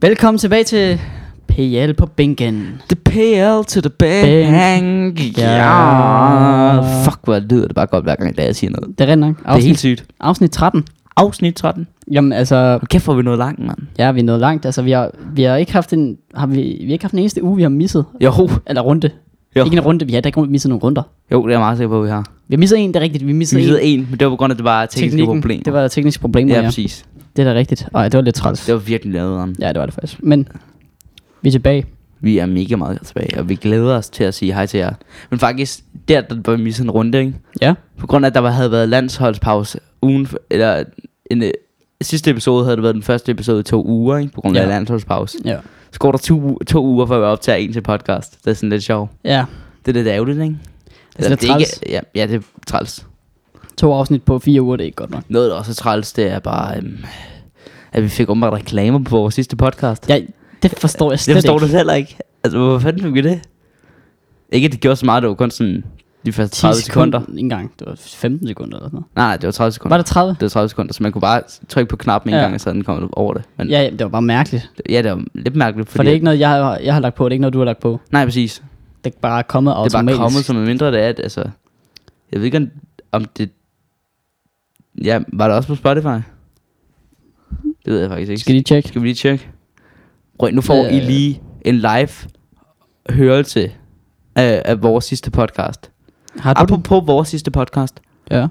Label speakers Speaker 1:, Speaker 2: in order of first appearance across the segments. Speaker 1: Velkommen tilbage til PL på bænken.
Speaker 2: The PL to the bank.
Speaker 1: Ja.
Speaker 2: Ja. Fuck, hvor lyder det bare godt, hver gang da jeg siger noget.
Speaker 1: Det er rent nok.
Speaker 2: Det er helt
Speaker 1: Afsnit,
Speaker 2: sygt.
Speaker 1: afsnit 13.
Speaker 2: Afsnit 13.
Speaker 1: Jamen altså,
Speaker 2: Kæft, hvor er vi noget langt, mand.
Speaker 1: ja, vi er nået langt. Altså, vi har, vi har ikke haft en, har vi, vi har ikke haft en eneste uge, vi har misset.
Speaker 2: Jo,
Speaker 1: Eller runde. Jo.
Speaker 2: Jo.
Speaker 1: Ikke en runde, vi har da ikke misset nogen runder.
Speaker 2: jo det er jeg meget sikker på, vi har.
Speaker 1: Vi har misset en, det er rigtigt. Vi missede,
Speaker 2: Vi
Speaker 1: vi
Speaker 2: sidder
Speaker 1: missede en.
Speaker 2: en, men det var på grund af, det var tekniske
Speaker 1: Teknikken,
Speaker 2: problemer.
Speaker 1: det var et teknisk problem, ja,
Speaker 2: ja,
Speaker 1: ja.
Speaker 2: præcis.
Speaker 1: Det er da rigtigt. Og det var lidt træls.
Speaker 2: Det var virkelig lavet om.
Speaker 1: Ja, det var det faktisk. Men vi er tilbage.
Speaker 2: Vi er mega meget tilbage, og vi glæder os til at sige hej til jer. Men faktisk, der, der var misset en runde, ikke?
Speaker 1: Ja.
Speaker 2: På grund af, at der var- havde været landsholdspause ugen, f- eller en, øh, sidste episode havde det været den første episode i to uger, ikke? På grund af
Speaker 1: Ja.
Speaker 2: landsholdspause.
Speaker 1: Ja.
Speaker 2: Så går der to, u- to uger, før vi optager en til podcast. Det er sådan lidt sjovt.
Speaker 1: Ja,
Speaker 2: Det er lidt ærgerligt, ikke?
Speaker 1: det er lidt
Speaker 2: det er
Speaker 1: træls.
Speaker 2: Ikke, ja, ja, det er træls.
Speaker 1: To afsnit på fire uger, det er ikke godt nok.
Speaker 2: Noget, der også er træls, det er bare, øhm, at vi fik åbenbart reklamer på vores sidste podcast.
Speaker 1: Ja, det forstår jeg
Speaker 2: det
Speaker 1: slet
Speaker 2: forstår du
Speaker 1: ikke.
Speaker 2: heller ikke. Altså, hvor fanden fik vi det? Ikke, at det gjorde så meget, det var kun sådan de første 30 sekunder.
Speaker 1: Ikke engang. Det var 15 sekunder eller sådan noget.
Speaker 2: Nej, nej, det var 30 sekunder.
Speaker 1: Var det 30?
Speaker 2: Det var 30 sekunder, så man kunne bare trykke på knappen en
Speaker 1: Ja.
Speaker 2: gang, og så den kom over det. Men
Speaker 1: Ja, ja, det var bare mærkeligt. For
Speaker 2: ja, det var lidt mærkeligt, fordi...
Speaker 1: det er ikke noget, jeg har, jeg har lagt på. Det er ikke noget, du har lagt på.
Speaker 2: Nej, præcis.
Speaker 1: Det er bare kommet
Speaker 2: Det er
Speaker 1: automatisk.
Speaker 2: bare kommet, som mindre det er, at, altså... Jeg ved ikke, om- om det... Ja, var det også på Spotify? Det ved jeg faktisk ikke.
Speaker 1: Skal lige tjekke.
Speaker 2: Skal vi lige tjekke? Røg, nu får
Speaker 1: Øh.
Speaker 2: I lige en live hørelse af, af vores sidste podcast.
Speaker 1: Har du den?
Speaker 2: Apropos vores sidste podcast.
Speaker 1: Ja.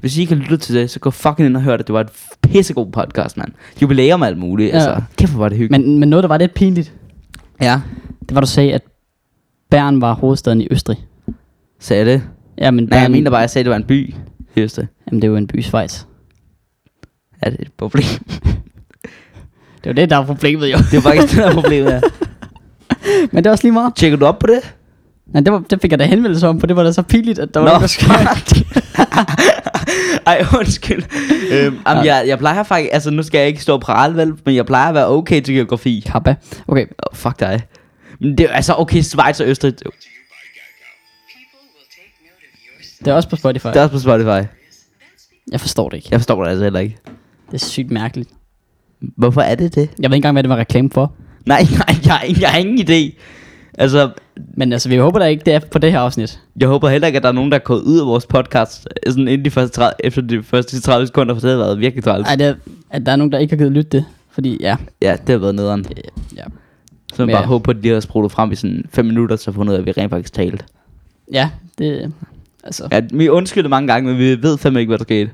Speaker 2: Hvis I ikke har lyttet til det, så gå fucking ind og hør det. Det var et pissegod podcast, mand. Jubilæum og alt muligt.
Speaker 1: Ja.
Speaker 2: Ja. Altså, kæft, hvor var det hyggeligt.
Speaker 1: Men, men noget, der var lidt pinligt,
Speaker 2: ja,
Speaker 1: det var, du sagde, at Bern var hovedstaden i Østrig.
Speaker 2: sagde jeg det.
Speaker 1: Ja, men
Speaker 2: Nej, jeg
Speaker 1: Bern-
Speaker 2: mener bare, at jeg sagde, at det var en by. Just det.
Speaker 1: Jamen, det er jo en by i Schweiz.
Speaker 2: Er det et problem?
Speaker 1: Det er jo det, der er problemet, jo.
Speaker 2: Det var faktisk det, der er problemet her.
Speaker 1: men det er også lige meget.
Speaker 2: Tjekker du op på det?
Speaker 1: Nej, det, var, det fik jeg da henvendelse om, for det var da så pinligt, at der var
Speaker 2: Nå.
Speaker 1: nogen, der skrev.
Speaker 2: Ej, undskyld. øhm, jamen, jeg, jeg plejer faktisk... Altså, nu skal jeg ikke stå og prale, vel? Men jeg plejer at være okay til geografi.
Speaker 1: Kappa. Okay,
Speaker 2: Oh, fuck dig. Men det er altså, okay, Schweiz og Østrig. Det
Speaker 3: People will take note of your
Speaker 1: det er også på Spotify.
Speaker 2: er også på Spotify.
Speaker 1: Jeg forstår det ikke.
Speaker 2: Jeg forstår det altså heller ikke.
Speaker 1: Det er sygt mærkeligt.
Speaker 2: Hvorfor er det det?
Speaker 1: Jeg ved ikke engang, hvad det var reklame for.
Speaker 2: Nej, nej, jeg, har ingen- jeg har ingen idé. Altså,
Speaker 1: Men altså, vi håber da ikke, det er på det her afsnit.
Speaker 2: jeg håber heller ikke, at der er nogen, der er gået ud af vores podcast, øh, sådan inden de første 30, efter de første 30 sekunder, for det har været virkelig træls.
Speaker 1: Ej, det er, at der er nogen, der ikke har givet lytte det. Fordi, ja,
Speaker 2: Ja, det har været nederen.
Speaker 1: øh, ja.
Speaker 2: Så
Speaker 1: Men
Speaker 2: man bare
Speaker 1: ja.
Speaker 2: håber på, at de har spruttet frem i sådan 5 minutter, så fundet ud af, at vi rent faktisk talte.
Speaker 1: Ja, det... Altså,
Speaker 2: Ja, vi undskyldte mange gange, men vi ved fandme ikke, hvad der skete.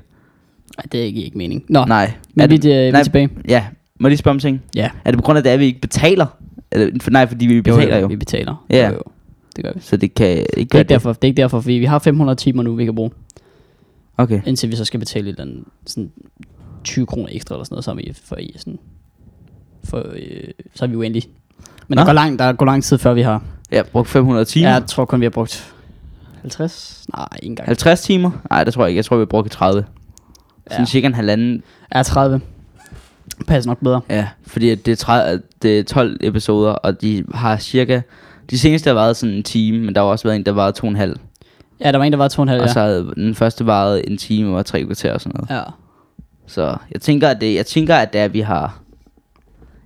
Speaker 1: ej, det er ikke, ikke mening. Nå,
Speaker 2: Nej.
Speaker 1: men
Speaker 2: Er
Speaker 1: vi,
Speaker 2: det-
Speaker 1: øh, vi er
Speaker 2: nej,
Speaker 1: tilbage.
Speaker 2: Ja, må jeg lige spørge om en ting?
Speaker 1: Ja,
Speaker 2: Er det på grund af det, at vi ikke betaler? Eller, for- nej, fordi vi betaler jo.
Speaker 1: Vi betaler.
Speaker 2: Ja.
Speaker 1: Jo, jo. Det gør vi.
Speaker 2: Så det kan ikke
Speaker 1: Det er,
Speaker 2: gøre
Speaker 1: ikke derfor, det er ikke derfor, fordi vi har 500 timer nu, vi kan bruge,
Speaker 2: Okay.
Speaker 1: indtil vi så skal betale et eller andet, sådan 20 kroner ekstra eller sådan noget sammen i, for, i sådan, for øh, så er vi uendelige. Men der
Speaker 2: Nå.
Speaker 1: går, lang, der går lang tid, før vi har.
Speaker 2: Jeg har brugt 500 timer.
Speaker 1: Ja,
Speaker 2: Ja.
Speaker 1: jeg tror kun, vi har brugt 50? Nej, ikke engang.
Speaker 2: 50 timer? Nej, det tror jeg ikke. Jeg tror, vi har brugt 30. Sådan
Speaker 1: Ja.
Speaker 2: ja. cirka en halvanden.
Speaker 1: Ja, 30. Passer nok bedre.
Speaker 2: Ja, fordi at det er, 30, det er 12 episoder, og de har cirka... De seneste har været sådan en time, men der har også været en, der varede to og en halv.
Speaker 1: Ja, der var en, der var 2,5,
Speaker 2: Ja. Og så
Speaker 1: ja.
Speaker 2: havde den første varet en time og tre kvarter og sådan noget.
Speaker 1: ja.
Speaker 2: Så jeg tænker, at det, jeg tænker, at det er, at vi har...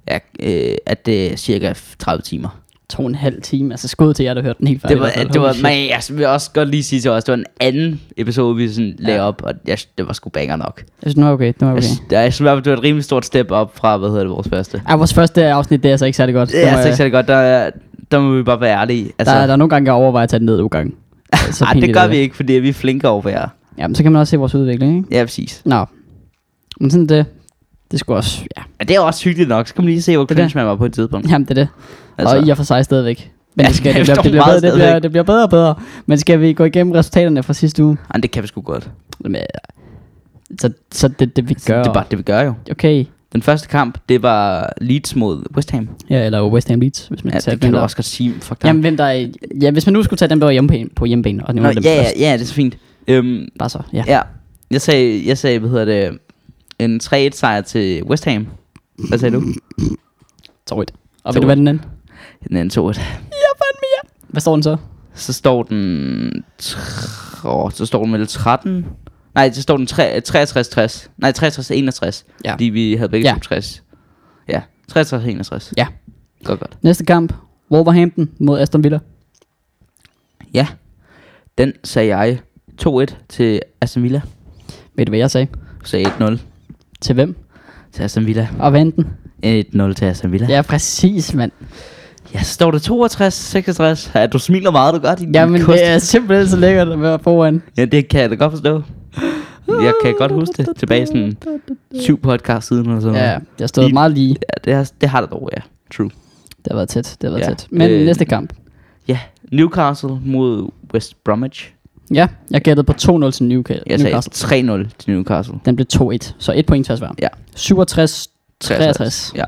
Speaker 2: Ja, øh, at det er cirka 30 timer.
Speaker 1: To og en halv time. Altså skud til jer, der hørte den helt færdig.
Speaker 2: det var, det var, men jeg vil også godt lige sige til os, det var en anden episode, vi sådan lagde
Speaker 1: Ja.
Speaker 2: op, og jeg, det var sgu banger nok.
Speaker 1: Jeg synes, den var Altså, okay. Den var
Speaker 2: Okay.
Speaker 1: okay.
Speaker 2: Jeg, jeg, jeg synes i hvert fald, det var et rimelig stort step op fra, hvad hedder det, vores første.
Speaker 1: Ej, vores første afsnit, det er altså ikke særlig godt.
Speaker 2: Det er
Speaker 1: må
Speaker 2: altså
Speaker 1: jeg-
Speaker 2: ikke særlig godt, der, er- der må vi bare være ærlige. Altså,
Speaker 1: der, der er nogle gange, jeg overvejer at tage den ned nogle gange. Så
Speaker 2: Nej, det
Speaker 1: pinligt
Speaker 2: gør
Speaker 1: er
Speaker 2: vi ikke, fordi vi er flinke over for jer.
Speaker 1: Jamen, så kan man også se vores udvikling, ikke?
Speaker 2: Ja, præcis.
Speaker 1: Nå. Men sådan er det, det skulle også, ja.
Speaker 2: Ja, det er jo også hyggeligt nok. Så kan man lige se, hvor
Speaker 1: Det er det.
Speaker 2: cringe man var på et tidspunkt.
Speaker 1: Jamen, det er det. Altså.
Speaker 2: Altså.
Speaker 1: Og i og for sig stadigvæk. Men
Speaker 2: Ja,
Speaker 1: det,
Speaker 2: det
Speaker 1: skal, det, bliver,
Speaker 2: står
Speaker 1: det, bliver bedre,
Speaker 2: meget
Speaker 1: det, bliver,
Speaker 2: stadigvæk.
Speaker 1: det bliver bedre og bedre. Men skal vi gå igennem resultaterne fra sidste uge?
Speaker 2: Ej, det kan vi sgu godt.
Speaker 1: Jamen, Så, så det, det vi
Speaker 2: Så
Speaker 1: gør.
Speaker 2: Altså, Det er bare det, vi gør jo.
Speaker 1: Okay.
Speaker 2: Den første kamp, det var Leeds mod West Ham.
Speaker 1: Ja, eller West Ham Leeds, hvis man
Speaker 2: Ja,
Speaker 1: tager
Speaker 2: det kan
Speaker 1: dem
Speaker 2: du
Speaker 1: der.
Speaker 2: også godt sige. Fuck dig.
Speaker 1: Jamen, hvem der er, ja, hvis man nu skulle tage dem, der var hjemmebane, på hjemmebane, og
Speaker 2: Nå,
Speaker 1: nævne
Speaker 2: ja,
Speaker 1: dem
Speaker 2: ja,
Speaker 1: først.
Speaker 2: ja, det er så fint. Øhm,
Speaker 1: Bare så, ja.
Speaker 2: ja. Jeg sagde, jeg sagde, hvad hedder det, en 3-1 sejr til West Ham. Hvad sagde du?
Speaker 1: Sorry. Og
Speaker 2: Så
Speaker 1: ved du, hvad den anden?
Speaker 2: Den anden 2-1.
Speaker 1: Hvad står den så?
Speaker 2: Så står den... tr- Åh, så står den vel 13? Nej, så står den tre- 63-60. Nej, 63-61.
Speaker 1: Ja.
Speaker 2: Fordi vi havde begge
Speaker 1: Ja.
Speaker 2: ja. 60. Ja, 63-61.
Speaker 1: Ja.
Speaker 2: Godt, godt.
Speaker 1: Næste kamp, Wolverhampton mod Aston Villa.
Speaker 2: Ja. Den sagde jeg 2-1 til Aston Villa.
Speaker 1: Ved du, hvad jeg sagde?
Speaker 2: Så sagde jeg 1-0
Speaker 1: Til hvem?
Speaker 2: til Aston Villa.
Speaker 1: Og vandt den.
Speaker 2: 1-0 til Aston Villa.
Speaker 1: Ja, præcis, mand.
Speaker 2: Ja, så står det 62, 66. Ja, du smiler meget, du gør din
Speaker 1: Jamen,
Speaker 2: kost.
Speaker 1: det er simpelthen så lækkert at være foran.
Speaker 2: Ja, det kan jeg da godt forstå. Jeg kan godt huske det tilbage i sådan syv podcast siden eller sådan
Speaker 1: Ja,
Speaker 2: noget.
Speaker 1: det har stået
Speaker 2: Lige-
Speaker 1: meget lige.
Speaker 2: Ja, det har, det har det dog, ja. True.
Speaker 1: Det har været tæt, det har været
Speaker 2: Ja.
Speaker 1: tæt. Men øh,
Speaker 2: Øh,
Speaker 1: næste kamp.
Speaker 2: Ja, Newcastle mod West Bromwich.
Speaker 1: Ja, jeg gættede på 2-0 til Newca-
Speaker 2: Jeg sagde
Speaker 1: Newcastle.
Speaker 2: 3-0 til Newcastle.
Speaker 1: Den blev 2-1, så 1 point til os hver.
Speaker 2: Ja.
Speaker 1: 67, 63.
Speaker 2: Ja.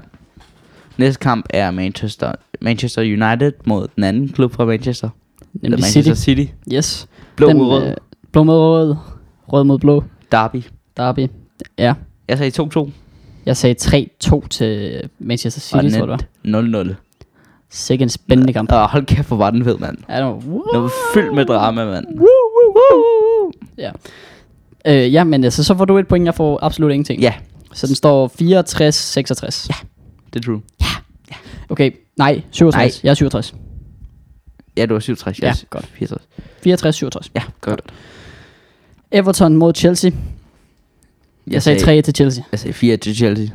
Speaker 2: Næste kamp er Manchester, Manchester United mod den anden klub fra Manchester. Eller
Speaker 1: nemlig
Speaker 2: Manchester
Speaker 1: City.
Speaker 2: City.
Speaker 1: Yes.
Speaker 2: Blå
Speaker 1: Den,
Speaker 2: mod rød.
Speaker 1: øh, blå mod rød. Rød mod blå.
Speaker 2: Derby.
Speaker 1: Derby. Ja.
Speaker 2: Jeg sagde 2-2.
Speaker 1: Jeg sagde 3-2 til Manchester City,
Speaker 2: Og den
Speaker 1: tror jeg det var.
Speaker 2: endte 0-0.
Speaker 1: Sikkert en spændende kamp.
Speaker 2: Åh, hold kæft, hvor var den fed, mand.
Speaker 1: Ja, det var,
Speaker 2: Den var fyldt med drama, mand.
Speaker 1: ja. Øh, ja, men altså, så får du et point, jeg får absolut ingenting.
Speaker 2: Ja,
Speaker 1: Så den står 64-66. Ja.
Speaker 2: det er true.
Speaker 1: Okay, nej, 67.
Speaker 2: Nej.
Speaker 1: Jeg er 67.
Speaker 2: Ja, du var 67.
Speaker 1: Ja,
Speaker 2: jeg er
Speaker 1: godt.
Speaker 2: 64.
Speaker 1: 64-67.
Speaker 2: Ja, godt.
Speaker 1: Everton mod Chelsea. Jeg, jeg sagde 3 til Chelsea.
Speaker 2: Jeg sagde 4 til Chelsea.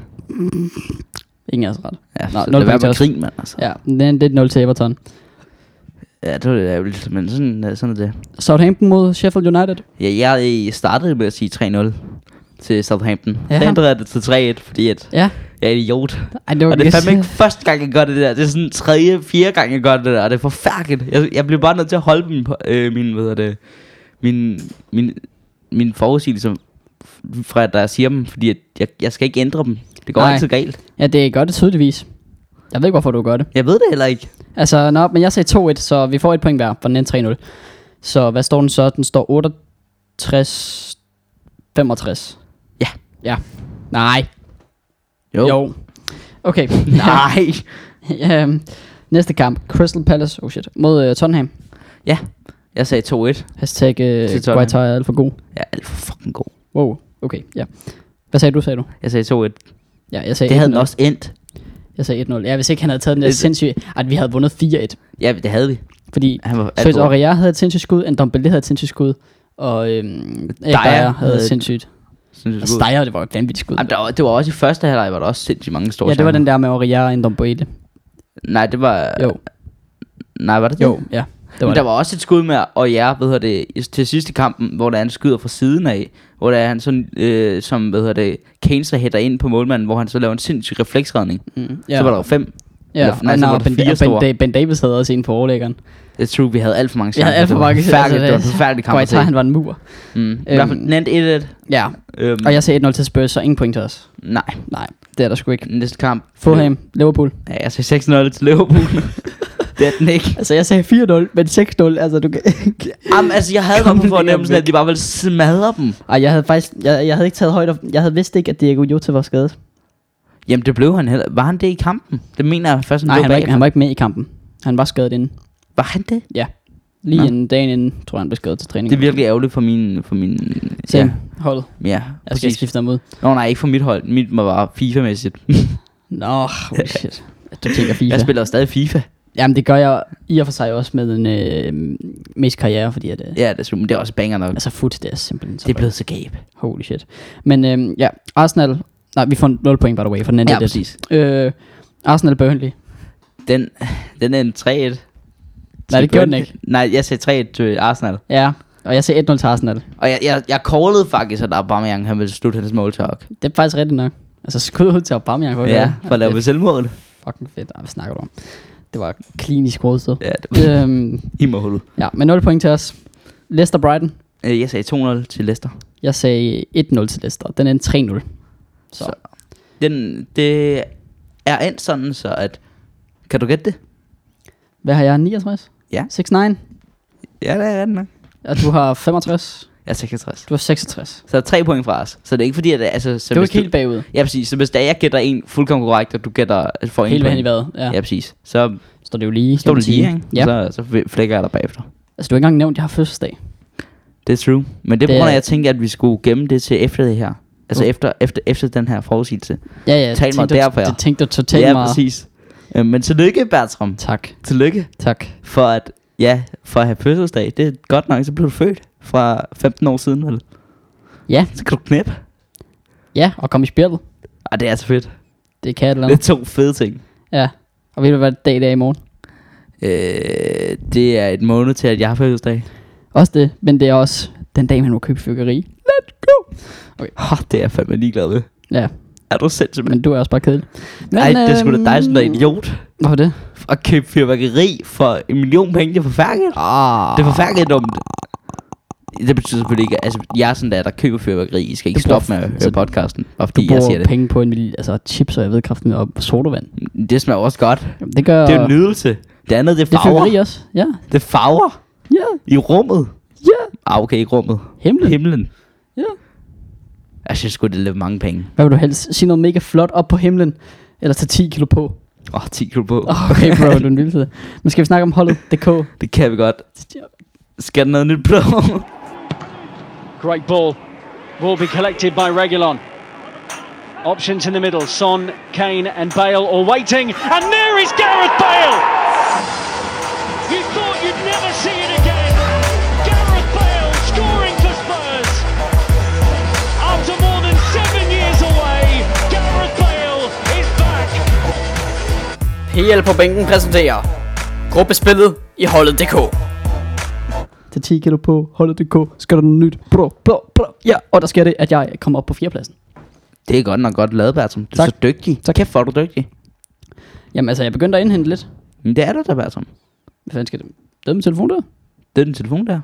Speaker 1: Ingen er så ret.
Speaker 2: Ja,
Speaker 1: Nå,
Speaker 2: Nå, så
Speaker 1: nul
Speaker 2: lad være
Speaker 1: point til
Speaker 2: med
Speaker 1: os.
Speaker 2: grin, mand. Altså. Ja.
Speaker 1: Ja, men det er 0 til Everton.
Speaker 2: ja, det var lidt ærgerligt, men sådan, øh, sådan er det.
Speaker 1: Southampton mod Sheffield United.
Speaker 2: Ja, jeg øh, startede med at sige 3-0 til Southampton.
Speaker 1: Ja.
Speaker 2: Ja. Så ændrede jeg det til 3-1, fordi at
Speaker 1: Ja.
Speaker 2: jeg er en idiot.
Speaker 1: Ej, det var
Speaker 2: Og det er fandme ikke første gang, jeg gør det der. Det er sådan tredje, fjerde gang, jeg gør det der. Og det er forfærdeligt. Jeg, jeg bliver bare nødt til at holde min, på- øh, min, hvad hedder det, min, min, min forudsigelse f- fra, da jeg siger dem. Fordi at jeg, jeg skal ikke ændre dem. Det går
Speaker 1: Nej.
Speaker 2: Nej. altid galt.
Speaker 1: Ja, det gør det tydeligvis. Jeg ved ikke, hvorfor du gør det.
Speaker 2: Jeg ved det heller ikke.
Speaker 1: Altså, nå, men jeg sagde 2-1, så vi får et point hver, for den endte 3-0. Så hvad står den så? Den står 68... 65.
Speaker 2: Ja.
Speaker 1: Ja. Nej. Jo. jo. Okay.
Speaker 2: Nej.
Speaker 1: øhm, næste kamp. Crystal Palace. Oh shit. Mod øh, Tottenham.
Speaker 2: Ja. Jeg sagde 2-1.
Speaker 1: Hashtag øh,
Speaker 2: Til Tottenham.
Speaker 1: Guaita er alt for god.
Speaker 2: Jeg er alt for fucking god.
Speaker 1: Wow. Okay, ja. Hvad sagde du, sagde du?
Speaker 2: Jeg sagde 2-1.
Speaker 1: Ja, jeg sagde
Speaker 2: Det havde
Speaker 1: 1-0.
Speaker 2: den også endt.
Speaker 1: Jeg sagde 1-0. Ja, hvis ikke han havde taget den der
Speaker 2: Det-
Speaker 1: sindssyge... At vi havde vundet 4-1.
Speaker 2: Ja, det havde vi.
Speaker 1: Fordi
Speaker 2: Han var
Speaker 1: Søs
Speaker 2: god.
Speaker 1: Aurier havde et sindssygt skud, en Dombele havde et sindssygt skud, og øhm, Dyer havde et
Speaker 2: havde-
Speaker 1: sindssygt.
Speaker 2: Synes, det,
Speaker 1: Og
Speaker 2: var god.
Speaker 1: Steyer, det var et vanvittigt skud.
Speaker 2: Jamen, der var, det var også i første halvleg, var der også sindssygt mange store
Speaker 1: ja, det var
Speaker 2: chancer.
Speaker 1: den der med Aurier og en Dombele.
Speaker 2: Nej, det var...
Speaker 1: Jo,
Speaker 2: Nej, var det det?
Speaker 1: jo, ja. Det var
Speaker 2: Men der
Speaker 1: det.
Speaker 2: var også et skud med, og jeg ved her det, i- til sidste kampen, hvor der er en skyder fra siden af, hvor der er han sådan, øh, som, hvad hedder det, Kane så hætter ind på målmanden, hvor han så laver en sindssyg refleksredning.
Speaker 1: Mm,
Speaker 2: Ja. Så var der jo fem.
Speaker 1: ja,
Speaker 2: eller-
Speaker 1: og,
Speaker 2: nej, så
Speaker 1: nej,
Speaker 2: var
Speaker 1: og
Speaker 2: der
Speaker 1: ben,
Speaker 2: fire
Speaker 1: og
Speaker 2: store.
Speaker 1: ben, Da- ben, Davis havde også en på overlæggeren. Altså,
Speaker 2: Det er true, vi havde alt for mange
Speaker 1: Jeg
Speaker 2: chancer.
Speaker 1: havde alt for mange
Speaker 2: Det var forfærdeligt, det var en forfærdelig kamp at se.
Speaker 1: Guaita, han var en mur.
Speaker 2: Mm. I hvert fald,
Speaker 1: Øhm.
Speaker 2: den endte 1-1.
Speaker 1: Ja,
Speaker 2: Øhm,
Speaker 1: og jeg sagde 1-0 til Spurs, så ingen point til os.
Speaker 2: Nej,
Speaker 1: Nej, det er der sgu ikke.
Speaker 2: næste kamp.
Speaker 1: Fulham,
Speaker 2: Mm.
Speaker 1: Liverpool.
Speaker 2: Ja, jeg sagde 6-0 til Liverpool. det er den ikke.
Speaker 1: Altså, jeg sagde 4-0, men 6-0, altså du kan ikke...
Speaker 2: Jamen, altså, jeg havde
Speaker 1: Kom
Speaker 2: kommet
Speaker 1: nu
Speaker 2: på fornemmelsen,
Speaker 1: væk.
Speaker 2: at de bare ville smadre dem.
Speaker 1: Ej, jeg havde faktisk... Jeg, jeg havde ikke taget højde... Jeg havde vidst ikke, at Diego Jota var skadet.
Speaker 2: Jamen, det blev han heller. Var han det i kampen? Det mener jeg først, han
Speaker 1: Nej,
Speaker 2: blev
Speaker 1: han var, ikke,
Speaker 2: bagefter.
Speaker 1: han var ikke med i kampen. Han var skadet inden.
Speaker 2: Var han det?
Speaker 1: Ja. Lige
Speaker 2: Nå.
Speaker 1: inden dagen inden, tror jeg, han blev skadet til træning.
Speaker 2: Det er virkelig ærgerligt for min... For min
Speaker 1: Same. Ja. Holdet. Altså,
Speaker 2: Ja, ja
Speaker 1: Jeg skal
Speaker 2: præcis.
Speaker 1: skifte ham ud.
Speaker 2: Nå nej, ikke for mit hold. Mit var bare FIFA-mæssigt.
Speaker 1: Nå, oh, shit. Du tænker FIFA.
Speaker 2: Jeg spiller jo stadig FIFA.
Speaker 1: Jamen, det gør jeg i og for sig også med en øh, mest karriere, fordi at, øh,
Speaker 2: Ja, det er, super, men det er også banger nok.
Speaker 1: altså foot, det er simpelthen så
Speaker 2: Det er
Speaker 1: godt.
Speaker 2: blevet så gab.
Speaker 1: Holy shit. Men øh, ja, Arsenal... Nej, vi får 0 point, by the way, for den endte
Speaker 2: Ja,
Speaker 1: lidt.
Speaker 2: præcis.
Speaker 1: Øh, Arsenal Burnley.
Speaker 2: Den, den er en 3-1.
Speaker 1: Nej, det gjorde den
Speaker 2: Brent-
Speaker 1: ikke.
Speaker 2: Nej, jeg sagde 3-1 til Arsenal.
Speaker 1: Ja, og jeg ser 1-0 til Arsenal.
Speaker 2: Og jeg, jeg, jeg callede faktisk, at Aubameyang han ville slutte hans måltalk.
Speaker 1: Det er faktisk rigtigt nok. Altså skud ud til Aubameyang. for at gøre
Speaker 2: Ja,
Speaker 1: det.
Speaker 2: for at
Speaker 1: det
Speaker 2: lave
Speaker 1: er
Speaker 2: selvmål.
Speaker 1: fucking fedt. Ej, hvad snakker du om? Det var klinisk rådsted.
Speaker 2: Ja, det var
Speaker 1: øhm,
Speaker 2: i målet.
Speaker 1: ja, men 0 point til os. Leicester Brighton.
Speaker 2: Øh, Jeg sagde 2-0 til Leicester.
Speaker 1: Jeg sagde 1-0 til Leicester. Den er 3-0. Så,
Speaker 2: Så.
Speaker 1: så.
Speaker 2: Den, det er endt sådan, så at... Kan du gætte det?
Speaker 1: hvad har jeg? 69?
Speaker 2: Ja.
Speaker 1: 69.
Speaker 2: Ja, det er ret nok.
Speaker 1: Og du har 65.
Speaker 2: Jeg er 66.
Speaker 1: Du har 66.
Speaker 2: Så tre point fra os. Så det er ikke fordi, at... Altså, så
Speaker 1: Det var
Speaker 2: hvis
Speaker 1: ikke helt bagud.
Speaker 2: Ja, præcis. Så hvis der jeg gætter en fuldkommen korrekt, og du gætter at får en
Speaker 1: Helt hen i
Speaker 2: point.
Speaker 1: hvad? Ja.
Speaker 2: Ja. ja, præcis. Så
Speaker 1: Står det jo lige. kan
Speaker 2: står
Speaker 1: man
Speaker 2: det lige,
Speaker 1: sige.
Speaker 2: ikke?
Speaker 1: Ja.
Speaker 2: Ja. Så, så flækker jeg dig bagefter.
Speaker 1: Altså, du har ikke engang nævnt, at jeg har fødselsdag.
Speaker 2: Det er true. Men det er på
Speaker 1: Det
Speaker 2: grund af,
Speaker 1: er-
Speaker 2: at jeg tænkte, at vi skulle gemme det til efter det her. Altså
Speaker 1: Uh.
Speaker 2: efter, efter, efter den her forudsigelse.
Speaker 1: Ja, ja. det
Speaker 2: Tal mig
Speaker 1: tænkte du-
Speaker 2: derfor, ja.
Speaker 1: Det tænkte du totalt
Speaker 2: ja,
Speaker 1: meget.
Speaker 2: præcis. Øh, Men tillykke, Bertram.
Speaker 1: Tak.
Speaker 2: Tillykke
Speaker 1: Tak.
Speaker 2: for at, ja, for at have fødselsdag. Det er godt nok, så blev du født fra 15 år siden, vel?
Speaker 1: Ja,
Speaker 2: Så kan du knæppe.
Speaker 1: ja, og kom i spjældet.
Speaker 2: Ej, det er så fedt.
Speaker 1: Det kan jeg et eller
Speaker 2: Det
Speaker 1: andet.
Speaker 2: er to fede ting.
Speaker 1: Ja. Og ved du, hvad dag det er i morgen?
Speaker 2: Øh, det er et måned til, at jeg har fødselsdag.
Speaker 1: Også det, men det er også den dag, man må købe fyrkeri. Let's go!
Speaker 2: Oh, det er jeg fandme ligeglad ved.
Speaker 1: Ja,
Speaker 2: Er du sindssyg, mand?
Speaker 1: men du er også bare kedelig. Men,
Speaker 2: Nej, det er sgu da dig, som er
Speaker 1: øhm,
Speaker 2: idiot.
Speaker 1: Hvorfor det?
Speaker 2: At købe fyrværkeri for en million penge, det er forfærdeligt.
Speaker 1: Ah,
Speaker 2: Det er forfærdeligt dumt. Det betyder selvfølgelig ikke, altså jeg er sådan der, der køber fyrværkeri. I skal ikke
Speaker 1: Du bruger-
Speaker 2: stoppe med at
Speaker 1: så
Speaker 2: høre podcasten, bare
Speaker 1: du
Speaker 2: fordi jeg siger
Speaker 1: bruger
Speaker 2: det.
Speaker 1: penge på en mil, altså chips og jeg ved kraften og sodavand.
Speaker 2: Det smager også godt.
Speaker 1: Jamen, det gør...
Speaker 2: Det er jo en nydelse. Det andet, det
Speaker 1: Det
Speaker 2: er
Speaker 1: er
Speaker 2: farver.
Speaker 1: fyrkeri også. Ja,
Speaker 2: Det er farver
Speaker 1: ja,
Speaker 2: i rummet.
Speaker 1: ja.
Speaker 2: Ah, okay, ikke rummet.
Speaker 1: Himlen.
Speaker 2: Himlen.
Speaker 1: Ja.
Speaker 2: Jeg synes sgu, det er lidt mange penge.
Speaker 1: Hvad vil du helst? Sige noget mega flot op på himlen, eller tage 10 kilo på.
Speaker 2: Åh, oh, 10 kilo på.
Speaker 1: Åh, Okay, bro, du er en vild fed. Men skal vi snakke om holdet DK?
Speaker 2: Det kan vi godt. Skal der noget nyt blå?
Speaker 4: Great ball. Will be collected by Regulon. Options in the middle. Son, Kane, and Bale all waiting. And there is Gareth Bale! You thought you'd never see it again. Gareth Bale scoring for Spurs. After more than seven years away, Gareth Bale is back.
Speaker 5: PL på bænken præsenterer Gruppespillet i holdet.dk
Speaker 1: Tag 10 kilo på holdet DK. Skal der noget nyt? Bro, bro, bro. Ja, og der sker det, at jeg kommer op på fjerdepladsen.
Speaker 2: det er godt nok godt lavet, Bertram. Du er
Speaker 1: Tak.
Speaker 2: så dygtig. Så kæft, hvor er du dygtig.
Speaker 1: Jamen altså, jeg begyndte at indhente lidt.
Speaker 2: Men det er du da, Bertram.
Speaker 1: Hvad fanden skal det? Det er min telefon der.
Speaker 2: Det er din telefon der. Ej,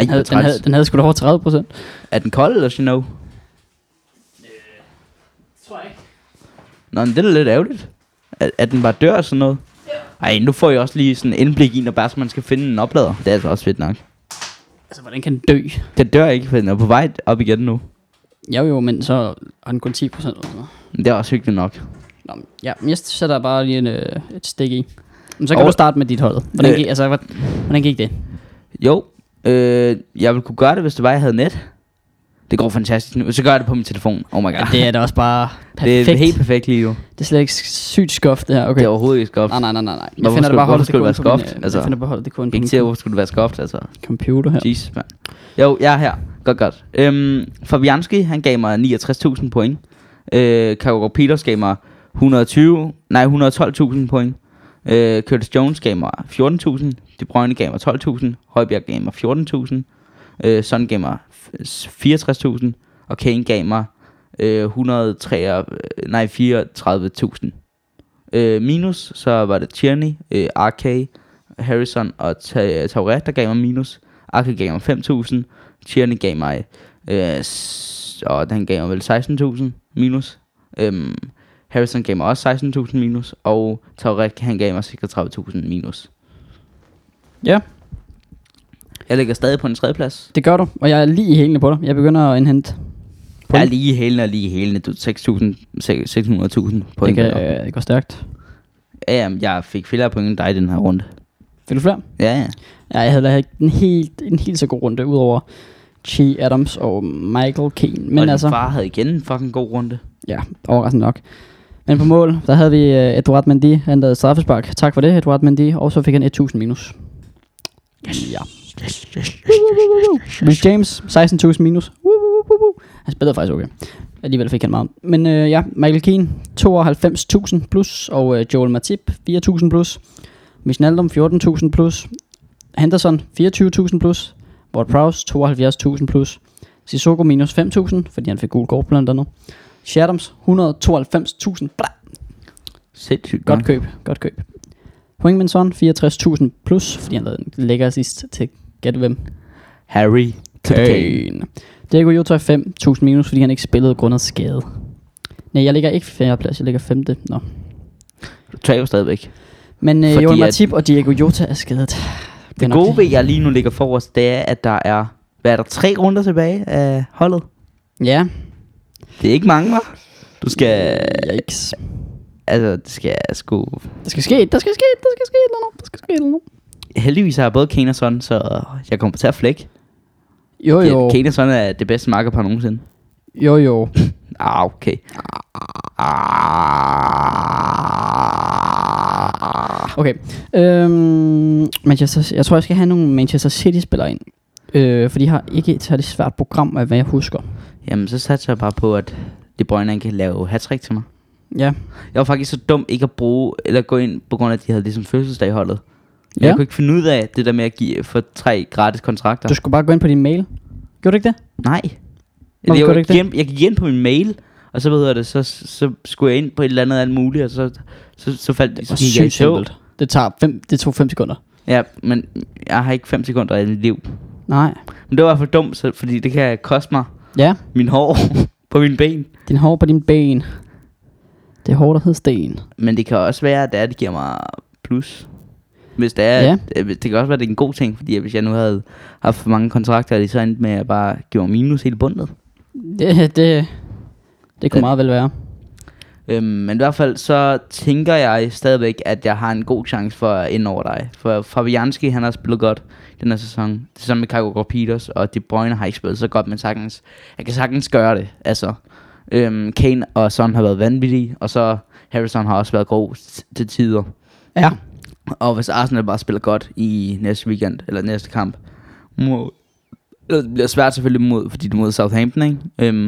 Speaker 1: Den havde, den Øh, havde, den havde sgu da over 30 procent.
Speaker 2: Er den kold, eller you know? Nå, men det er da lidt ærgerligt. At, at den bare dør og sådan noget. Ej, nu får jeg også lige sådan indblik i, når bare så man skal finde en oplader. Det er altså også fedt nok.
Speaker 1: Altså, hvordan kan den dø?
Speaker 2: Den dør ikke, for den er på vej op igen nu.
Speaker 1: Jo jo, men så har den kun 10 procent.
Speaker 2: Men det er også hyggeligt nok.
Speaker 1: Nå, men ja, men jeg sætter bare lige en, øh, et stik i. Men så kan
Speaker 2: Og-
Speaker 1: og... du starte med dit hold. Hvordan
Speaker 2: Øh.
Speaker 1: gik, altså, hvordan, hvordan gik det?
Speaker 2: Jo, øh, jeg ville kunne gøre det, hvis det var, jeg havde net. Det går fantastisk nu. Så gør jeg det på min telefon. Oh my god.
Speaker 1: Ja, det er da også bare perfekt.
Speaker 2: det er helt perfekt lige nu.
Speaker 1: det er slet ikke sygt skuff, det her. Okay.
Speaker 2: Det er overhovedet ikke skoft.
Speaker 1: Nej, nej, nej, nej. nej. Jeg
Speaker 2: Hvorfor
Speaker 1: finder det
Speaker 2: skulle-
Speaker 1: bare
Speaker 2: hvorfor
Speaker 1: holdet
Speaker 2: skulle det
Speaker 1: DK på
Speaker 2: være
Speaker 1: min,
Speaker 2: skuffet?
Speaker 1: øh,
Speaker 2: altså,
Speaker 1: jeg finder bare holdet DK på
Speaker 2: Ikke til,
Speaker 1: min
Speaker 2: hvorfor skulle det være skoft, altså.
Speaker 1: computer her.
Speaker 2: Jeez, mand. Jo, jeg er her. Godt, godt. Øhm, Fabianski, han gav mig 69.000 point. Øh, Cargo Peters gav mig 120, nej, 112.000 point. Øh, Curtis Jones gav mig 14.000. De Bruyne gav mig 12.000. Højbjerg gav mig 14.000. Øh, Son gav mig f- 64.000. Og Kane gav mig øh, 103, nej, 34.000. Øh, minus, så var det Tierney, øh, RK, Harrison og Ta- Tauret, der gav mig minus. Arke gav mig 5.000. Tierney gav mig... Øh, s- og den gav mig vel 16.000 minus. Øhm, Harrison gav mig også 16.000 minus. Og Tauret, han gav mig 36.000 minus.
Speaker 1: Ja,
Speaker 2: Jeg ligger stadig på en tredjeplads.
Speaker 1: det gør du. Og jeg er lige i hælene på dig. Jeg begynder at indhente.
Speaker 2: Jeg er lige i hælene og lige i hælene. Du er 6.000, 600.000
Speaker 1: Det,
Speaker 2: point.
Speaker 1: kan,
Speaker 2: deroppe.
Speaker 1: øh, det går stærkt.
Speaker 2: Ja, jamen, jeg fik flere point end dig i den her runde.
Speaker 1: Vil du flere?
Speaker 2: Ja, ja.
Speaker 1: Ja, jeg havde da ikke en helt, en helt så god runde, udover Chi Adams og Michael Keane. Men
Speaker 2: og
Speaker 1: altså,
Speaker 2: din far havde igen en fucking god runde.
Speaker 1: ja, overraskende nok. Men på mål, der havde vi uh, Eduard Mendy, han lavede straffespark. Tak for det, Eduard Mendy. Og så fik han 1000 minus. Yes. Ja. Rich James, 16.000 minus. Woo, woo, woo, woo. Han spillede faktisk okay. Alligevel fik han meget. Men øh, ja, Michael Keane, 92.000 plus. Og øh, Joel Matip, 4.000 plus. Misnaldum 14.000 plus. Henderson 24.000 plus. Ward Prowse 72.000 plus. Sissoko minus 5.000, fordi han fik gul kort blandt andet. Shadams 192.000. Bra,
Speaker 2: Sindssygt
Speaker 1: Godt køb, godt køb. Huingmanson 64.000 plus, fordi han lavede en lækker assist til gæt hvem.
Speaker 2: Harry Kane.
Speaker 1: Kane. Diego Jota 5.000 minus, fordi han ikke spillede grundet skade. Nej, jeg ligger ikke fjerde plads, jeg ligger femte. Nå.
Speaker 2: Du taber stadigvæk.
Speaker 1: Men øh,
Speaker 2: Fordi
Speaker 1: Joel
Speaker 2: at-
Speaker 1: Matip og Diego Jota er skadet.
Speaker 2: Det
Speaker 1: nok
Speaker 2: gode ved, jeg lige nu ligger forrest, det er, at der er... Hvad er der? Tre runder tilbage af holdet.
Speaker 1: Ja,
Speaker 2: Det er ikke mange, var. Du skal...
Speaker 1: yikes.
Speaker 2: Altså, det skal sgu...
Speaker 1: Der skal ske, der skal ske, der skal ske et eller andet, der skal ske et eller andet.
Speaker 2: Heldigvis har jeg både Kane og Son, så jeg kommer til at flække.
Speaker 1: Jo jo,
Speaker 2: Kane og Son er det bedste makkerpar nogensinde.
Speaker 1: jo jo.
Speaker 2: Ah, okay. Ah.
Speaker 1: Okay, øhm, Manchester, jeg tror jeg skal have nogle Manchester City spillere ind. Øh, for de har ikke et særligt svært program af hvad jeg husker.
Speaker 2: Jamen, så satser jeg bare på, at De Bruyne han kan lave hat til mig.
Speaker 1: Ja,
Speaker 2: Jeg var faktisk så dum ikke at bruge, eller gå ind, på grund af, at de havde ligesom fødselsdag i holdet. Men
Speaker 1: Ja.
Speaker 2: ja. jeg kunne ikke finde ud af det der med at give for tre gratis kontrakter.
Speaker 1: du skulle bare gå ind på din mail. Gjorde du ikke det?
Speaker 2: Nej.
Speaker 1: Hvorfor
Speaker 2: jeg,
Speaker 1: gør du
Speaker 2: jeg,
Speaker 1: ikke
Speaker 2: gik ind, jeg gik ind på min mail, og så hvad hedder det, så, så skulle jeg ind på et eller andet alt muligt, og så, så, så faldt så
Speaker 1: var
Speaker 2: gik jeg i
Speaker 1: sygt
Speaker 2: tog.
Speaker 1: simpelt. Det, tager fem, det tog 5 sekunder.
Speaker 2: Ja, men jeg har ikke 5 sekunder i mit liv.
Speaker 1: Nej.
Speaker 2: Men det var for dumt, så, fordi det kan koste mig
Speaker 1: Ja,
Speaker 2: min hår på mine ben.
Speaker 1: din hår på din ben. Det er hår, der hedder sten.
Speaker 2: Men det kan også være, at det, er, det giver mig plus. Hvis det er,
Speaker 1: Ja.
Speaker 2: ja. det kan også være, at det er en god ting, fordi hvis jeg nu havde haft for mange kontrakter, og det så endte med, at jeg bare gjorde minus hele bundet.
Speaker 1: Det, det, det kunne
Speaker 2: Ja.
Speaker 1: meget vel være.
Speaker 2: Øhm, men i hvert fald, så tænker jeg stadigvæk, at jeg har en god chance for at ende over dig. For Fabianski, han har spillet godt den her sæson. Det samme med Kakogor Peters, og De Bruyne har ikke spillet så godt, men sagtens, jeg kan sagtens gøre det. Altså, øhm, Kane og Son har været vanvittige, og så Harrison har også været god t- til tider.
Speaker 1: Ja.
Speaker 2: Og hvis Arsenal bare spiller godt i næste weekend, eller næste kamp, mod, eller det bliver svært selvfølgelig mod, fordi det er mod Southampton, ikke? Øhm,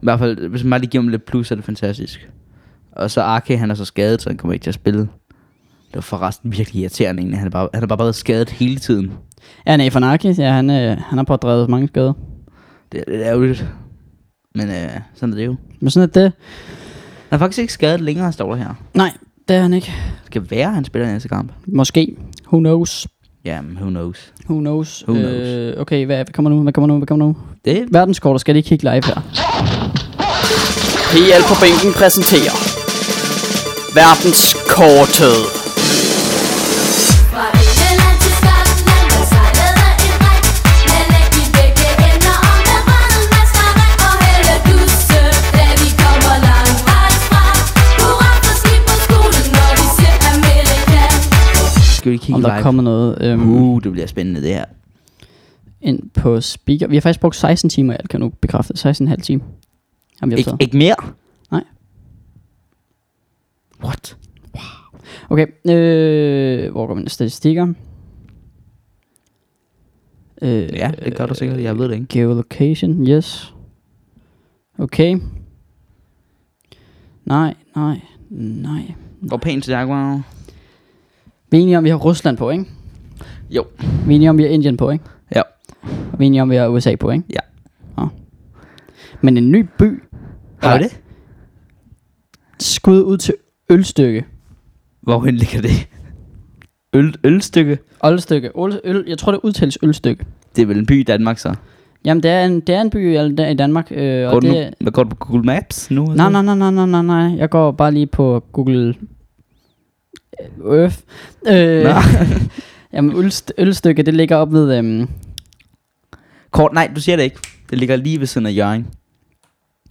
Speaker 2: I hvert fald, hvis man bare lige giver dem lidt plus, så er det fantastisk. Og så Ake, han er så skadet, så han kommer ikke til at spille. Det var forresten virkelig irriterende egentlig. Han er bare, han er bare været skadet hele tiden.
Speaker 1: Ja, nej, Fanaki, ja, han, øh, han har pådrevet mange skader.
Speaker 2: Det er lidt ærgerligt. Men øh, sådan er det jo.
Speaker 1: Men sådan er det.
Speaker 2: Han er faktisk ikke skadet længere, står der her.
Speaker 1: Nej, det er han ikke.
Speaker 2: Det skal være, at han spiller i næste kamp.
Speaker 1: Måske. Who knows?
Speaker 2: Jamen, who knows.
Speaker 1: Who knows?
Speaker 2: Who knows?
Speaker 1: Øh, okay, hvad, hvad kommer nu? Hvad kommer nu? Hvad kommer nu?
Speaker 2: Det
Speaker 1: Verdenskort, skal ikke kigge live her.
Speaker 2: Ah,
Speaker 5: PL på bænken præsenterer Verdenskortet.
Speaker 6: Fra England til Skotland, der sejlede en dreng. Han er i begge ender, om der var en mesterring. Og hele huset, da vi kommer langt vejs fra. Hurra for skib på skolen, når de siger Amerika.
Speaker 2: skal vi lige kigge
Speaker 1: Om der
Speaker 2: live.
Speaker 1: kommer noget øhm,
Speaker 2: Uh, det bliver spændende det her.
Speaker 1: ind på speaker. Vi har faktisk brugt 16 timer, jeg kan nu bekræfte. 16,5 timer. Jamen, vi har
Speaker 2: Ik-
Speaker 1: taget.
Speaker 2: ikke mere?
Speaker 1: Nej.
Speaker 2: What?
Speaker 1: Okay, øh, hvor går mine statistikker? Øh,
Speaker 2: Ja, det gør du sikkert. Jeg ved det ikke.
Speaker 1: Geolocation, yes. Okay. Nej, nej, nej.
Speaker 2: Går pænt til Jaguar.
Speaker 1: Vi er enige om, vi har Rusland på, ikke?
Speaker 2: Jo.
Speaker 1: Vi er enige om, vi har Indien på, ikke?
Speaker 2: Ja.
Speaker 1: Og vi er enige om, vi har USA på, ikke?
Speaker 2: Ja.
Speaker 1: Nå. Men en ny by.
Speaker 2: Har vi det?
Speaker 1: Skud ud til Ølstykke.
Speaker 2: Hvorhen ligger det? Øl, ølstykke?
Speaker 1: Ølstykke. Øl, øl, jeg tror, det udtales Ølstykke.
Speaker 2: Det er vel en by i Danmark, så?
Speaker 1: Jamen, det er en, det er en by i- der i Danmark. Øh,
Speaker 2: Går
Speaker 1: og
Speaker 2: du,
Speaker 1: det,
Speaker 2: nu, går du på Google Maps nu?
Speaker 1: Nej, nej, nej, nej, nej, nej, nej. Jeg går bare lige på Google Earth. Øh,
Speaker 2: Nå.
Speaker 1: jamen, ølst, ølstykke, det ligger op ved... Øhm,
Speaker 2: Kort, nej, du siger det ikke. Det ligger lige ved siden af Jørgen.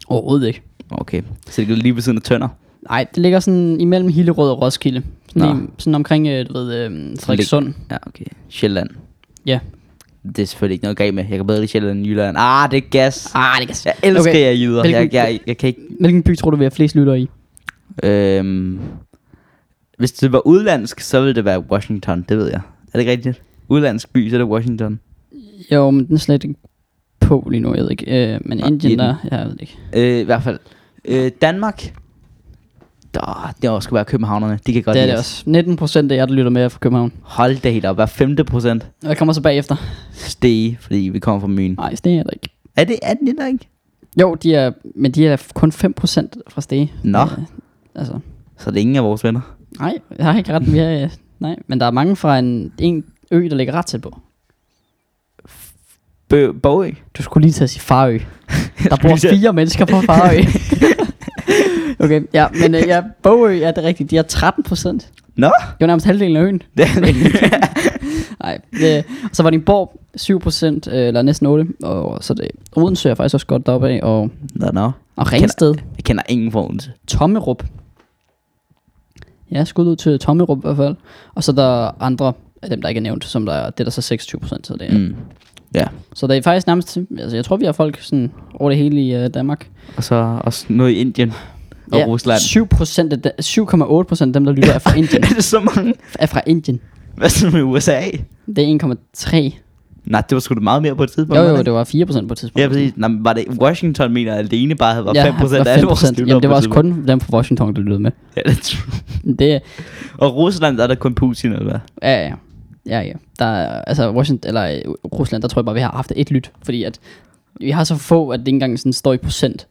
Speaker 1: overhovedet ikke.
Speaker 2: Okay. Så det ligger lige ved siden af Tønder.
Speaker 1: Nej, det ligger sådan imellem Hillerød og Roskilde. Sådan,
Speaker 2: Nå.
Speaker 1: lige, sådan omkring, øh, du ved, øhm, Frederikssund.
Speaker 2: Ja, okay. Sjælland.
Speaker 1: Ja.
Speaker 2: Det er selvfølgelig ikke noget galt med. Jeg kan bedre lide Sjælland end Jylland. Ah, det er gas.
Speaker 1: Ah, det kan
Speaker 2: Jeg elsker
Speaker 1: Okay.
Speaker 2: okay. jer jyder.
Speaker 1: Hvilken-
Speaker 2: Jeg, jeg, jeg, kan ikke...
Speaker 1: Hvilken by tror du, vi har flest lyttere i?
Speaker 2: Øhm, hvis det var udlandsk, så ville det være Washington, det ved jeg. Er det ikke rigtigt? Udlandsk by, så er det Washington.
Speaker 1: Jo, men den er slet ikke på lige nu, jeg ved ikke. Øh, men
Speaker 2: Nå,
Speaker 1: Indien,
Speaker 2: Øh, i den.
Speaker 1: der... Jeg ved det ikke.
Speaker 2: Øh, I hvert fald. Øh, Danmark. der, det også skulle være københavnerne. De kan godt
Speaker 1: Det er
Speaker 2: lide
Speaker 1: det
Speaker 2: os.
Speaker 1: også. 19 procent af jer, der lytter med, er fra København.
Speaker 2: Hold da helt op. Hver femte procent
Speaker 1: Og jeg kommer så bagefter.
Speaker 2: steg, fordi vi kommer fra Møn.
Speaker 1: Nej, Stege er der ikke.
Speaker 2: Er det, er det der ikke?
Speaker 1: Jo, de er, men de er kun 5% fra Stege.
Speaker 2: Nå.
Speaker 1: Øh, altså,
Speaker 2: Så det er ingen af vores venner.
Speaker 1: nej, jeg har ikke ret. Vi er, øh, nej, men der er mange fra en, en ø, der ligger ret tæt på.
Speaker 2: Bø, Bogø.
Speaker 1: Du skulle lige til at sige Farø. Der
Speaker 2: lige til
Speaker 1: bor
Speaker 2: at-
Speaker 1: fire mennesker på Farø. okay, ja, men øh, ja, Bogø ja, det er rigtigt. De er 13 procent.
Speaker 2: Nå,
Speaker 1: Det var nærmest halvdelen af øen.
Speaker 2: det er det.
Speaker 1: Nej, det, og så var det i Borg 7 procent, øh, eller næsten 8. Og så er det Odense er faktisk også godt deroppe af, og,
Speaker 2: Nå, nå.
Speaker 1: og Ringsted.
Speaker 2: Jeg kender ingen for Odense.
Speaker 1: Tommerup. Ja, skud ud til Tommerup i hvert fald. Og så er der andre af dem, der ikke er nævnt, som der er, det er der så 26 procent, så det er. Mm.
Speaker 2: Mm. Ja.
Speaker 1: Så der er faktisk nærmest, altså jeg tror, vi har folk sådan over det hele i øh, Danmark.
Speaker 2: Og så også noget i Indien og ja, Rusland.
Speaker 1: 7 procent, 7,8 procent af dem, der lytter, er fra Indien.
Speaker 2: er det så mange?
Speaker 1: er fra Indien.
Speaker 2: Hvad så med USA?
Speaker 1: Det er 1,3.
Speaker 2: Nej, det var sgu da meget mere på et tidspunkt.
Speaker 1: Jo,
Speaker 2: var det
Speaker 1: jo,
Speaker 2: ikke?
Speaker 1: det var 4 procent på et tidspunkt.
Speaker 2: Ja, præcis. Nå, men var det Washington mener alene bare havde været ja, 5%
Speaker 1: der
Speaker 2: af
Speaker 1: var
Speaker 2: alle vores
Speaker 1: 5%.
Speaker 2: lyttere
Speaker 1: Jamen,
Speaker 2: på
Speaker 1: det var
Speaker 2: et
Speaker 1: også
Speaker 2: tidspunkt?
Speaker 1: kun dem fra Washington, der lyttede med.
Speaker 2: Ja, det tror jeg.
Speaker 1: Det,
Speaker 2: og Rusland der er der kun Putin, eller hvad?
Speaker 1: Ja, ja. Ja, ja. Der er, altså Washington, eller øh, Rusland, der tror jeg bare, vi har haft et lyt, fordi at vi har så få, at det ikke engang sådan står i procent.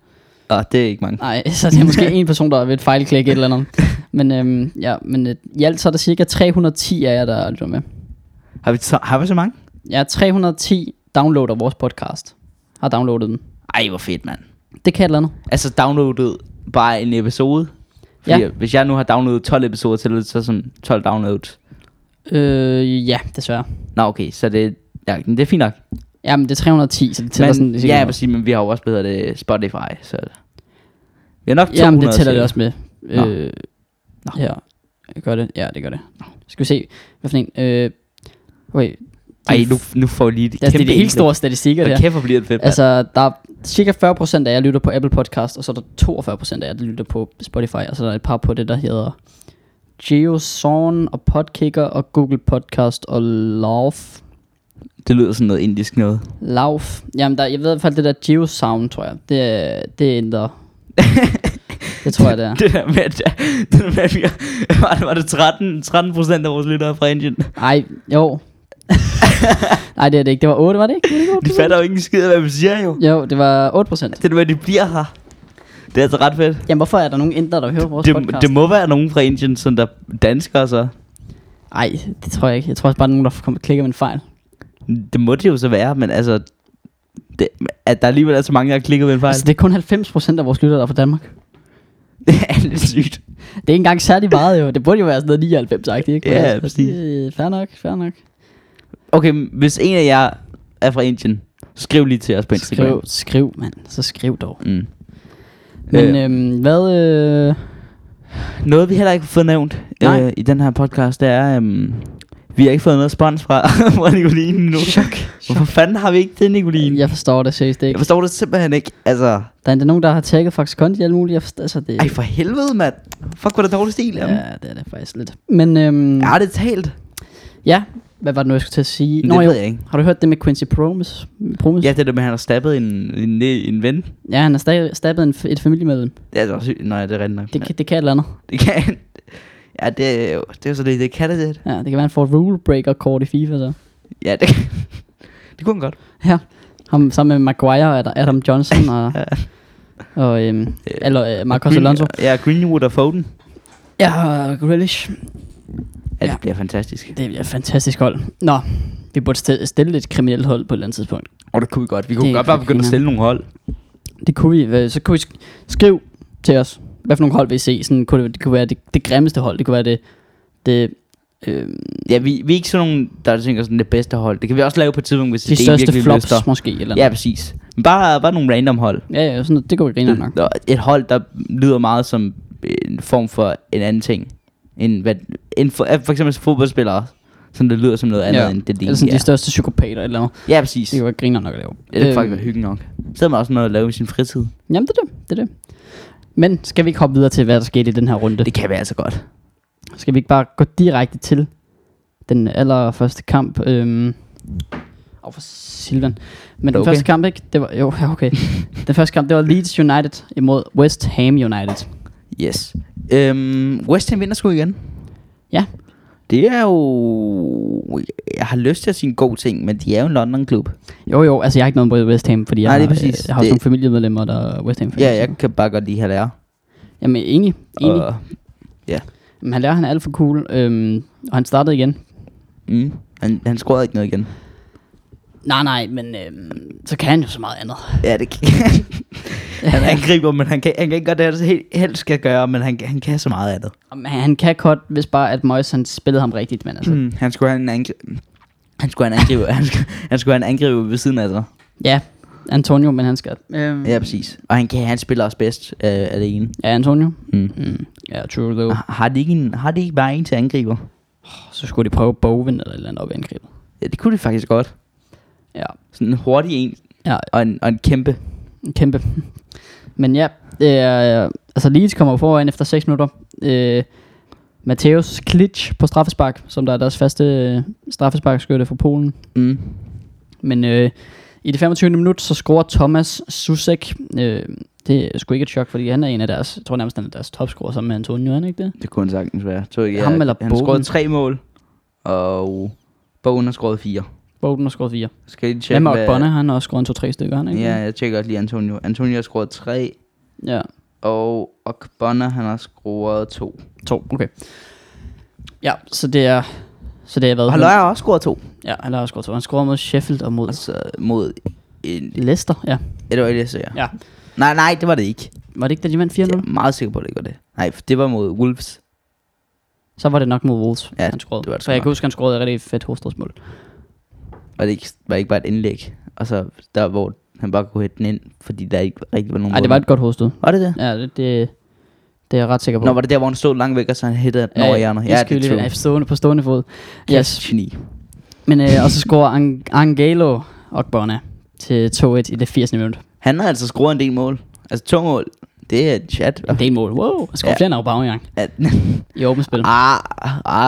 Speaker 2: Nå, det er ikke mange.
Speaker 1: Nej, så det er måske en person, der er ved et fejlklik et eller andet. Men, øhm, ja, men øh, i alt så er der cirka 310 af jer, der lytter med.
Speaker 2: Har vi, så, har vi så mange?
Speaker 1: Ja, 310 downloader vores podcast. Har downloadet den.
Speaker 2: Ej, hvor fedt, mand.
Speaker 1: Det kan et eller andet.
Speaker 2: Altså, downloadet bare en episode. Fordi
Speaker 1: Ja.
Speaker 2: hvis jeg nu har downloadet 12 episoder til, så er det sådan 12 downloads.
Speaker 1: Øh, ja, desværre.
Speaker 2: Nå, okay, så det, ja, men det er fint nok.
Speaker 1: Ja, men det er 310, så det tæller
Speaker 2: Men,
Speaker 1: sådan...
Speaker 2: ja, jeg vil sige, men vi har jo også bedre det Spotify, så... Vi er nok 200
Speaker 1: Ja, men det tæller det
Speaker 2: cirka.
Speaker 1: også med.
Speaker 2: Nå.
Speaker 1: Øh, ja, gør det. Ja, det gør det. Skal vi se, hvad for en... Øh, okay.
Speaker 2: Ej, nu, nu får vi lige et
Speaker 1: altså, det er de helt
Speaker 2: indblik.
Speaker 1: store statistikker, det
Speaker 2: Hvor
Speaker 1: her.
Speaker 2: kæft, hvor bliver det fedt, altså,
Speaker 1: Altså, der er cirka 40% af jer lytter på Apple Podcast, og så er der 42% af jer, der lytter på Spotify, og så er der et par på det, der hedder Geosawn og Podkicker og Google Podcast og Lauf.
Speaker 2: Det lyder sådan noget indisk noget.
Speaker 1: Lauf. Jamen, der, jeg ved i hvert fald, det der Geosound, tror jeg. Det, er- det ændrer... det tror jeg, det er.
Speaker 2: Det der med, at, det der med, at vi var, det- var det 13, 13 procent af vores lyttere fra Indien.
Speaker 1: Ej, jo. Nej, det er det ikke. Det var 8, var det ikke? Var det ikke 8?
Speaker 2: De fatter jo ikke en skid af, hvad vi siger jo.
Speaker 1: Jo, det var 8 procent.
Speaker 2: Det der med, at de bliver her. Det er altså ret fedt.
Speaker 1: Jamen, hvorfor er der nogen indre, der hører vores
Speaker 2: Det,
Speaker 1: podcast?
Speaker 2: det må være nogen fra Indien, som der er danskere så.
Speaker 1: Ej, det tror jeg ikke. Jeg tror også bare, der er nogen, der kommer klikker med en fejl.
Speaker 2: Det må det jo så være, men altså... Det, at der alligevel er så mange, der har klikket ved en fejl.
Speaker 1: Altså, det er kun 90 procent af vores lyttere, der er fra Danmark.
Speaker 2: Det er lidt sygt.
Speaker 1: Det er ikke engang særlig meget, jo. Det burde jo være sådan noget 99 agtigt ikke?
Speaker 2: Ja,
Speaker 1: Men altså,
Speaker 2: præcis.
Speaker 1: det er Fair nok, fair nok.
Speaker 2: Okay, men hvis en af jer er fra Indien, så skriv lige til os på Instagram.
Speaker 1: Skriv, skriv, mand. Så skriv dog.
Speaker 2: Mm.
Speaker 1: Men øhm, hvad... Øh,
Speaker 2: Noget vi heller ikke har fået nævnt
Speaker 1: Nej.
Speaker 2: øh, i den her podcast, det er, øhm, vi har ikke fået noget spons fra, fra Nicoline nu. Chok. Hvorfor fanden har vi ikke det, Nicoline?
Speaker 1: jeg forstår det seriøst
Speaker 2: Jeg
Speaker 1: ikke.
Speaker 2: forstår det simpelthen ikke. Altså,
Speaker 1: Der er endda nogen, der har tagget faktisk konti alt muligt. Jeg forstår, altså, det,
Speaker 2: ej for helvede, mand. Fuck, hvor er det dårlig stil. Ja.
Speaker 1: ja, det er det faktisk lidt. Men øhm,
Speaker 2: Jeg har det talt.
Speaker 1: Ja, hvad var det nu, jeg skulle til at sige?
Speaker 2: Men det ved jeg ikke.
Speaker 1: Har du hørt det med Quincy Promise? Promise?
Speaker 2: Ja, det der med, at han har stabbet en, en, en ven.
Speaker 1: ja han har sta- stabbet en, f- et familiemedlem.
Speaker 2: Det er altså også sygt. Nej, det er rigtigt nok.
Speaker 1: Det, kan, det kan et eller andet.
Speaker 2: det kan... Ja, det, er jo- det er jo så det. Det kan det lidt.
Speaker 1: Ja, det kan være, han får et rule breaker kort i FIFA så.
Speaker 2: Ja, det kan... Det kunne han godt.
Speaker 1: Ja, ham sammen med Maguire og Adam Johnson og, og øhm, eller, øh, Marcos
Speaker 2: Green-
Speaker 1: Alonso.
Speaker 2: Ja, Greenwood og Foden.
Speaker 1: Ja, og Grealish.
Speaker 2: Ja, det
Speaker 1: Ja.
Speaker 2: bliver fantastisk.
Speaker 1: Det bliver et fantastisk hold. Nå, vi burde stille, stille et kriminelt hold på et eller andet tidspunkt.
Speaker 2: Og det kunne vi godt. Vi kunne
Speaker 1: Det er
Speaker 2: godt bare begynde at
Speaker 1: fint.
Speaker 2: stille nogle hold.
Speaker 1: Det kunne vi. øh, Så kunne vi sk- skrive til os, hvad for nogle hold vil I se. Sådan, kunne det, det kunne være det, det grimmeste hold. Det kunne være det... det øh,
Speaker 2: Ja, vi, vi er ikke sådan nogen, der tænker sådan det bedste hold. Det kan vi også lave på et tidspunkt, hvis
Speaker 1: de
Speaker 2: det er
Speaker 1: største
Speaker 2: virkelig
Speaker 1: flops
Speaker 2: lyster.
Speaker 1: måske. Eller
Speaker 2: Ja, præcis. Men bare, bare nogle random hold.
Speaker 1: Ja, ja, sådan noget, det går vi griner nok.
Speaker 2: Og Et hold, der lyder meget som en form for en anden ting. En, hvad, en for, for eksempel fodboldspillere, som det lyder som noget andet, ja. end det, de
Speaker 1: Eller sådan
Speaker 2: egentlig
Speaker 1: Altså, de største psykopater eller noget.
Speaker 2: er. Ja, præcis.
Speaker 1: Det kan vi griner nok at lave.
Speaker 2: Ja, det
Speaker 1: Øhm,
Speaker 2: er faktisk være hyggen nok. Så man også noget at lave i sin fritid.
Speaker 1: Jamen, det er det. det er det. Men skal vi ikke hoppe videre til, hvad der skete i den her runde?
Speaker 2: Det kan være altså godt.
Speaker 1: Skal vi ikke bare gå direkte til den allerførste kamp? Øhm, over for Silvan. Men den
Speaker 2: Okay.
Speaker 1: første kamp, ikke? Det var, jo, ja, okay. den første kamp, det var Leeds United imod West Ham United.
Speaker 2: Yes. Øhm, West Ham vinder sgu igen.
Speaker 1: Ja,
Speaker 2: Det er jo... Jeg har lyst til at sige en god ting, men de er jo en London-klub.
Speaker 1: jo jo, altså jeg har ikke noget mod West Ham, fordi jeg,
Speaker 2: Nej, det er
Speaker 1: har,
Speaker 2: præcis.
Speaker 1: øh, jeg har også
Speaker 2: Det-
Speaker 1: nogle familiemedlemmer, der er West ham
Speaker 2: Ja, jeg kan bare godt lide Haller.
Speaker 1: Jamen enig, enig.
Speaker 2: Og, ja.
Speaker 1: Men han lærer, han er alt for cool, øhm, og han startede igen.
Speaker 2: Mm. Han, han scorede ikke noget igen.
Speaker 1: Nej, nej, men øhm, så kan han jo så meget andet.
Speaker 2: Ja, det kan Han angriber, men han kan, han kan ikke gøre det, han helt, helst skal gøre, men han, han kan så meget af det.
Speaker 1: Om Han han kan godt, hvis bare at Moyes han spillede ham rigtigt, men altså... Mm.
Speaker 2: Mm. Han skulle have en angriber. Han skulle have en angriber, han, skulle, han skulle have en angriber ved siden af sig.
Speaker 1: Ja, Antonio, men han skal... Øhm,
Speaker 2: Ja, præcis. Og han, kan, han spiller også bedst øh, alene.
Speaker 1: Ja, Antonio.
Speaker 2: Mm.
Speaker 1: Mm. Ja, true though. Ah.
Speaker 2: Har har de, ikke en, har de ikke bare en til angriber?
Speaker 1: Så skulle de prøve Bowen eller et eller andet op i angrebet.
Speaker 2: Ja, det kunne de faktisk godt.
Speaker 1: Ja,
Speaker 2: Sådan en hurtig en,
Speaker 1: ja
Speaker 2: og en, og en kæmpe.
Speaker 1: kæmpe. men ja, det er, altså Leeds kommer foran efter 6 minutter. Øh, Mateus Klitsch på straffespark, som der er deres faste øh, straffesparkskytte fra Polen.
Speaker 2: Mm.
Speaker 1: Men øh, i det 25. minut, så scorer Thomas Susek. Øh, det er sgu ikke et chok, fordi han er en af deres, jeg tror nærmest, han er deres topscorer sammen med Antonio, er han ikke det?
Speaker 2: Det kunne han sagtens være. Så, ja,
Speaker 1: Ham eller
Speaker 2: han
Speaker 1: Bogen?
Speaker 2: scorede tre mål, og Bogen har scoret fire.
Speaker 1: Bogdan har scoret 4.
Speaker 2: Skal I lige
Speaker 1: Hvad
Speaker 2: tjekke,
Speaker 1: med Bonne, han har også scoret en 2-3 stykker, han ikke?
Speaker 2: Ja, jeg tjekker også lige Antonio. Antonio har scoret tre,
Speaker 1: ja.
Speaker 2: og Okbonna, han har scoret to.
Speaker 1: To, okay. Ja, så det er... Så det er været...
Speaker 2: Og Halløj har også scoret to.
Speaker 1: Ja, han har også scoret to. Han scorer mod Sheffield og mod
Speaker 2: Altså mod en...
Speaker 1: Leicester, ja.
Speaker 2: Ja, det var det, jeg sagde.
Speaker 1: ja.
Speaker 2: Nej, nej, det var det ikke.
Speaker 1: Var det ikke, da de vandt 4-0?
Speaker 2: Jeg er meget sikker på, at det ikke var det. Nej, for det var mod Wolves.
Speaker 1: Så var det nok mod Wolves,
Speaker 2: Ja,
Speaker 1: han scorede.
Speaker 2: det var det
Speaker 1: For jeg
Speaker 2: sgu
Speaker 1: kan
Speaker 2: nok.
Speaker 1: huske, han scorede et rigtig fedt hovedstrådsmål.
Speaker 2: Og det ikke, var ikke bare et indlæg. Og så der, hvor han bare kunne hætte den ind, fordi der ikke rigtig var nogen...
Speaker 1: Nej, det var et godt hovedstød.
Speaker 2: Var det det?
Speaker 1: Ja, det, det, det er jeg ret sikker på.
Speaker 2: Nå, var det der, hvor han stod langt væk, og så han hættede den over hjernet?
Speaker 1: Ja, det skal vi lige have stående på stående fod. Yes.
Speaker 2: Geni.
Speaker 1: Men øh, og så scorer Ang- Angelo Ogbonna til 2-1 i det 80. minut.
Speaker 2: Han har altså scoret en del mål. Altså to mål. Det er et chat.
Speaker 1: Det er et mål. Wow, han scorer
Speaker 2: Ja.
Speaker 1: ja. flere end Aubameyang i åbent spil.
Speaker 2: ah,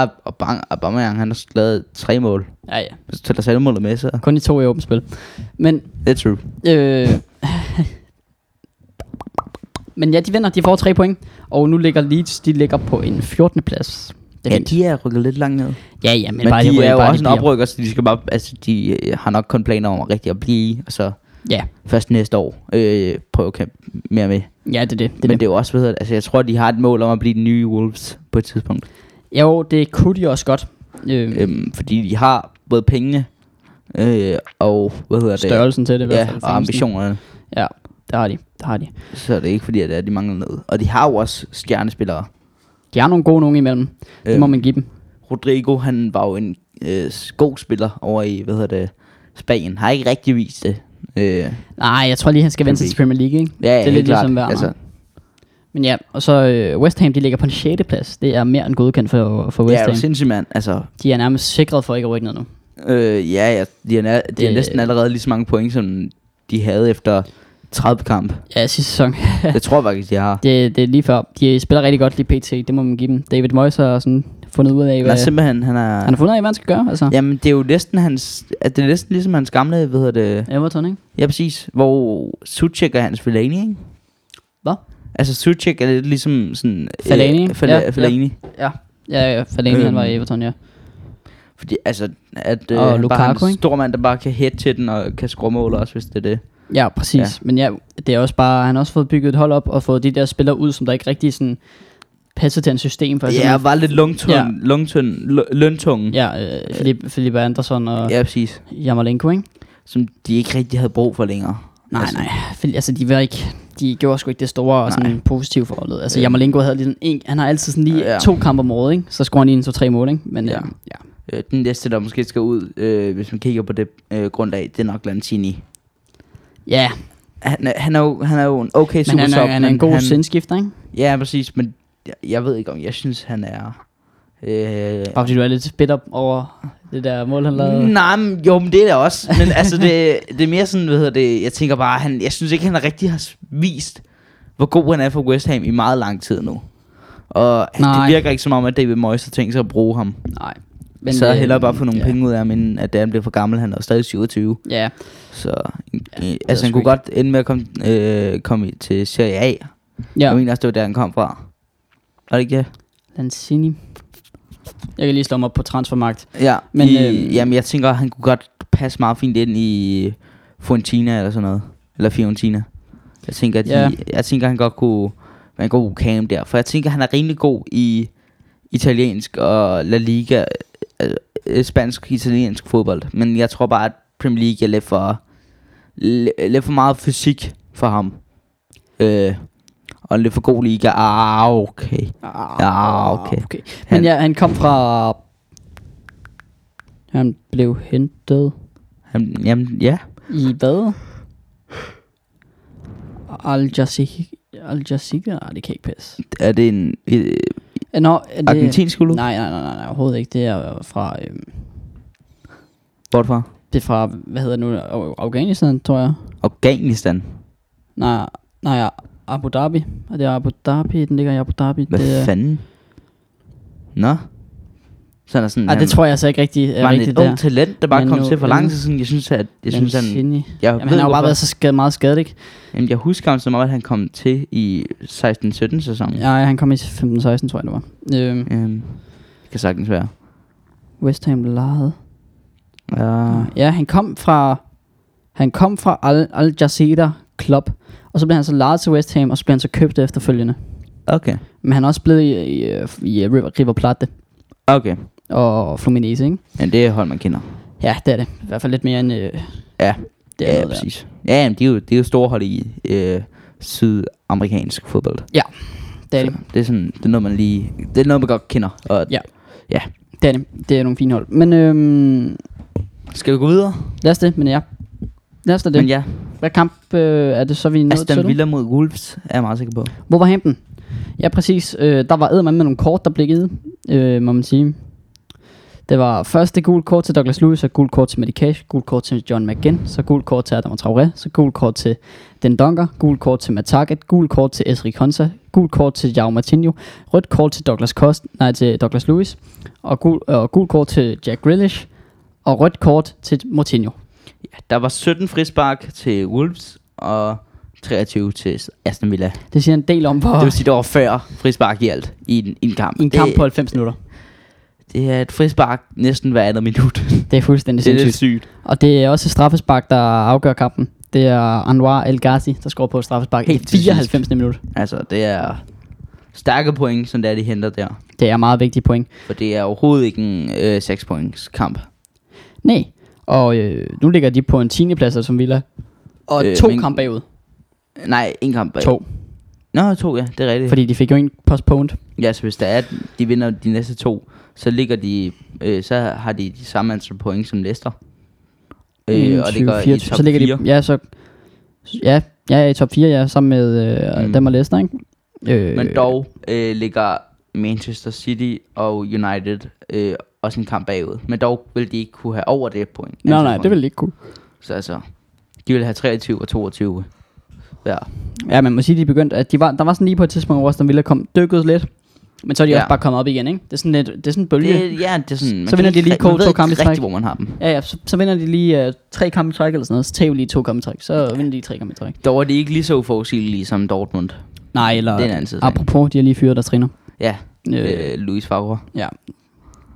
Speaker 2: ah, og bang, Aubameyang, han har lavet tre mål.
Speaker 1: Ja, ja.
Speaker 2: Hvis du tæller selvmålet med, så
Speaker 1: Kun i to i åbent spil. Men
Speaker 2: det er true.
Speaker 1: Øh, men ja, de vinder. De får tre point. Og nu ligger Leeds, de ligger på en 14. plads. Det
Speaker 2: Ja,
Speaker 1: er
Speaker 2: de er rykket lidt langt ned.
Speaker 1: ja, ja, men,
Speaker 2: Men,
Speaker 1: bare
Speaker 2: de
Speaker 1: rykker
Speaker 2: er jo
Speaker 1: bare
Speaker 2: også en
Speaker 1: bliver.
Speaker 2: oprykker, så de, skal bare, altså, de øh, har nok kun planer om at rigtig at blive, og så
Speaker 1: Ja,
Speaker 2: først næste år øh, prøve at kæmpe mere med.
Speaker 1: ja, det er det. det,
Speaker 2: Men
Speaker 1: er
Speaker 2: det er jo også, hvad hedder det, altså jeg tror, de har et mål om at blive de nye Wolves på et tidspunkt.
Speaker 1: det. Jo, det kunne de også godt. Øh, øh,
Speaker 2: Øhm, fordi de har både pengene øh, og, hvad hedder det?
Speaker 1: størrelsen til det i hvert
Speaker 2: Ja,
Speaker 1: fald.
Speaker 2: og ambitionerne.
Speaker 1: Ja, det har de. Det har de.
Speaker 2: Så er det ikke fordi, at øh, de mangler noget. Og de har jo også stjernespillere.
Speaker 1: De har nogle gode nogen imellem. Det
Speaker 2: Øh.
Speaker 1: må man give dem.
Speaker 2: Rodrigo, han var jo en øh, god spiller over i, hvad hedder det, Spanien. Har ikke rigtig vist det. Øh,
Speaker 1: Nej, jeg tror lige, han skal vende sig til Premier League, ikke? det er lidt ligesom Werner. Altså. Men ja, og så øh, West Ham, de ligger på en 6. plads. Det er mere end godkendt for, for West
Speaker 2: ja, er
Speaker 1: Ham.
Speaker 2: jo sindssygt, mand. Altså,
Speaker 1: de er nærmest sikret for ikke at rykke ned nu.
Speaker 2: øh, ja, ja, de har, na- de har
Speaker 1: Det-
Speaker 2: næsten allerede lige så mange point, som de havde efter 30 kamp.
Speaker 1: Ja, sidste sæson.
Speaker 2: Jeg tror faktisk, de har.
Speaker 1: det, det er lige før. De spiller rigtig godt lige pt. Det må man give dem. David Moyes har sådan fundet ud af,
Speaker 2: Han
Speaker 1: hvad,
Speaker 2: er simpelthen, han er...
Speaker 1: han har fundet ud af, hvad han skal gøre. Altså. Ja.
Speaker 2: Jamen, det er jo næsten hans... At det er næsten ligesom hans gamle, hvad hedder det...
Speaker 1: Everton, ikke?
Speaker 2: Ja, præcis. Hvor Suchek er hans Fellaini, ikke?
Speaker 1: Hvad?
Speaker 2: Altså, Suchek er lidt ligesom sådan...
Speaker 1: Fellaini,
Speaker 2: Øh, Fella-
Speaker 1: ja, ja.
Speaker 2: Fellaini.
Speaker 1: Ja. Ja, ja, Fellaini,
Speaker 2: Øhm.
Speaker 1: han var i Everton, ja.
Speaker 2: Fordi altså, at øh,
Speaker 1: Og
Speaker 2: han bare
Speaker 1: Lukaku,
Speaker 2: er en
Speaker 1: ikke?
Speaker 2: stor mand, der bare kan hætte til den og kan score mål også, hvis det er det.
Speaker 1: Ja, præcis.
Speaker 2: Ja.
Speaker 1: Ja. Men ja, det er også bare, han har også fået bygget et hold op og fået de der spillere ud, som der ikke rigtig sådan passer til en system. For
Speaker 2: Ja,
Speaker 1: eksempel-
Speaker 2: var lidt lungtund, ja.
Speaker 1: Ja.
Speaker 2: lungtund, l- løntung.
Speaker 1: ja øh, Philip, Philip Andersson og ja.
Speaker 2: ja, præcis.
Speaker 1: Jamalenko, ikke?
Speaker 2: Som de ikke rigtig havde brug for længere.
Speaker 1: Nej,
Speaker 2: altså,
Speaker 1: nej. Phil- Altså, de var ikke de gjorde sgu ikke det store og sådan positive for holdet. Altså, Jamalenko havde lige sådan en, han har altid sådan lige
Speaker 2: Ja.
Speaker 1: ja. to kampe om året, ikke? Så scorer han lige en to-tre mål, ikke? Men
Speaker 2: Ja.
Speaker 1: ja. Øh, ja.
Speaker 2: Øh, den næste, der måske skal ud, øh, hvis man kigger på det øh, grundlag, det er nok Lanzini.
Speaker 1: Ja,
Speaker 2: Han, er- han, er jo, han er jo en okay
Speaker 1: men
Speaker 2: super
Speaker 1: han er,
Speaker 2: sub,
Speaker 1: han er en
Speaker 2: men
Speaker 1: god
Speaker 2: han-
Speaker 1: han... sindskifter, ikke?
Speaker 2: Ja, præcis, men jeg, jeg ved ikke, om jeg synes, han er... Øh,
Speaker 1: Bare fordi du er lidt bitter over det der mål, han lavede.
Speaker 2: Nej, men, jo, men det er det også. Men altså, det, det er mere sådan, hvad hedder det, jeg tænker bare, han, jeg synes ikke, han rigtig har vist, hvor god han er for West Ham i meget lang tid nu. Og han, det
Speaker 1: Nej.
Speaker 2: virker ikke som om, at David Moyes har tænkt sig at bruge ham.
Speaker 1: Nej.
Speaker 2: Men, så øh, hellere bare få nogle
Speaker 1: ja.
Speaker 2: ja. penge ud af ham, inden at da han bliver for gammel. Han er jo stadig 27.
Speaker 1: Ja,
Speaker 2: Så ja, øh,
Speaker 1: det er
Speaker 2: altså, han
Speaker 1: sgu
Speaker 2: kunne
Speaker 1: ikke.
Speaker 2: godt ende med at komme, øh, komme i- til Serie A. Ja.
Speaker 1: ja.
Speaker 2: Jeg mener også, det var der, han kom fra. Var det ikke det?
Speaker 1: Lanzini. Jeg kan lige slå mig op på transfermarkt.
Speaker 2: Ja,
Speaker 1: Men,
Speaker 2: men i,
Speaker 1: øhm,
Speaker 2: øh, jamen, jeg tænker, han kunne godt passe meget fint ind i Fiorentina eller sådan noget. Eller Fiorentina. Jeg tænker, at de,
Speaker 1: Ja.
Speaker 2: jeg tænker han godt kunne være en god cam der. For jeg tænker, han er rimelig god i italiensk og La Liga, øh, øh, spansk-italiensk fodbold. Men jeg tror bare, at Premier League er lidt for, li- lidt for meget fysik for ham. Øh, og en lidt for god liga. Ah, okay. Ah, okay.
Speaker 1: okay. Men
Speaker 2: Han-
Speaker 1: ja, han kom fra... Han blev hentet
Speaker 2: Han, jamen, ja.
Speaker 1: i hvad? Al Jazeera? Al Jazeera? Nej, det kan ikke passe.
Speaker 2: Er det en... Øh,
Speaker 1: Eh, Nå, er det...
Speaker 2: argentinsk klub?
Speaker 1: Nej, nej, nej, nej, nej, overhovedet ikke. Det er øh, fra... Øhm,
Speaker 2: Hvorfor?
Speaker 1: det er fra, hvad hedder det nu? Af- Afghanistan, tror jeg.
Speaker 2: Afghanistan.
Speaker 1: Nej, nej, Abu Dhabi. Og det er Abu Dhabi, den ligger i Abu Dhabi.
Speaker 2: Hvad
Speaker 1: det, er-
Speaker 2: fanden? Nå. Så er der sådan,
Speaker 1: Ej, det tror jeg altså ikke rigtigt er
Speaker 2: var
Speaker 1: rigtigt
Speaker 2: et
Speaker 1: der.
Speaker 2: ung talent, der bare
Speaker 1: Men
Speaker 2: kom
Speaker 1: nu-
Speaker 2: til for lang
Speaker 1: men-
Speaker 2: tid siden. Jeg synes, at jeg synes, han,
Speaker 1: Lanzini.
Speaker 2: jeg
Speaker 1: Jamen,
Speaker 2: ved,
Speaker 1: han har jo bare
Speaker 2: hvorfor.
Speaker 1: været så skadet, meget skadet, ikke?
Speaker 2: jamen, jeg husker ham så meget, at han kom til i 16-17 sæsonen.
Speaker 1: Ja, han kom i 15-16, tror jeg, det var. Øhm,
Speaker 2: Øhm, det kan sagtens være.
Speaker 1: West Ham lejede.
Speaker 2: Ja.
Speaker 1: Ja, han kom fra... Han kom fra Al, Al Jazeera Club, og så blev han så lejet til West Ham, og så blev han så købt efterfølgende.
Speaker 2: Okay.
Speaker 1: Men han er også blevet i, i, øh, i River, River Plate
Speaker 2: Okay.
Speaker 1: og Fluminense, ikke?
Speaker 2: Men det er hold, man kender.
Speaker 1: Ja, det er det. I hvert fald lidt mere end... Øh,
Speaker 2: Ja,
Speaker 1: det er
Speaker 2: ja
Speaker 1: noget der.
Speaker 2: præcis. Ja, jamen, det er jo, det er jo store hold i øh, sydamerikansk fodbold.
Speaker 1: Ja, det er det.
Speaker 2: Så det er sådan, det er noget, man lige, det er noget, man godt kender. Og,
Speaker 1: Ja.
Speaker 2: Ja.
Speaker 1: Det er det. Det er nogle fine hold. Men øhm,
Speaker 2: Skal vi gå videre?
Speaker 1: lad os det, men ja. Lad os da det.
Speaker 2: Men ja,
Speaker 1: Hvad kamp øh, er det så, vi er nået til?
Speaker 2: Aston
Speaker 1: nu?
Speaker 2: Villa mod Wolves er jeg meget sikker på.
Speaker 1: Wolverhampton. Ja, præcis. Øh, der var eddermame med nogle kort, der blev givet, øh, må man sige. Det var først det gule kort til Douglas Lewis, så gule kort til Medicash, gule kort til John McGinn, så gule kort til Adam Traoré, så gule kort til Den Donker, gule kort til Matt Target, gule kort til Esri Konsa, gule kort til Jao Martinho, rødt kort til Douglas, Cost, nej, til Douglas Lewis, og gul, og gul kort til Jack Grealish, og rødt kort til Martinho.
Speaker 2: Ja, der var 17 frispark til Wolves og 23 til Aston Villa. Det
Speaker 1: Det siger en del om, hvor
Speaker 2: vil sige, der var 40 frispark i alt i en, i en kamp.
Speaker 1: i en kamp
Speaker 2: det,
Speaker 1: på 90 minutter.
Speaker 2: det er et frispark næsten hver andet minut.
Speaker 1: Det er fuldstændig
Speaker 2: det er
Speaker 1: sindssygt.
Speaker 2: lidt sygt.
Speaker 1: Og det er også et straffespark, der afgør kampen. Det er Anwar El Ghazi, der scorer på et straffespark
Speaker 2: Helt
Speaker 1: i
Speaker 2: til
Speaker 1: 94. minut.
Speaker 2: Altså, det er stærke point, som det er, de henter der.
Speaker 1: Det er meget vigtige point.
Speaker 2: For det er overhovedet ikke en øh, 6 points kamp.
Speaker 1: Nej. Og øh, nu ligger de på en 10. plads, som Villa. Og øh,
Speaker 2: Øh,
Speaker 1: to men...
Speaker 2: men-
Speaker 1: kampe bagud.
Speaker 2: Nej, en kamp. bag.
Speaker 1: To.
Speaker 2: Nå, to, ja, det er rigtigt.
Speaker 1: Fordi de fik jo en postponed.
Speaker 2: Ja, så hvis der er, at de vinder de næste to, så ligger de, øh, så har de de samme antal point som Leicester. Øh, og ligger i top
Speaker 1: så ligger
Speaker 2: 4.
Speaker 1: de, ja, så, ja, ja, i top 4, ja, sammen med øh, mm.
Speaker 2: Mm.
Speaker 1: dem og Leicester, ikke? Øh,
Speaker 2: Men dog øh, ligger Manchester City og United øh, også en kamp bagud. Men dog vil de ikke kunne have over det point.
Speaker 1: Nej,
Speaker 2: antal
Speaker 1: nej,
Speaker 2: point.
Speaker 1: det ville de ikke kunne.
Speaker 2: Så altså, de vil have 23 og 22 hver.
Speaker 1: Ja, man må sige, de begyndte, at de var, der var sådan lige på et tidspunkt, hvor Aston Villa kom dykket lidt. Men så er de ja.
Speaker 2: Ja.
Speaker 1: også bare kommet op igen, ikke? Det er sådan lidt, det er sådan en bølge.
Speaker 2: Det, ja, det er sådan, man
Speaker 1: Så vinder
Speaker 2: kan
Speaker 1: de lige
Speaker 2: ikke ri- man
Speaker 1: to
Speaker 2: ved ikke
Speaker 1: kampe i træk.
Speaker 2: rigtigt, hvor man har dem.
Speaker 1: Ja, ja, så, så vinder de lige øh, tre kampe i træk eller sådan noget, så tager vi lige to kampe i træk, så vinder de tre kampe i træk.
Speaker 2: Dog er de ikke lige så uforudsigelige som Dortmund.
Speaker 1: Nej, eller
Speaker 2: Det er en anden side af sagen.
Speaker 1: apropos, de har lige fyret der træner.
Speaker 2: Ja,
Speaker 1: Øh.
Speaker 2: øh, Luis Favre.
Speaker 1: Ja,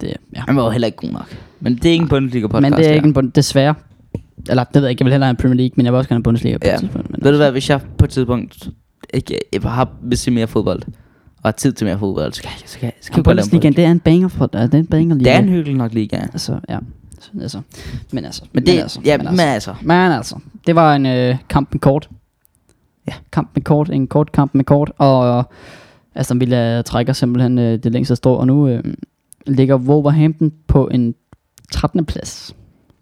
Speaker 1: det, ja.
Speaker 2: Han var jo heller ikke god nok. Men det er ikke en Bundesliga podcast.
Speaker 1: Men det er ikke
Speaker 2: her.
Speaker 1: en bund, desværre. Eller det ved jeg ikke, jeg vil hellere have en Premier League, men jeg vil også gerne have en Bundesliga på ja.
Speaker 2: Ja.
Speaker 1: et tidspunkt. Men altså.
Speaker 2: Ved du hvad, hvis jeg på et tidspunkt ikke jeg har hvis jeg mere fodbold, og har tid til mere fodbold, så kan jeg, så kan, jeg- så kan
Speaker 1: Ja,
Speaker 2: jeg bare lave en
Speaker 1: Bundesliga, det er en banger for dig, det er en banger lige.
Speaker 2: Det er en hyggelig nok liga.
Speaker 1: Altså, ja. Så, altså. Men altså,
Speaker 2: Men det,
Speaker 1: men altså,
Speaker 2: ja,
Speaker 1: men
Speaker 2: men
Speaker 1: altså.
Speaker 2: altså.
Speaker 1: Men altså, det var en øh, kamp med kort.
Speaker 2: Ja.
Speaker 1: Kamp med kort, en kort kamp med kort, og øh, Aston Villa trækker simpelthen øh, det længste strå, og nu øh, ligger Wolverhampton på en 13. plads.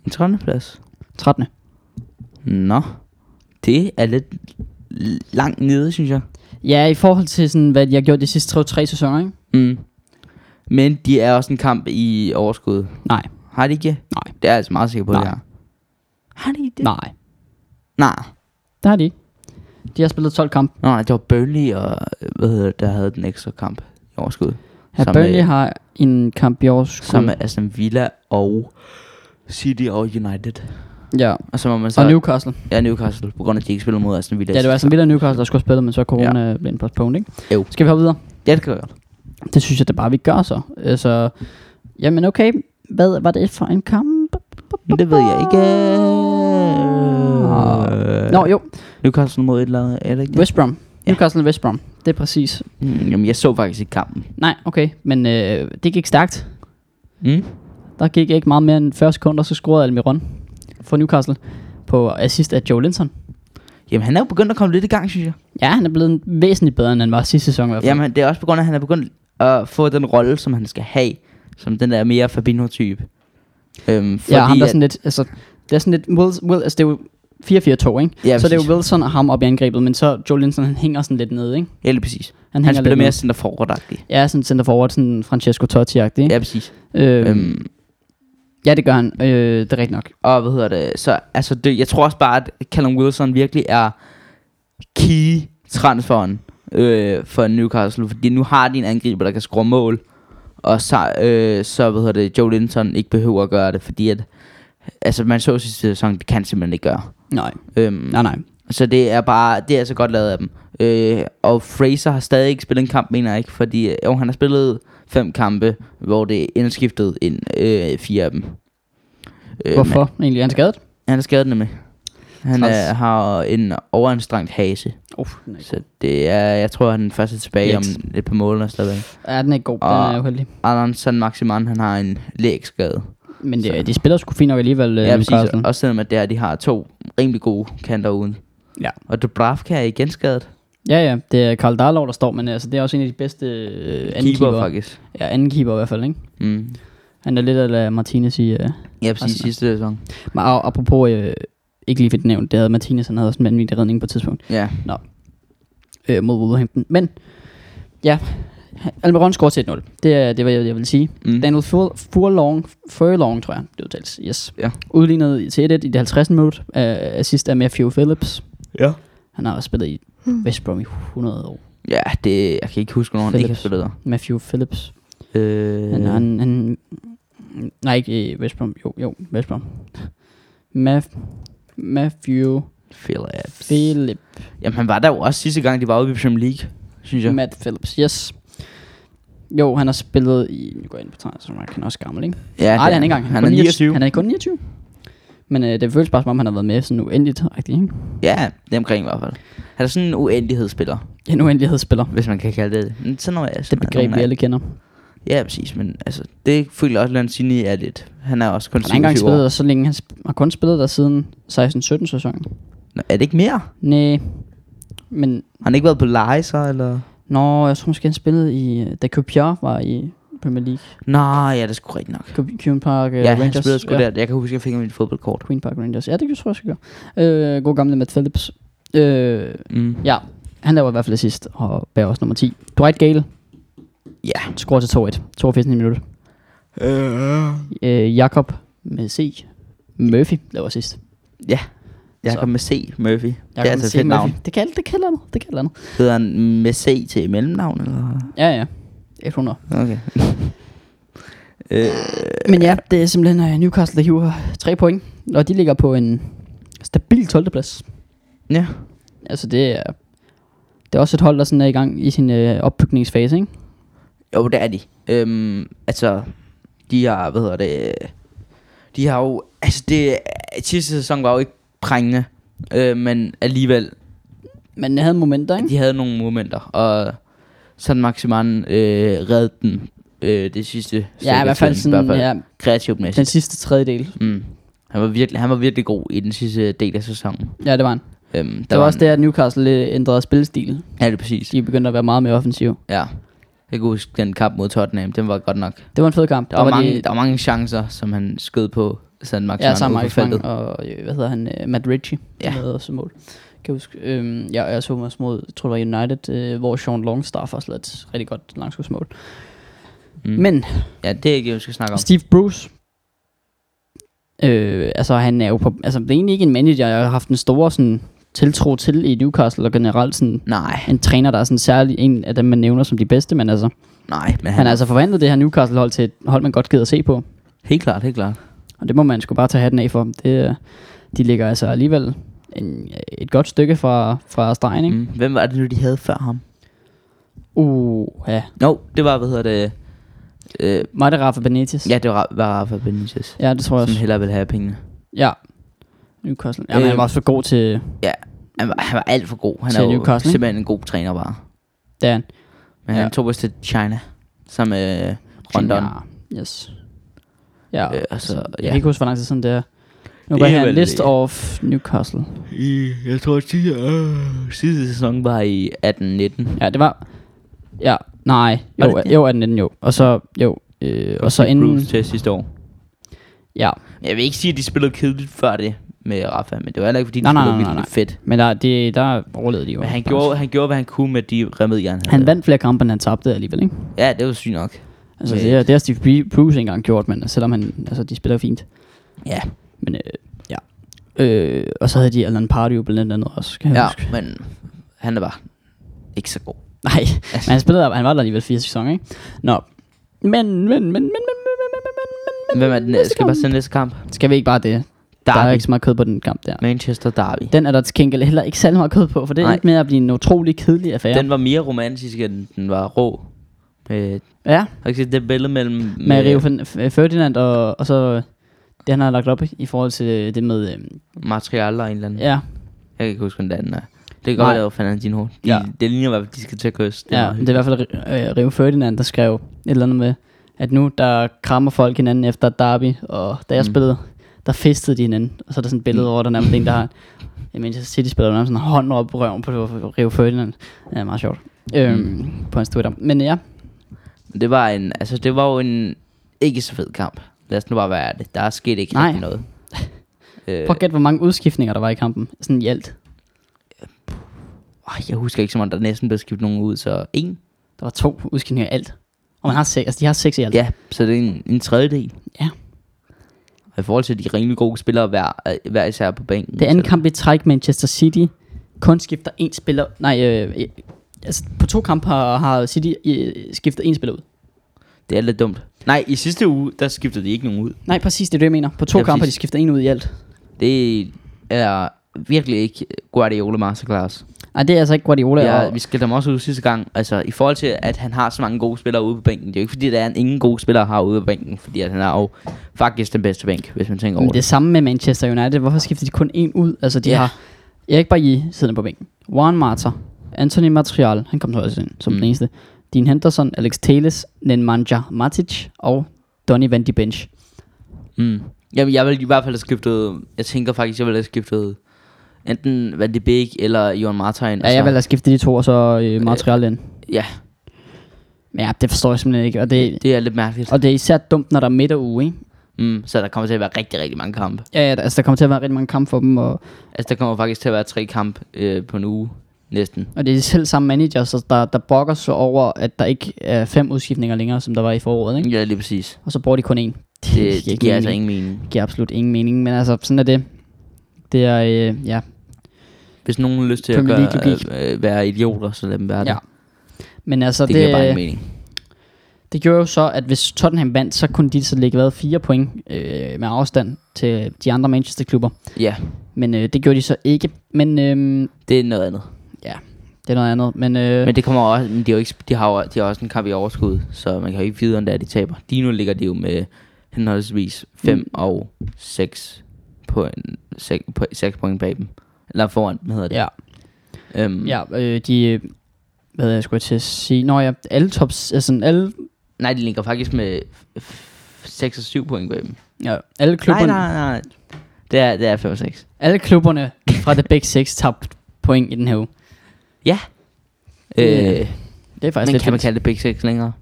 Speaker 2: En 13. plads.
Speaker 1: 13.
Speaker 2: Nå. Det er lidt l- langt nede, synes jeg.
Speaker 1: Ja, i forhold til sådan, hvad de har gjort de sidste tre, tre sæsoner, ikke?
Speaker 2: Mm. Men de er også en kamp i overskud.
Speaker 1: Nej,
Speaker 2: Har de ikke?
Speaker 1: Nej.
Speaker 2: Det er jeg altså meget sikker på,
Speaker 1: Nej.
Speaker 2: det her. Har de det?
Speaker 1: nej,
Speaker 2: Nej.
Speaker 1: det har de ikke. De har spillet 12 kampe.
Speaker 2: Nå, nej, det var Burnley og, øh, hvad hedder det, der havde den ekstra kamp i overskud.
Speaker 1: Her
Speaker 2: Som,
Speaker 1: Burnley
Speaker 2: øh,
Speaker 1: har en kamp i års
Speaker 2: Sammen med Aston altså, Villa og City og United.
Speaker 1: Ja,
Speaker 2: Og så må man så...
Speaker 1: og Newcastle.
Speaker 2: Ja, Newcastle, på grund af, at de ikke spiller mod Aston Villa.
Speaker 1: Ja, det var altså Villa og Newcastle, der skulle have spillet, men så corona ja. blev en postponed, ikke?
Speaker 2: Jo.
Speaker 1: Skal vi hoppe videre?
Speaker 2: Ja, det kan jeg godt.
Speaker 1: Det synes jeg da bare, vi gør så. Altså, jamen okay, hvad var det for en kamp?
Speaker 2: Men det ved jeg ikke. Øh,
Speaker 1: Ah. Nå jo,
Speaker 2: Newcastle mod et eller andet, er det ikke det?
Speaker 1: West Brom. Newcastle West Brom. Det er præcis.
Speaker 2: Mm, jamen, jeg så faktisk ikke kampen.
Speaker 1: Nej, okay, men øh, det gik stærkt.
Speaker 2: Mm?
Speaker 1: Der gik ikke meget mere end 40 sekunder, så scorede Almiron for Newcastle på assist af Joe Linton.
Speaker 2: Jamen, han er jo begyndt at komme lidt i gang, synes jeg.
Speaker 1: Ja, han er blevet væsentligt bedre, end han var sidste sæson i hvert fald.
Speaker 2: Jamen, det er også på grund af, at han er begyndt at få den rolle, som han skal have. Som den der mere Fabinho-type. Øhm, fordi,
Speaker 1: ja, ham der
Speaker 2: at-
Speaker 1: sådan lidt, altså, det er sådan lidt, Will, Will, altså det er jo 4-4-2, ikke?
Speaker 2: Ja,
Speaker 1: så det er
Speaker 2: præcis.
Speaker 1: jo Wilson og ham op i angrebet, men så Joe Linton, han hænger sådan lidt nede, ikke?
Speaker 2: Ja, lige præcis.
Speaker 1: Han
Speaker 2: Han,
Speaker 1: hænger
Speaker 2: han spiller
Speaker 1: lidt med.
Speaker 2: mere center forward -agtig.
Speaker 1: Ja, sådan center forward, sådan Francesco Totti-agtig, ikke?
Speaker 2: Ja, præcis.
Speaker 1: Øhm,
Speaker 2: Øhm,
Speaker 1: Ja, det gør han. Øh, det er rigtigt nok.
Speaker 2: og hvad hedder det? Så altså, det, jeg tror også bare, at Callum Wilson virkelig er key transferen øh, for Newcastle. Fordi nu har de en angriber, der kan score mål. Og så, øh, så hvad hedder det, Joe Linton ikke behøver at gøre det, fordi at, altså, man så sidste sæson, det kan han simpelthen ikke gøre.
Speaker 1: Nej,
Speaker 2: Øhm,
Speaker 1: nej, nej.
Speaker 2: Så det er bare, det er altså godt lavet af dem. Øh, og Fraser har stadig ikke spillet en kamp, mener jeg ikke, fordi øh, jo, han har spillet fem kampe, hvor det er indskiftet ind øh, fire af dem. Øh,
Speaker 1: Hvorfor egentlig? Er han skadet?
Speaker 2: Men, han er skadet med. Han
Speaker 1: Træls.
Speaker 2: er, har en overanstrengt hase,
Speaker 1: Uh, den er
Speaker 2: så det er, jeg tror, han først er tilbage
Speaker 1: Yes.
Speaker 2: om et par måneder stadigvæk.
Speaker 1: Ja, den er ikke god.
Speaker 2: Og-
Speaker 1: Den er uheldig.
Speaker 2: Alan San Maximan, han har en lægskade.
Speaker 1: Men det, de spiller sgu fint nok alligevel, øh,
Speaker 2: Ja, præcis.
Speaker 1: Newcastle.
Speaker 2: Også selvom at det er, de har to rimelig gode kanter uden.
Speaker 1: Ja.
Speaker 2: Og Dubravka er igen skadet.
Speaker 1: Ja, ja. Det er Karl Darlov, der står, men altså, det er også en af de bedste øh, anden
Speaker 2: Keeper,
Speaker 1: keeper.
Speaker 2: faktisk.
Speaker 1: Ja, anden keeper i hvert fald, ikke?
Speaker 2: Mm.
Speaker 1: Han er lidt af lade Martinez i... Øh.
Speaker 2: Ja, præcis
Speaker 1: Altså-
Speaker 2: sidste sæson.
Speaker 1: Men og- apropos, øh, ikke lige fik nævnt, det havde Martinez, han havde også en vanvittig redning på et tidspunkt
Speaker 2: Ja,
Speaker 1: øh, mod Wolverhampton. Men, ja, Almiron scorer til 1-0. Det er det, var jeg, jeg vil sige.
Speaker 2: Mm.
Speaker 1: Daniel Fur- Furlong, Furlong, tror jeg, det udtales. Yes.
Speaker 2: Ja.
Speaker 1: Udlignet til 1-1 i det 50. minut. Uh, assist af Matthew Phillips.
Speaker 2: Ja.
Speaker 1: Han har også spillet i West Brom i 100 år.
Speaker 2: ja det, jeg kan ikke huske, hvornår han ikke har
Speaker 1: Phillips.
Speaker 2: spillet der.
Speaker 1: Matthew Phillips.
Speaker 2: Øh,
Speaker 1: Han, han, han, nej, ikke i West Brom. Jo, jo, West Brom. Maf- Matthew
Speaker 2: Phillips.
Speaker 1: Phillips.
Speaker 2: Jamen, han var der jo også sidste gang, de var ude i Premier League, synes jeg.
Speaker 1: Matt Phillips, yes. Jo, han har spillet i... Nu går jeg ind på tegnet, så han er også gammel, ikke?
Speaker 2: Ja, det
Speaker 1: Nej, det er han ikke engang.
Speaker 2: Han er
Speaker 1: kun
Speaker 2: 29.
Speaker 1: Han er kun 29. Men øh, det føles bare som om, han har været med sådan uendeligt, rigtig, ikke?
Speaker 2: Ja, det er omkring i hvert fald. Han er sådan en uendelighedsspiller,
Speaker 1: En uendelighedsspiller.
Speaker 2: hvis man kan kalde det det. Men sådan noget er sådan
Speaker 1: Det
Speaker 2: er
Speaker 1: begreb,
Speaker 2: nogen
Speaker 1: vi
Speaker 2: af-
Speaker 1: alle kender.
Speaker 2: Ja, præcis, men altså, det føler også, at Lanzini er lidt. Han er også kun
Speaker 1: Han har ikke engang
Speaker 2: 27 år.
Speaker 1: spillet der så længe. Han sp- har kun spillet der siden 16-17 sæsonen.
Speaker 2: Nå, er det ikke mere?
Speaker 1: Nej. Men,
Speaker 2: Har han ikke været på leje så, eller?
Speaker 1: nå, jeg tror måske, han spillede i... øh, Da Kupier var i Premier League.
Speaker 2: Nå, ja, det er sgu rigtigt nok.
Speaker 1: Cu- Queen Park øh,
Speaker 2: Ja, han
Speaker 1: Rangers.
Speaker 2: spillede sgu der. Jeg kan huske, at jeg fik mit fodboldkort.
Speaker 1: Queen Park Rangers. Ja, det tror jeg, jeg skal gøre. Øh, god gamle Matt Phillips. Øh,
Speaker 2: Mm.
Speaker 1: ja, han laver i hvert fald sidst og bærer også nummer 10. Dwight Gale
Speaker 2: Ja.
Speaker 1: scorer til 2-1. 82 minutter.
Speaker 2: Øh.
Speaker 1: øh, Jakob med C. Murphy laver sidst.
Speaker 2: Jeg kommer med C. Murphy. det er
Speaker 1: Jakob
Speaker 2: altså
Speaker 1: med
Speaker 2: et
Speaker 1: C.
Speaker 2: fedt navn.
Speaker 1: Det kan, det kan noget. Det kan noget.
Speaker 2: Hedder han med C til mellemnavn, eller?
Speaker 1: Ja, ja. 100.
Speaker 2: Okay. øh,
Speaker 1: Men ja, det er simpelthen øh, Newcastle, der hiver 3 point. Og de ligger på en stabil 12. plads.
Speaker 2: ja.
Speaker 1: Altså det er... Det er også et hold, der sådan er i gang i sin øh, opbygningsfase, ikke?
Speaker 2: Jo, det er de. Øhm, altså, de har, hvad hedder det, de har jo, altså det, sidste sæson var jo ikke prængende, øh, men alligevel,
Speaker 1: Men jeg havde momenter, ikke?
Speaker 2: de havde nogle momenter, og sådan Maximan øh, reddede den øh, det sidste
Speaker 1: Ja, i hvert fald sådan, ja,
Speaker 2: kreativt
Speaker 1: den
Speaker 2: mæssigt.
Speaker 1: sidste tredjedel.
Speaker 2: Mm. Han var, virkelig, han var virkelig god i den sidste del af sæsonen.
Speaker 1: Ja, det var han.
Speaker 2: Øhm,
Speaker 1: Det var også
Speaker 2: han-
Speaker 1: det, at Newcastle lidt ændrede spilstil.
Speaker 2: Ja, det er præcis.
Speaker 1: De begyndte at være meget mere offensive.
Speaker 2: Ja. Jeg kan huske den kamp mod Tottenham, den var godt nok.
Speaker 1: Det var en fed kamp.
Speaker 2: Der var, mange,
Speaker 1: de-
Speaker 2: der var mange chancer, som han skød på sådan Max
Speaker 1: Ja, sammen med Alex Fang og, øh, hvad hedder han, øh, Matt Ritchie, ja.
Speaker 2: Ja.
Speaker 1: der lavede også et mål. Kan jeg huske, øhm, jeg, jeg så mig også mod, jeg tror det var United, øh, hvor Sean Longstaff også lavede et rigtig godt langskudsmål. Mm. Men
Speaker 2: Ja, det er ikke det, vi skal snakke om.
Speaker 1: Steve Bruce, øh, altså han er jo på, altså det er egentlig ikke en manager, jeg har haft en stor sådan, tiltro til i Newcastle, og generelt sådan,
Speaker 2: Nej,
Speaker 1: en træner, der er sådan særlig en af dem, man nævner som de bedste, men altså,
Speaker 2: nej, men han,
Speaker 1: han har altså forvandlet det her Newcastle-hold til et hold, man godt gider at se på.
Speaker 2: Helt klart, helt klart.
Speaker 1: Og det må man sgu bare tage hatten af for. Det, øh, de ligger altså alligevel øh, en, et godt stykke fra, fra stregen, ikke? Mm.
Speaker 2: Mm. Hvem var det nu, de havde før ham?
Speaker 1: Uh, ja.
Speaker 2: No, det var, hvad hedder det... Øh,
Speaker 1: Mig, der Rafa Benitez.
Speaker 2: ja, det var, var Rafa Benitez,
Speaker 1: ja, det tror jeg
Speaker 2: som
Speaker 1: også.
Speaker 2: hellere ville have pengene.
Speaker 1: Ja. Newcastle. Ja, men
Speaker 2: Øh,
Speaker 1: han var også for god til
Speaker 2: Ja, han var, han var alt for god. Han
Speaker 1: Til
Speaker 2: er jo
Speaker 1: Newcastle, ikke?
Speaker 2: simpelthen en god træner bare.
Speaker 1: Dan.
Speaker 2: Men
Speaker 1: Ja.
Speaker 2: ja. han tog os til China, sammen med Rondon.
Speaker 1: Ja, Yes. Ja,
Speaker 2: Øh, altså,
Speaker 1: jeg
Speaker 2: ja.
Speaker 1: kan ikke huske, hvor lang tid sådan det er. Nu
Speaker 2: Det
Speaker 1: bare
Speaker 2: er
Speaker 1: her en
Speaker 2: vel-
Speaker 1: list of Newcastle.
Speaker 2: I, jeg tror, at sidste, øh, sidste sæson var i 18-19.
Speaker 1: Ja, det var... Ja, nej.
Speaker 2: Var
Speaker 1: Jo, øh,
Speaker 2: det det?
Speaker 1: jo, 18 19, jo. Og så, jo. Øh, og så inden...
Speaker 2: Bruce til sidste år.
Speaker 1: Ja,
Speaker 2: Men Jeg vil ikke sige, at de spillede kedeligt før det med Rafa, men det var heller ikke, fordi de
Speaker 1: Nej, nej,
Speaker 2: spillede
Speaker 1: nej, nej,
Speaker 2: virkelig fedt.
Speaker 1: men der, det, der overlevede de jo.
Speaker 2: Men han gjorde, han gjorde, hvad han kunne med de remedier, han
Speaker 1: han
Speaker 2: havde.
Speaker 1: vandt flere kampe, end han tabte alligevel, ikke?
Speaker 2: Ja, det var sygt nok.
Speaker 1: Altså,
Speaker 2: Øh.
Speaker 1: det, er- det har Steve Bru- Bruce engang gjort, men selvom han, altså, de spiller fint.
Speaker 2: Ja,
Speaker 1: Men, øh, ja. Øh, og så havde de Alan Pardew blandt andet også, kan jeg
Speaker 2: ja
Speaker 1: huske.
Speaker 2: men han er bare ikke så god.
Speaker 1: Nej, men han spillede, han var der alligevel fire sæsoner, ikke? Nå, men, men, men, men, men, men, men, men, men, men, men,
Speaker 2: Hvem er den næste?
Speaker 1: næste
Speaker 2: Skal vi bare
Speaker 1: kamp?
Speaker 2: sende næste kamp?
Speaker 1: Skal vi ikke bare det? Der er
Speaker 2: Derby.
Speaker 1: ikke så meget kød på den kamp der.
Speaker 2: Manchester Derby.
Speaker 1: Den er der til gengæld heller ikke særlig meget kød på, for det er
Speaker 2: Nej.
Speaker 1: ikke med at blive en utrolig kedelig affære.
Speaker 2: Den var mere romantisk, end den var rå. Øh,
Speaker 1: ja,
Speaker 2: har du ikke set det billede mellem...
Speaker 1: med Rio Fern- F- Ferdinand og, og så det, han har lagt op i forhold til det med, øhm,
Speaker 2: Materialer og en eller anden.
Speaker 1: ja,
Speaker 2: Jeg kan ikke huske, hvordan den er. Det kan
Speaker 1: Nej.
Speaker 2: godt være, at fandt din hoved. De,
Speaker 1: Ja.
Speaker 2: ja. Det ligner i hvert fald, de skal til at kysse.
Speaker 1: ja, det er i hvert fald øh, Rio Ferdinand, der skrev et eller andet med, at nu der krammer folk hinanden efter et derby, og da jeg mm. spillede, der festede de hinanden, og så er der sådan et billede over, der er nærmest en, der har, jeg mener, City spiller nærmest sådan en hånd op på røven på Rio Ferdinand. Ja, meget sjovt. Øhm, mm. På hans Twitter. Men ja,
Speaker 2: det var en, altså det var jo en ikke så fed kamp. Lad os nu bare være det. Der er sket ikke
Speaker 1: Nej.
Speaker 2: rigtig noget. øh,
Speaker 1: prøv at gætte, hvor mange udskiftninger der var i kampen, sådan i alt.
Speaker 2: Øh, åh, jeg husker ikke så meget, der næsten blev skiftet nogen ud, så en.
Speaker 1: Der var to udskiftninger i alt. Og man har seks, altså de har seks i alt.
Speaker 2: Ja, så det er en, en tredjedel.
Speaker 1: Ja.
Speaker 2: Og i forhold til de rimelig gode spillere hver, øh, hver især på bænken.
Speaker 1: Det er anden
Speaker 2: så-
Speaker 1: kamp i træk, Manchester City kun skifter én spiller. Nej, øh, øh, altså på to kampe har, har City øh, skiftet én spiller ud.
Speaker 2: Det er lidt dumt. Nej, i sidste uge, der skiftede de ikke nogen ud.
Speaker 1: Nej, præcis, det er det, jeg mener. På to
Speaker 2: Ja,
Speaker 1: ja, kampe har de
Speaker 2: præcis.
Speaker 1: skiftet en ud i alt.
Speaker 2: Det er virkelig ikke Guardiola Masterclass.
Speaker 1: Nej, det er altså ikke Guardiola.
Speaker 2: Ja,
Speaker 1: Ja, og,
Speaker 2: vi skældte ham også ud sidste gang. Altså, i forhold til, at han har så mange gode spillere ude på bænken. Det er jo ikke fordi, der er en ingen gode spillere har ude på bænken. Fordi at han har jo faktisk den bedste bænk, hvis man tænker over
Speaker 1: men det er
Speaker 2: det.
Speaker 1: samme med Manchester United. Hvorfor skifter de kun én ud? Altså, de
Speaker 2: Ja.
Speaker 1: ja. har Erik Bailly siddende på bænken. Warren Marta, Anthony Martial, han kom så også ind som mm. den eneste. Dean Henderson, Alex Telles, Nemanja Matic og Donny Van de Bench.
Speaker 2: Mm. Jamen, jeg ville i hvert fald have skiftet... Jeg tænker faktisk, jeg ville have skiftet enten Van de Beek eller Johan Martin. Altså,
Speaker 1: Ja, jeg vil have skiftet de to, og så Altså- øh, Martial ind.
Speaker 2: Ja,
Speaker 1: Ja, det forstår jeg simpelthen ikke. Og det,
Speaker 2: det er lidt mærkeligt.
Speaker 1: Og det er især dumt, når der er midt og uge, ikke?
Speaker 2: Mm, så der kommer til at være rigtig, rigtig mange kampe.
Speaker 1: Ja, ja, altså der kommer til at være rigtig mange kampe for dem, og,
Speaker 2: Altså, der kommer faktisk til at være tre kampe øh, på en uge næsten.
Speaker 1: og det er selv samme managers, så der, der bokker sig over, at der ikke er fem udskiftninger længere, som der var i foråret, ikke?
Speaker 2: Ja, lige præcis.
Speaker 1: Og så bruger de kun én. Det,
Speaker 2: Det, det giver altså
Speaker 1: mening.
Speaker 2: ingen mening.
Speaker 1: giver absolut ingen mening, men altså, sådan er det. Det er, øh, ja,
Speaker 2: Hvis nogen har lyst til at
Speaker 1: Premier
Speaker 2: gøre,
Speaker 1: League-logik.
Speaker 2: øh, øh, være idioter, så lad dem være det.
Speaker 1: ja. Men altså,
Speaker 2: det,
Speaker 1: det,
Speaker 2: det giver bare ingen
Speaker 1: det,
Speaker 2: mening.
Speaker 1: det gjorde jo så, at hvis Tottenham vandt, så kunne de så ligge hvad, fire point øh, med afstand til de andre Manchester-klubber.
Speaker 2: Ja,
Speaker 1: Men øh, det gjorde de så ikke. Men øh,
Speaker 2: det er noget andet.
Speaker 1: ja, det er noget andet. Men, øh,
Speaker 2: Men det kommer også, men de, er jo ikke, de, har jo, de har også en kamp i overskud, så man kan jo ikke vide, om det er, de taber. Lige nu ligger de jo med henholdsvis 5 mm. og 6 point, 6, point bag dem. Eller foran, hvad hedder det?
Speaker 1: ja.
Speaker 2: Øhm,
Speaker 1: Ja, øh, de, øh, hvad jeg skulle jeg til at sige, når jeg, alle tops, altså alle,
Speaker 2: Nej, de ligger faktisk med 6 og 7 point bag dem.
Speaker 1: ja, alle
Speaker 2: Nej,
Speaker 1: klubberne,
Speaker 2: nej, nej. Det er, det er 5 og 6.
Speaker 1: alle klubberne fra The Big Six tabte point i den her uge.
Speaker 2: Ja. Øh,
Speaker 1: Det er Det er faktisk
Speaker 2: men
Speaker 1: lidt
Speaker 2: kan man
Speaker 1: vildt.
Speaker 2: kalde det Big 6 længere?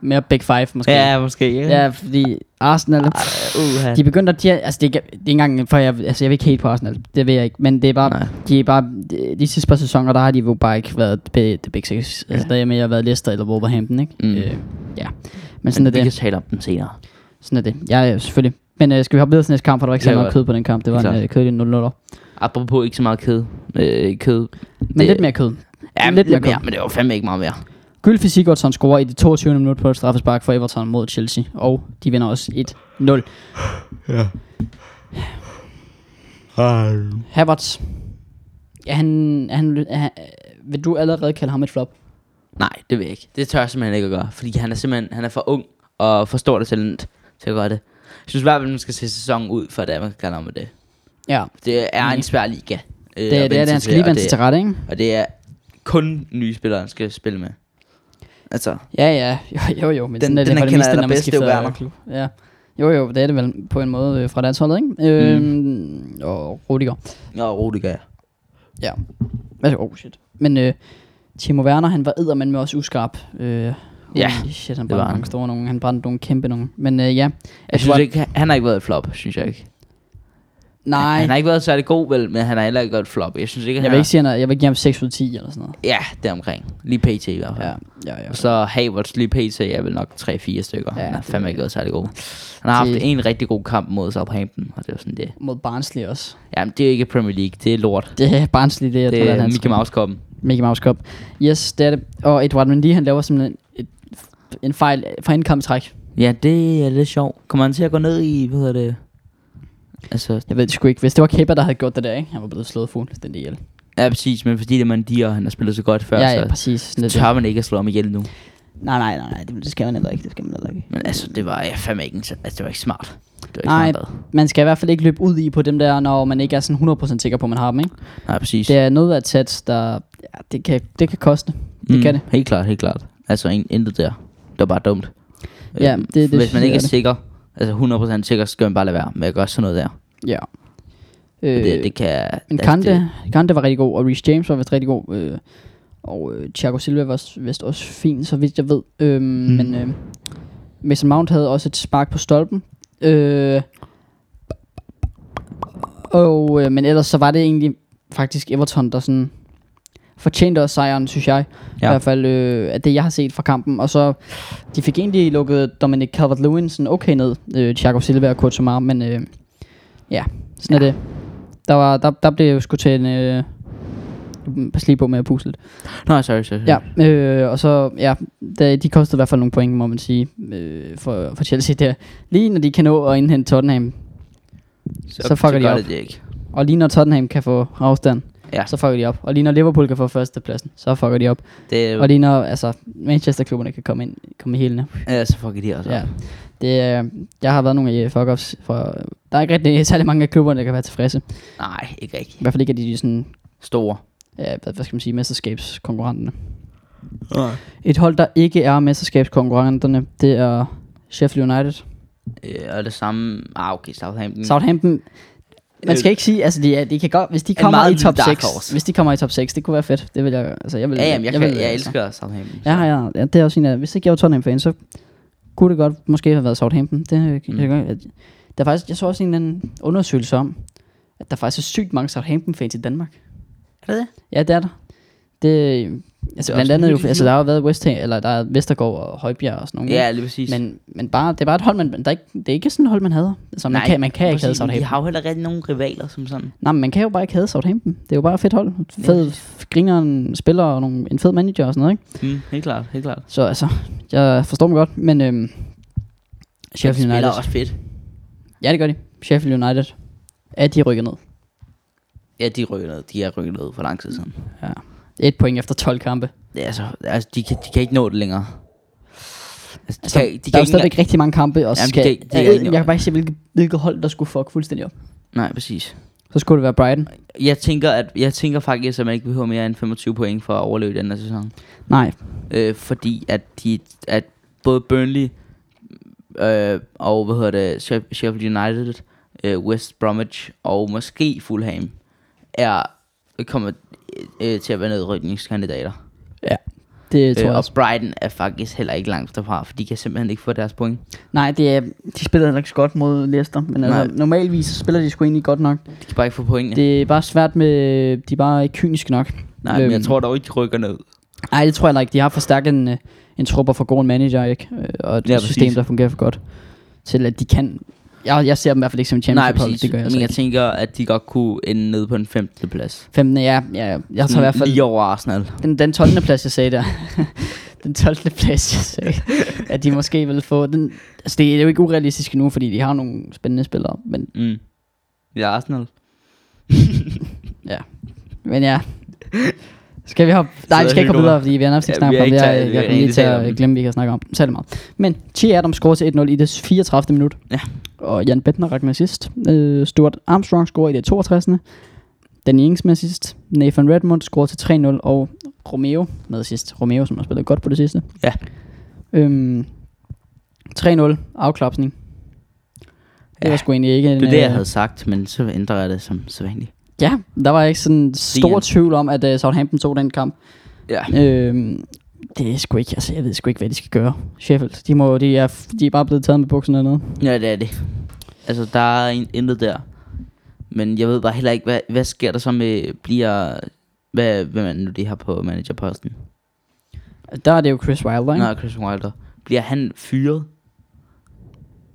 Speaker 1: Mere Big Five måske.
Speaker 2: måske. Ja,
Speaker 1: ja fordi Arsenal,
Speaker 2: uha.
Speaker 1: de begynder, de er, altså det, er ikke- det er ikke engang, for jeg, altså jeg vil ikke hate på Arsenal, det vil jeg ikke, men det er bare,
Speaker 2: Nej.
Speaker 1: de er bare, de, de sidste par sæsoner, der har de jo bare ikke været The, the Big Six, altså der er mere været Leicester eller Wolverhampton, ikke?
Speaker 2: Mm.
Speaker 1: Øh, ja, men sådan
Speaker 2: Men
Speaker 1: er
Speaker 2: vi
Speaker 1: det.
Speaker 2: kan tale om dem senere.
Speaker 1: Sådan er det. Ja, ja, selvfølgelig. Men øh, skal vi hoppe videre til næste kamp, for der var ikke så
Speaker 2: Ja,
Speaker 1: meget
Speaker 2: godt.
Speaker 1: kød på den kamp. Det var
Speaker 2: Helt
Speaker 1: en
Speaker 2: klart.
Speaker 1: øh, kedelig 0-0'er.
Speaker 2: Apropos ikke så meget kød. Øh, kød.
Speaker 1: Men lidt mere kød.
Speaker 2: Ja,
Speaker 1: lidt
Speaker 2: lidt,
Speaker 1: mere
Speaker 2: lidt
Speaker 1: kød.
Speaker 2: mere, men det var fandme ikke meget mere.
Speaker 1: Gylfi Sigurdsson scorer i det 22. minut på et straffespark for Everton mod Chelsea. Og de vinder også 1-0. Ja. Havertz. Ja, han, han, han, vil du allerede kalde ham et flop?
Speaker 2: Nej, det vil jeg ikke. Det tør jeg simpelthen ikke at gøre. Fordi han er simpelthen han er for ung og forstår det talent til at gøre det. Jeg synes i hvert fald, man skal se sæsonen ud, for det man kan gøre med det.
Speaker 1: Ja,
Speaker 2: Det er en svær liga. øh, at
Speaker 1: Mm. det, er-
Speaker 2: vende
Speaker 1: det er det,
Speaker 2: sig
Speaker 1: han skal lige
Speaker 2: og
Speaker 1: vende
Speaker 2: det-
Speaker 1: sig til rette, ikke?
Speaker 2: Og det er kun nye spillere, han skal spille med. Altså,
Speaker 1: Ja, ja, jo, jo, jo men
Speaker 2: Den-
Speaker 1: sådan er det
Speaker 2: den,
Speaker 1: for
Speaker 2: han
Speaker 1: det
Speaker 2: kender
Speaker 1: meste, når man
Speaker 2: allerbedst, det er jo
Speaker 1: skifter
Speaker 2: Werner.
Speaker 1: klub. Ja. Jo, jo, det er det vel på en måde øh, fra landsholdet, ikke? Mm. Øh, og Rudiger.
Speaker 2: nå, Rudiger.
Speaker 1: Ja. Hvad så? Oh, shit. Men øh, Timo Werner, han var eddermand med også uskarp. Øh,
Speaker 2: Ja,
Speaker 1: holy shit, han
Speaker 2: det var
Speaker 1: brændte
Speaker 2: han.
Speaker 1: nogle store nogen. Han brændte nogle kæmpe nogen. Men øh, ja.
Speaker 2: Jeg synes ikke, han har ikke været et flop, synes jeg ikke.
Speaker 1: Nej,
Speaker 2: Han har ikke været særlig god, vel, men han har heller ikke været et flop. Jeg synes ikke, han
Speaker 1: jeg vil
Speaker 2: har-
Speaker 1: ikke sige, han er, jeg vil give ham 6 ud af 10 eller sådan noget.
Speaker 2: Ja, deromkring. Lige pt i hvert fald.
Speaker 1: Ja,
Speaker 2: Ja.
Speaker 1: ja, ja.
Speaker 2: Og så Havertz lige pt er vel nok 3-4 stykker.
Speaker 1: Ja,
Speaker 2: Ja, han har
Speaker 1: det-
Speaker 2: fandme ikke været særlig god. Han har
Speaker 1: Det-
Speaker 2: haft en rigtig god kamp mod Southampton, og det var sådan det.
Speaker 1: Mod Barnsley også.
Speaker 2: Jamen, det er jo ikke Premier League, det er lort.
Speaker 1: Det er Barnsley, det er,
Speaker 2: Det
Speaker 1: tror,
Speaker 2: er
Speaker 1: hans-
Speaker 2: Mickey Mouse koppen.
Speaker 1: Mickey Mouse Cup. Yes, det er det. Og Edward Mendy, han laver simpelthen et, en fejl fra indkamptræk.
Speaker 2: Ja, det er lidt sjovt. Kommer han til at gå ned i, hvad hedder det? Altså,
Speaker 1: Jeg ved det sgu ikke. Hvis det var Kepa, der havde gjort det der, ikke? Han var blevet slået fuldstændig ihjel.
Speaker 2: ja, præcis, men fordi det er Mandi, og han har spillet så godt før,
Speaker 1: ja, ja,
Speaker 2: altså. så
Speaker 1: præcis. Sådan er det.
Speaker 2: tør man ikke at slå ham ihjel nu.
Speaker 1: Nej, nej, nej, nej. Det, det skal man heller ikke. Det skal man heller ikke.
Speaker 2: Men altså, det var ja, fandme ikke, en- altså, det var ikke smart. Det var ikke
Speaker 1: Nej,
Speaker 2: smart.
Speaker 1: man skal i hvert fald ikke løbe ud i på dem der, når man ikke er sådan 100% sikker på, at man har dem, ikke?
Speaker 2: hvad. Nej, præcis.
Speaker 1: Det er noget af et sats, der... Ja, det kan, det kan koste. Det
Speaker 2: Mm,
Speaker 1: kan det.
Speaker 2: Helt klart, helt klart. Altså in- intet der. Det var bare dumt.
Speaker 1: Ja,
Speaker 2: Øhm,
Speaker 1: det- det
Speaker 2: Hvis
Speaker 1: synes
Speaker 2: man
Speaker 1: jeg
Speaker 2: ikke
Speaker 1: er
Speaker 2: er
Speaker 1: det.
Speaker 2: sikker, altså 100% sikker, så skal man bare lade være med at gøre sådan noget der.
Speaker 1: Ja.
Speaker 2: Øh, det, det kan...
Speaker 1: Men
Speaker 2: altså,
Speaker 1: Kante,
Speaker 2: det-
Speaker 1: Kante var rigtig god, og Reece James var vist rigtig god, øh, og øh, Thiago Silva var s- vist også fin, så vidt jeg ved. Øhm, mm. Men øh, Mason Mount havde også et spark på stolpen. Øh, og, øh, men ellers så var det egentlig faktisk Everton, der sådan fortjente også sejren, synes jeg. Ja. I
Speaker 2: Ja.
Speaker 1: hvert fald øh, af det, jeg har set fra kampen. Og så, de fik egentlig lukket Dominic Calvert-Lewin sådan okay ned. Øh, Thiago Silva og Kurt Sumar, men øh, ja, sådan ja. er det. Der, var, der, der blev jeg jo sgu til en... Øh, mm, pas lige på med at pusle lidt.
Speaker 2: Nå, sorry, sorry. sorry.
Speaker 1: Ja, øh, og så, ja, da, de kostede i hvert fald nogle point, må man sige, øh, for, for Chelsea der. Lige når de kan nå at indhente Tottenham, så fucker de
Speaker 2: gør
Speaker 1: op.
Speaker 2: det det ikke.
Speaker 1: og lige når Tottenham kan få afstand,
Speaker 2: Ja,
Speaker 1: så fucker de op. Og lige når Liverpool kan få førstepladsen, så fucker de op.
Speaker 2: det er jo...
Speaker 1: Og lige når altså, Manchester-klubberne kan komme ind, komme i hælene,
Speaker 2: Ja, så fucker de også.
Speaker 1: Ja.
Speaker 2: Ja.
Speaker 1: Det, øh, jeg har været nogle af fuck-ups fra... Der er ikke rigtig særlig mange af klubberne, der kan være tilfredse.
Speaker 2: Nej, ikke
Speaker 1: I
Speaker 2: rigtigt.
Speaker 1: hvert fald ikke af de sådan...
Speaker 2: Store.
Speaker 1: Ja, øh, hvad, hvad skal man sige? Mesterskabskonkurrenterne. Et hold, der ikke er mesterskabskonkurrenterne, det er Sheffield United.
Speaker 2: Øh, og det samme... Ah, okay, Southampton.
Speaker 1: Southampton... Man skal
Speaker 2: Øh,
Speaker 1: ikke sige, altså de, er, de kan godt, hvis de
Speaker 2: en
Speaker 1: kommer
Speaker 2: meget
Speaker 1: i top
Speaker 2: lille dark
Speaker 1: 6,
Speaker 2: horse.
Speaker 1: hvis de kommer i top 6, det kunne være fedt. Det vil jeg, altså jeg vil,
Speaker 2: ja, jamen, jeg, jeg, kan,
Speaker 1: vil,
Speaker 2: jeg
Speaker 1: altså.
Speaker 2: elsker Southampton.
Speaker 1: Ja, ja, ja, det er også en af, hvis ikke jeg var Tottenham-fan, så kunne det godt måske have været Southampton. Det, mm. jeg, jeg, jeg, der er faktisk, jeg så også en eller anden undersøgelse om, at der faktisk er sygt mange Southampton-fans i Danmark.
Speaker 2: Er det det?
Speaker 1: Ja, det er der. Det, altså,
Speaker 2: også
Speaker 1: blandt andet jo,
Speaker 2: hyggeligt,
Speaker 1: altså,
Speaker 2: jo.
Speaker 1: der har jo været West Ham, eller der er Vestergaard og Højbjerg og sådan nogle.
Speaker 2: Ja,
Speaker 1: ikke?
Speaker 2: lige præcis.
Speaker 1: men, men bare, det er bare et hold, man, der er ikke, det er ikke sådan et hold, man hader. Altså, man, kan, man kan ikke
Speaker 2: præcis,
Speaker 1: have
Speaker 2: men De
Speaker 1: Southampton.
Speaker 2: har jo heller rigtig nogen rivaler som sådan.
Speaker 1: Nej, men man kan jo bare ikke have Southampton. Det er jo bare et fedt hold. Fed, grineren spiller og nogle, en fed manager og sådan noget, ikke?
Speaker 2: Mm, helt klart, helt klart.
Speaker 1: Så altså, jeg forstår mig godt, men øhm,
Speaker 2: Chelsea
Speaker 1: Sheffield
Speaker 2: spiller
Speaker 1: United...
Speaker 2: også fedt.
Speaker 1: Ja, det gør de. Sheffield United. Ja, de rykker ned.
Speaker 2: Ja, de rykker ned. De er rykket ned for lang tid siden.
Speaker 1: Ja. Et point efter 12 kampe.
Speaker 2: Ja, altså, altså de, kan, de kan ikke nå det længere. Altså, de
Speaker 1: Altså,
Speaker 2: kan, de
Speaker 1: der
Speaker 2: kan
Speaker 1: er jo
Speaker 2: ikke
Speaker 1: stadigvæk
Speaker 2: engang-
Speaker 1: rigtig mange kampe, og
Speaker 2: Jamen, de
Speaker 1: skal,
Speaker 2: kan ikke- de kan
Speaker 1: jeg,
Speaker 2: ikke-
Speaker 1: jeg, kan bare ikke se, hvilket, hvilket hold, der skulle fuck fuldstændig op.
Speaker 2: Nej, præcis.
Speaker 1: Så skulle det være Brighton.
Speaker 2: Jeg tænker, at, jeg tænker faktisk, at man ikke behøver mere end 25 point for at overleve den her sæson.
Speaker 1: Nej,
Speaker 2: Øh, fordi at, de, at både Burnley øh, og hvad hedder det, Sheff- Sheffield United, øh, West Bromwich og måske Fulham er kommer øh, til at være nedrykningskandidater.
Speaker 1: det tror
Speaker 2: Øh,
Speaker 1: jeg
Speaker 2: og
Speaker 1: også.
Speaker 2: Brighton er faktisk heller ikke langt derfra, for de kan simpelthen ikke få deres point.
Speaker 1: Nej, det er, de spiller heller ikke så godt mod Leicester, men altså,
Speaker 2: Nej.
Speaker 1: normalvis så spiller de sgu egentlig godt nok.
Speaker 2: De kan bare ikke få point.
Speaker 1: Det er bare svært med, de er bare ikke kyniske nok.
Speaker 2: Nej,
Speaker 1: Øhm,
Speaker 2: men jeg tror dog ikke, de rykker ned.
Speaker 1: Nej, det tror jeg heller ikke. De har for stærk en, øh, en trup og for god en manager, ikke? Øh, Og et
Speaker 2: Ja,
Speaker 1: ja,
Speaker 2: præcis.
Speaker 1: system, der fungerer for godt. Til at de kan... Jeg, jeg ser dem i hvert fald ikke som
Speaker 2: Nej,
Speaker 1: championship hold,
Speaker 2: præcis.
Speaker 1: det gør jeg altså
Speaker 2: men jeg
Speaker 1: ikke.
Speaker 2: tænker, at de godt kunne ende nede på en 15. plads.
Speaker 1: 15. Ja, ja, ja. jeg tror i hvert fald...
Speaker 2: Lige over Arsenal.
Speaker 1: Den, den 12. plads, jeg sagde der. den 12. plads, jeg sagde. At de måske ville få... Den, altså, det er jo ikke urealistisk nu, fordi de har nogle spændende spillere. Men,
Speaker 2: Mm. Ja, Arsenal.
Speaker 1: men ja... Skal vi hoppe? Nej, vi skal ikke hoppe videre, fordi vi har nærmest ikke
Speaker 2: Ja, vi
Speaker 1: snakket
Speaker 2: har
Speaker 1: om
Speaker 2: ikke talt-
Speaker 1: det. Jeg,
Speaker 2: vi har
Speaker 1: jeg kom lige
Speaker 2: ikke
Speaker 1: til
Speaker 2: talt om
Speaker 1: at
Speaker 2: det.
Speaker 1: glemme, at vi ikke har snakket om dem særlig meget. Men Chi Adams scorer til 1-0 i det 34. minut.
Speaker 2: Ja.
Speaker 1: Og Jan Bettner rækker med sidst. Øh, Stuart Armstrong scorer i det 62. Danny Ings med sidst. Nathan Redmond scorer til 3-0. Og Romeo med sidst. Romeo, som har spillet godt på det sidste.
Speaker 2: Ja.
Speaker 1: Øhm, 3-0. Afklapsning. Det var
Speaker 2: Ja,
Speaker 1: sgu egentlig ikke en,
Speaker 2: Det er det, jeg
Speaker 1: øh,
Speaker 2: havde sagt, men så ændrer jeg det som sædvanligt.
Speaker 1: Ja, der var ikke sådan
Speaker 2: Sian.
Speaker 1: stor tvivl om, at øh, Southampton tog den kamp.
Speaker 2: Ja.
Speaker 1: Øhm, det er sgu ikke, altså jeg ved sgu ikke, hvad de skal gøre. Sheffield, de, må, de, er, de er bare blevet taget med bukserne nede.
Speaker 2: Ja, det er det. Altså, der er in- intet der. Men jeg ved bare heller ikke, hvad, hvad sker der så med, bliver, hvad, hvem er det nu, de har på managerposten?
Speaker 1: Der er det jo Chris Wilder, ikke?
Speaker 2: Nej, Christian Wilder. Bliver han fyret?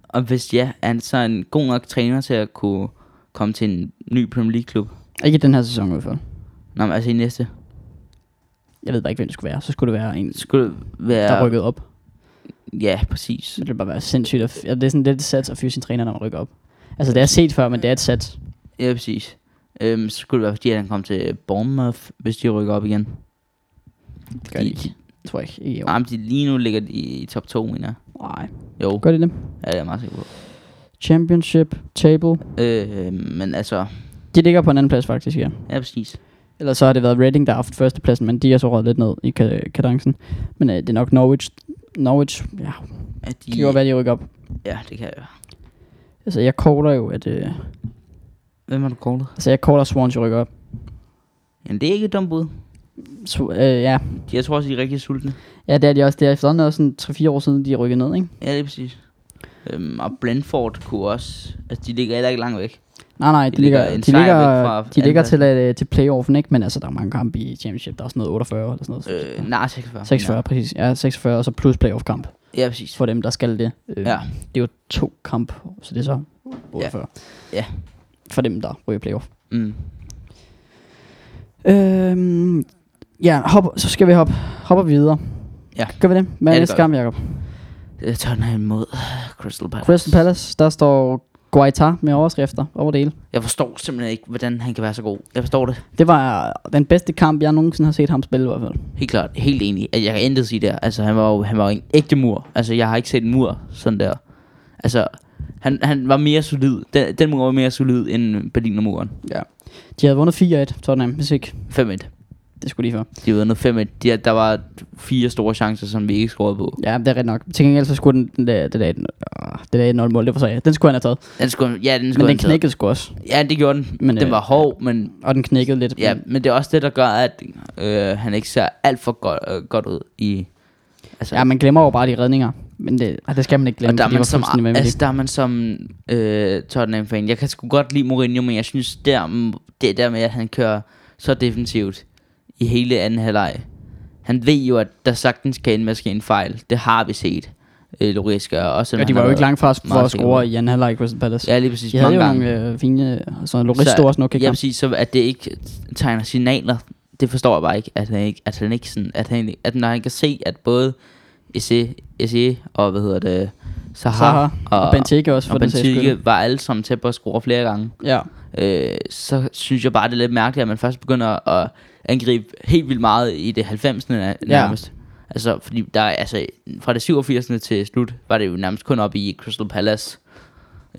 Speaker 2: Og hvis ja, er han så en god nok træner til at kunne komme til en ny Premier League-klub?
Speaker 1: Ikke i den her sæson i hvert fald.
Speaker 2: Nå, men altså i næste.
Speaker 1: Jeg ved bare ikke, hvem det skulle være. Så skulle det være en,
Speaker 2: Skulle det
Speaker 1: der
Speaker 2: være...
Speaker 1: rykkede op.
Speaker 2: Ja, præcis.
Speaker 1: Så det ville bare være sindssygt. At, f- ja, det er sådan lidt et sats at fyre sin træner, når man rykker op. Altså det er set før, men det er et sats.
Speaker 2: Ja, præcis. Øhm, så skulle det være, fordi at han kom til Bournemouth, hvis de rykker op igen.
Speaker 1: Det gør de ikke. Tror jeg ikke. Jo.
Speaker 2: Nej, men de, lige nu ligger de i, i top 2, mener jeg.
Speaker 1: Nej.
Speaker 2: Jo,
Speaker 1: Gør de det?
Speaker 2: ja, det er jeg meget sikker på.
Speaker 1: Championship, table.
Speaker 2: Øh, men altså,
Speaker 1: De ligger på en anden plads faktisk, ja.
Speaker 2: ja, præcis.
Speaker 1: Ellers så har det været Reading, der har haft førstepladsen, men de er så røget lidt ned i ka- kadencen. Men øh, det er nok Norwich. Norwich, ja,
Speaker 2: At de,
Speaker 1: det kan jo være, de rykker op.
Speaker 2: Ja, det kan jeg være.
Speaker 1: Altså, jeg caller jo, at... Øh,
Speaker 2: Hvem har du callet?
Speaker 1: altså, jeg caller at Swansea rykker op.
Speaker 2: Jamen, det er ikke et dumt bud.
Speaker 1: Sw- øh, ja.
Speaker 2: De- Jeg tror også, de er rigtig sultne.
Speaker 1: ja, det er de også. Det er efterhånden også sådan 3-4 år siden, de rykkede ned, ikke?
Speaker 2: Ja, det er præcis. Øhm, og Brentford kunne også... Altså, de ligger heller ikke langt væk.
Speaker 1: Nej, nej, de,
Speaker 2: De
Speaker 1: de
Speaker 2: ligger
Speaker 1: ligger,
Speaker 2: en
Speaker 1: de
Speaker 2: sejr
Speaker 1: ligger,
Speaker 2: væk fra
Speaker 1: de ligger
Speaker 2: andenpladsen.
Speaker 1: til, øh, til playoffen, ikke? Men altså, der er mange kampe i championship. Der er sådan noget 48 eller sådan noget.
Speaker 2: Øh, nej, 46.
Speaker 1: 46, præcis. Ja, 46, og så plus playoff-kamp
Speaker 2: Ja, præcis.
Speaker 1: for dem, der skal det. Øh,
Speaker 2: Ja,
Speaker 1: Det er jo to kamp, så det er så 48.
Speaker 2: Ja.
Speaker 1: For dem, der ryger i playoff.
Speaker 2: mm.
Speaker 1: Øhm, ja, hop, så skal vi hoppe, hopper vi videre.
Speaker 2: Ja.
Speaker 1: Gør vi det? Hvad er
Speaker 2: Ja, det
Speaker 1: næste
Speaker 2: gør
Speaker 1: kamp, Jacob?
Speaker 2: Det er Tottenham mod Crystal Palace.
Speaker 1: Crystal Palace, der står Guaita med overskrifter over det hele.
Speaker 2: Jeg forstår simpelthen ikke, hvordan han kan være så god. Jeg forstår det.
Speaker 1: Det var den bedste kamp, jeg nogensinde har set ham spille i hvert fald.
Speaker 2: Helt klart. Helt enig. At jeg kan intet sige der. Altså, han var jo, han var jo en ægte mur. Altså, jeg har ikke set en mur sådan der. Altså, han, han var mere solid. Den, den mur var mere solid end Berlinermuren.
Speaker 1: Ja. De havde vundet 4-1, Tottenham, hvis ikke.
Speaker 2: 5-1.
Speaker 1: Det skulle lige før.
Speaker 2: De var noget 5-1. De, der var fire store chancer, som vi ikke scorede på.
Speaker 1: Ja, det er rigtigt nok. Til gengæld så skulle den, den der, det der, den, øh, det der 1-0 mål, det var så ja. Den skulle han have taget.
Speaker 2: Den skulle, ja, den
Speaker 1: Men
Speaker 2: skulle
Speaker 1: den
Speaker 2: han tage.
Speaker 1: knækkede sgu også.
Speaker 2: Ja, det gjorde den.
Speaker 1: Men,
Speaker 2: Men, den
Speaker 1: øh, Mm.
Speaker 2: var hård, men,
Speaker 1: Og den knækkede lidt.
Speaker 2: ja, men det er også det, der gør, at øh, han ikke ser alt for godt, øh, godt ud i... Altså,
Speaker 1: ja, man glemmer jo bare de redninger. Men det, ah, det skal man ikke glemme,
Speaker 2: og der er,
Speaker 1: for de
Speaker 2: man
Speaker 1: var
Speaker 2: som,
Speaker 1: fuldstændig vanvittige.
Speaker 2: altså, der er man som øh, Tottenham-fan. Jeg kan sgu godt lide Mourinho, men jeg synes, der, m- det der med, at han kører så defensivt i hele anden halvleg. Han ved jo, at der sagtens kan ende med at ske en fejl. Det har vi set. Øh, Loris gør også.
Speaker 1: Ja, de var jo ikke langt fra for
Speaker 2: meget
Speaker 1: at
Speaker 2: sikker på.
Speaker 1: score i anden halvleg i Crystal Palace.
Speaker 2: Ja, lige præcis.
Speaker 1: De havde jo
Speaker 2: mange gange.
Speaker 1: nogle øh, fine, sådan Loris stod også nok
Speaker 2: Ja,
Speaker 1: ikke kamp.
Speaker 2: præcis, så at det ikke tegner signaler, det forstår jeg bare ikke, at han ikke, at han ikke sådan, at han, at når han kan se, at både Eze, Eze og hvad hedder det, Sahar,
Speaker 1: Zaha og Benteke også, for
Speaker 2: og
Speaker 1: den sags skyld.
Speaker 2: Benteke var alle sammen tæt på at score flere gange,
Speaker 1: Ja,
Speaker 2: øh, så synes jeg bare, det er lidt mærkeligt, at man først begynder at angribe helt vildt meget i det 90'erne nær- nærmest. Altså, fordi der, er- altså, fra det 87. til slut, var det jo nærmest kun op i Crystal Palace.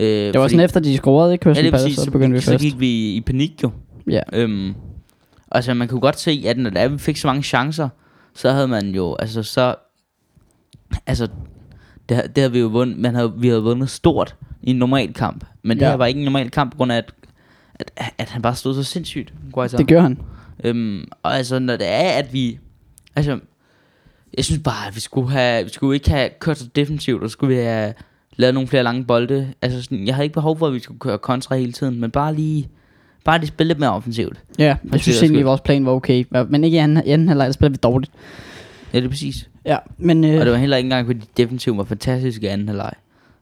Speaker 2: Øh,
Speaker 1: det var sådan efter, de scorede, ikke?
Speaker 2: Ja,
Speaker 1: Crystal
Speaker 2: det er
Speaker 1: Palace,
Speaker 2: præcis,
Speaker 1: så
Speaker 2: så,
Speaker 1: begyndte vi
Speaker 2: så
Speaker 1: først.
Speaker 2: gik vi i panik jo.
Speaker 1: Ja,
Speaker 2: Øhm, altså man kunne godt se, at når det er, vi fik så mange chancer, så havde man jo, altså så, altså, det, det havde vi jo vundet, man havde, vi havde vundet stort i en normal kamp. Men det
Speaker 1: Ja.
Speaker 2: her var ikke en normal kamp, på grund af, at, at, at han bare stod så sindssygt. Guaita.
Speaker 1: det gjorde han.
Speaker 2: Øhm, og altså, når det er, at vi... Altså, jeg synes bare, at vi skulle, have, vi skulle ikke have kørt så defensivt, og skulle vi have lavet nogle flere lange bolde. Altså, sådan, jeg havde ikke behov for, at vi skulle køre kontra hele tiden, men bare lige, bare lige spille lidt mere offensivt.
Speaker 1: Ja, jeg
Speaker 2: det
Speaker 1: synes
Speaker 2: er
Speaker 1: egentlig, at
Speaker 2: sgu-
Speaker 1: vores plan var okay. hva- Men ikke i anden, i anden halvleg, der spiller vi dårligt.
Speaker 2: Ja, det er præcis.
Speaker 1: Ja, men, øh,
Speaker 2: Og det var heller ikke engang, fordi defensiv var fantastisk i anden halvleg.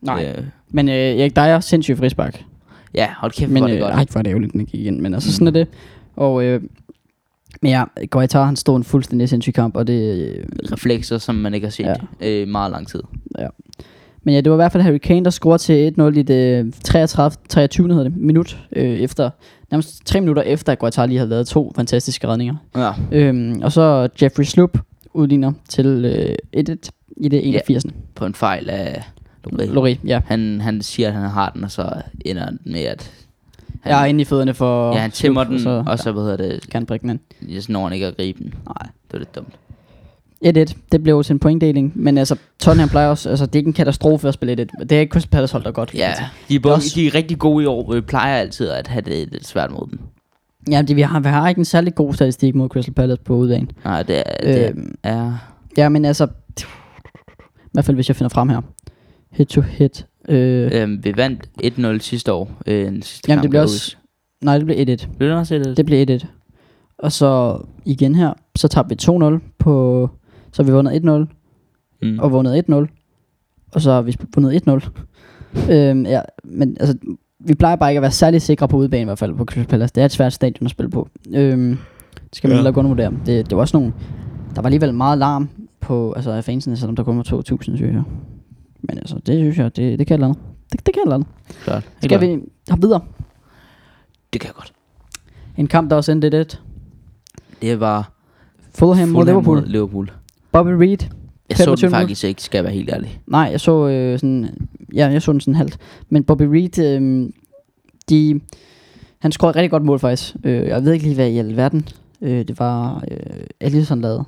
Speaker 1: nej.
Speaker 2: Øh,
Speaker 1: men øh, Erik Dyer, sindssyg frisbak.
Speaker 2: ja, hold kæft,
Speaker 1: Men
Speaker 2: hvor er
Speaker 1: øh,
Speaker 2: det godt.
Speaker 1: ej, hvor er det ærgerligt, den ikke gik igen. Men altså, sådan er det. Og, øh, men ja, Guaita, han stod en fuldstændig sindssyg kamp, og det... Øh,
Speaker 2: Reflekser, som man ikke har set øh, meget lang tid.
Speaker 1: Men ja, det var i hvert fald Harry Kane, der scorede til 1-0 i det 33, 23. Hedder det, minut, øh, efter nærmest tre minutter efter, at Guattari lige havde lavet to fantastiske redninger.
Speaker 2: Ja.
Speaker 1: Øhm, og så Jeffrey Slup udligner til øh, 1-1 i det 81.
Speaker 2: På en fejl af Loré.
Speaker 1: Loré, ja.
Speaker 2: Han, han siger, at han har den, og så ender den med, at
Speaker 1: Jeg er inde i fødderne for
Speaker 2: ja, han tæmmer den,
Speaker 1: og så,
Speaker 2: og så, hvad hedder det,
Speaker 1: kan han prikke den ind.
Speaker 2: jeg når han ikke at gribe den.
Speaker 1: Nej.
Speaker 2: Det var lidt dumt.
Speaker 1: 1-1, det blev til en pointdeling, men altså Tottenham plejer også, altså det er ikke en katastrofe at spille 1-1, det er ikke Crystal Palace hold, der er godt.
Speaker 2: Ja,
Speaker 1: Altså,
Speaker 2: de er, både,
Speaker 1: også-
Speaker 2: de er rigtig gode i år, øh, plejer altid at have det lidt svært mod dem.
Speaker 1: ja de, vi, har, vi har ikke en særlig god statistik mod Crystal Palace på uddagen.
Speaker 2: Nej, det er, det er,
Speaker 1: Øhm.
Speaker 2: er
Speaker 1: Ja, men altså, i hvert fald hvis jeg finder frem her. Head to head. Øh, ja,
Speaker 2: øhm, vi vandt 1-0 sidste år. Øh, den sidste
Speaker 1: jamen
Speaker 2: kamp,
Speaker 1: det blev
Speaker 2: jeg
Speaker 1: også, nej det blev 1-1.
Speaker 2: husker. Blev det også 1-1?
Speaker 1: Det blev 1-1. Og så igen her, så tabte vi 2-0 på... Så har vi vundet 1-0
Speaker 2: Mm.
Speaker 1: og vundet 1-0. Og så har vi sp- vundet 1-0. øhm, ja, men altså, vi plejer bare ikke at være særlig sikre på udebane i hvert fald på Crystal Palace. Det er et svært stadion at spille på. Øhm, det skal man heller ikke undervurdere. Det, det var også nogle... Der var alligevel meget larm på altså, af fansene, selvom der kun var 2.000, synes jeg. Men altså, det synes jeg, det, det kan et eller andet. Det, det kan et eller andet.
Speaker 2: Klart.
Speaker 1: Skal vi hoppe videre?
Speaker 2: Det kan jeg godt.
Speaker 1: En kamp, der også endte lidt.
Speaker 2: Det var
Speaker 1: Fulham mod
Speaker 2: Fulham
Speaker 1: Liverpool.
Speaker 2: mod Liverpool.
Speaker 1: Bobby Reed
Speaker 2: Jeg så
Speaker 1: 25
Speaker 2: den
Speaker 1: minutter.
Speaker 2: faktisk ikke, skal jeg være helt ærlig.
Speaker 1: Nej, jeg så øh, sådan, ja, jeg så den sådan halvt. Men Bobby Reed, øh, de, han scorede et rigtig godt mål faktisk. Øh, jeg ved ikke lige, hvad i alverden øh, det var, øh, Alisson lavede.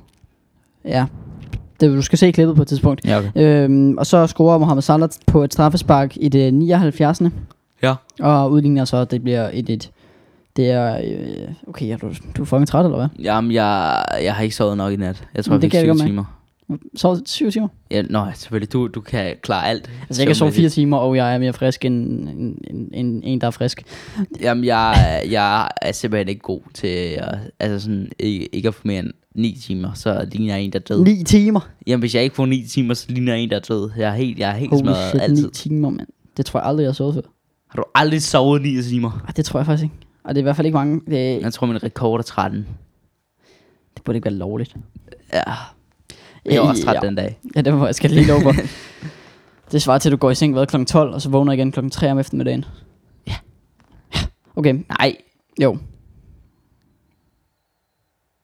Speaker 1: Ja, det, du skal se klippet på et tidspunkt.
Speaker 2: Ja, okay.
Speaker 1: Øhm, og så scorer Mohamed Salah på et straffespark i det 79.
Speaker 2: Ja.
Speaker 1: Og udligner så, at det bliver 1-1. Det er... Øh, okay, er du, du er fucking træt, eller hvad?
Speaker 2: Jamen, jeg, jeg har ikke sovet nok i nat. Jeg tror,
Speaker 1: Men
Speaker 2: jeg
Speaker 1: det
Speaker 2: fik
Speaker 1: kan jeg godt
Speaker 2: syv
Speaker 1: mærke.
Speaker 2: timer.
Speaker 1: Så syv timer?
Speaker 2: Ja, nå, selvfølgelig. Du, du kan klare alt.
Speaker 1: Altså, jeg kan sove
Speaker 2: Søvnmæssigt.
Speaker 1: fire timer, og jeg er mere frisk end, end, end, end en, der er frisk.
Speaker 2: Jamen, jeg, jeg er simpelthen ikke god til at, altså sådan, ikke, ikke at få mere end 9 timer, så ligner jeg en, der er død.
Speaker 1: Ni timer?
Speaker 2: Jamen, hvis jeg ikke får 9 timer, så ligner jeg en, der er død. Jeg er helt, jeg er helt
Speaker 1: Holy
Speaker 2: smadret
Speaker 1: shit,
Speaker 2: altid.
Speaker 1: 9 timer, mand. Det tror jeg aldrig, jeg har sovet før.
Speaker 2: Har du aldrig sovet 9 timer?
Speaker 1: Ej, det tror jeg faktisk ikke. Og det er i hvert fald ikke mange. Det,
Speaker 2: Jeg tror, min rekord er 13.
Speaker 1: det burde ikke være lovligt. Øh,
Speaker 2: Ja, jeg var også træt den dag.
Speaker 1: Ja, det var jeg skal lige love for. det svarer til, at du går i seng hvad, kl. 12, og så vågner igen kl. 3 om eftermiddagen. Ja. Okay,
Speaker 2: Nej,
Speaker 1: jo.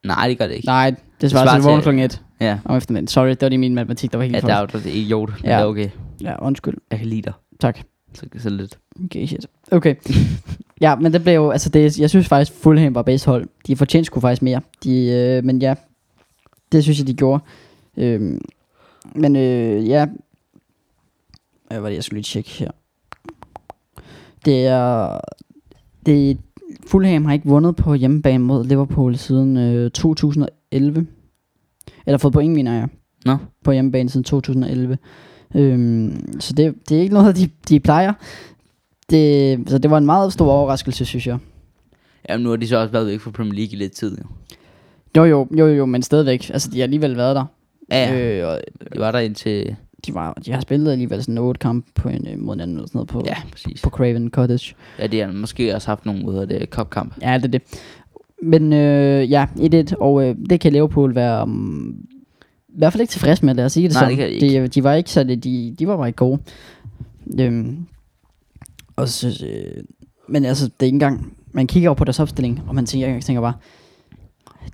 Speaker 2: nej, det gør det ikke.
Speaker 1: Nej, det svarer til, at du
Speaker 2: svarer
Speaker 1: vågner
Speaker 2: til-
Speaker 1: kl. 1
Speaker 2: Ja,
Speaker 1: om eftermiddagen. Sorry, det var lige min matematik, der var helt
Speaker 2: ja
Speaker 1: forkert.
Speaker 2: der er jo det er idiot, men
Speaker 1: Ja.
Speaker 2: ja. det er okay.
Speaker 1: Ja, undskyld.
Speaker 2: Jeg kan lide dig.
Speaker 1: Tak.
Speaker 2: Så, så lidt.
Speaker 1: Okay, shit. Okay. ja, men det blev jo, altså det, jeg synes faktisk, Fulham var bedst hold. De fortjente sgu faktisk mere. De, øh, men ja, det synes jeg, de gjorde. Øhm, men øh, ja, hvad var det, jeg skulle lige tjekke her. Det er, det, Fulham har ikke vundet på hjemmebane mod Liverpool siden øh, 2011. Eller fået point, mener jeg
Speaker 2: Nå,
Speaker 1: på hjemmebane siden 2011. Øhm, så det, det er ikke noget, de, de plejer. Det, så det var en meget stor overraskelse, synes jeg.
Speaker 2: Jamen, nu har de så også været væk fra Premier League i lidt tid. Jo.
Speaker 1: Jo, jo, jo, jo, men stadigvæk. Altså, de har alligevel været der.
Speaker 2: Ja, ja.
Speaker 1: Øh, og
Speaker 2: De var der indtil...
Speaker 1: de, var, de har spillet alligevel sådan otte kampe på en, øh, mod hinanden eller sådan noget på,
Speaker 2: Ja,
Speaker 1: ja.
Speaker 2: præcis.
Speaker 1: på Craven Cottage.
Speaker 2: Ja, de har måske også haft nogle ud af det kopkamp.
Speaker 1: Ja, det er det. Men øh, ja, 1-1, og øh, det kan Liverpool være... Um, I hvert fald ikke tilfreds med, lad os sige det
Speaker 2: Nej,
Speaker 1: sådan.
Speaker 2: det kan de ikke.
Speaker 1: De, de var ikke så det, de, de var bare ikke gode. Øhm, og så, øh, men altså, det er ikke engang... Man kigger over på deres opstilling, og man tænker, tænker bare,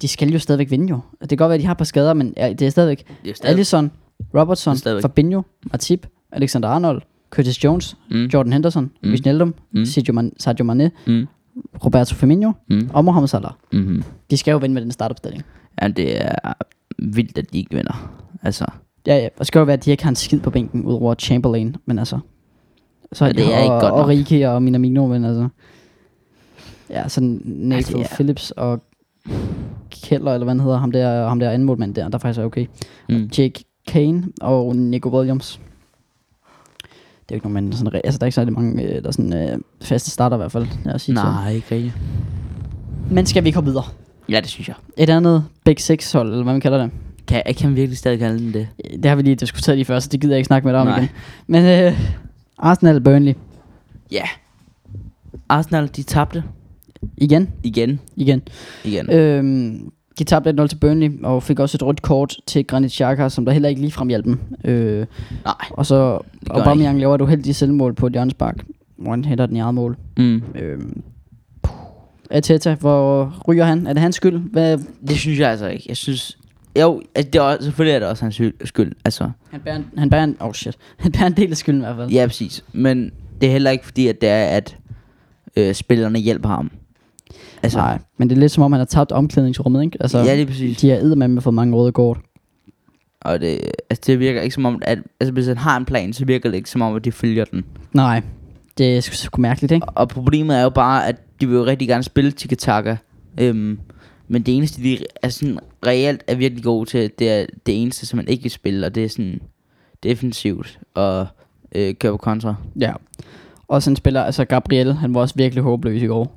Speaker 1: de skal jo stadigvæk vinde jo. Det kan godt være, at de har et par skader, men ja, det er stadigvæk...
Speaker 2: Det er stadig-
Speaker 1: Allison, Robertson,
Speaker 2: Stadigvæk.
Speaker 1: Fabinho, Matip, Alexander Arnold, Curtis Jones,
Speaker 2: Mm.
Speaker 1: Jordan Henderson, mm. Wijnaldum, mm. Sergio, Man- Sergio Mane,
Speaker 2: Mm.
Speaker 1: Roberto Firmino
Speaker 2: Mm.
Speaker 1: og Mohamed Salah.
Speaker 2: Mm-hmm.
Speaker 1: De skal jo vinde med den startopstilling.
Speaker 2: Ja, det er vildt, at de ikke vinder. Altså,
Speaker 1: Ja, ja. Og det skal jo være, at de ikke har en skid på bænken, udover Chamberlain. Men altså... Så
Speaker 2: Ja, det er
Speaker 1: og,
Speaker 2: ikke godt
Speaker 1: og
Speaker 2: nok.
Speaker 1: Rike og Minamino, men altså... Ja, sådan
Speaker 2: Altså, ja.
Speaker 1: Nato ja, Phillips og Keller, eller hvad han hedder, ham der, ham der andenmålmand der, der faktisk er okay.
Speaker 2: mm.
Speaker 1: Jake Kane og Nico Williams. Det er jo ikke nogen, man sådan... re- Altså, der er ikke særlig mange, øh, der er sådan øh, faste starter i hvert fald, lad os sige det sådan.
Speaker 2: Nej, ikke rigtigt.
Speaker 1: Men skal vi komme videre?
Speaker 2: Ja, det synes jeg.
Speaker 1: Et andet Big Six hold, eller hvad man kalder det.
Speaker 2: Kan, jeg kan virkelig stadig kalde den det.
Speaker 1: Det har vi lige diskuteret lige før, så det gider jeg ikke snakke med dig om
Speaker 2: Nej.
Speaker 1: igen. Men øh, Arsenal Burnley.
Speaker 2: Ja. Arsenal, de tabte.
Speaker 1: Igen.
Speaker 2: Igen.
Speaker 1: Igen.
Speaker 2: Igen. Øh.
Speaker 1: Øhm, de tabte 1-0 til Burnley, og fik også et rødt kort til Granit Xhaka, som der heller ikke ligefrem hjalp dem. Øh,
Speaker 2: Nej.
Speaker 1: og så
Speaker 2: gør
Speaker 1: Aubameyang laver et uheldigt selvmål på et hjørnespark, hvor han hælder den i eget mål.
Speaker 2: Mm.
Speaker 1: Øhm, Ateta, hvor ryger han? Er det hans skyld? Hvad,
Speaker 2: Det synes jeg altså ikke. Jeg synes... Jo, altså, det er også, selvfølgelig er det også hans skyld- skyld. Altså,
Speaker 1: han bærer, en, han bærer en, oh shit. Han bærer en del af skylden i hvert fald.
Speaker 2: ja, præcis. Men det er heller ikke fordi, at det er, at øh, spillerne hjælper ham. Altså,
Speaker 1: Nej, men det er lidt som om, han har tabt omklædningsrummet, ikke? Altså,
Speaker 2: Ja, lige præcis.
Speaker 1: De er med for mange røde kort.
Speaker 2: Og det, altså, det virker ikke som om, at altså, hvis han har en plan, så virker det ikke som om, at de følger den.
Speaker 1: Nej, det er sgu, sgu mærkeligt, ikke?
Speaker 2: Og problemet er jo bare, at de vil jo rigtig gerne spille tiki-taka. Øhm, men det eneste, de er sådan reelt er virkelig gode til, det er det eneste, som man ikke vil spille. Og det er sådan defensivt og øh, køre på kontra.
Speaker 1: Ja. Og sådan spiller, altså Gabriel, han var også virkelig håbløs i går.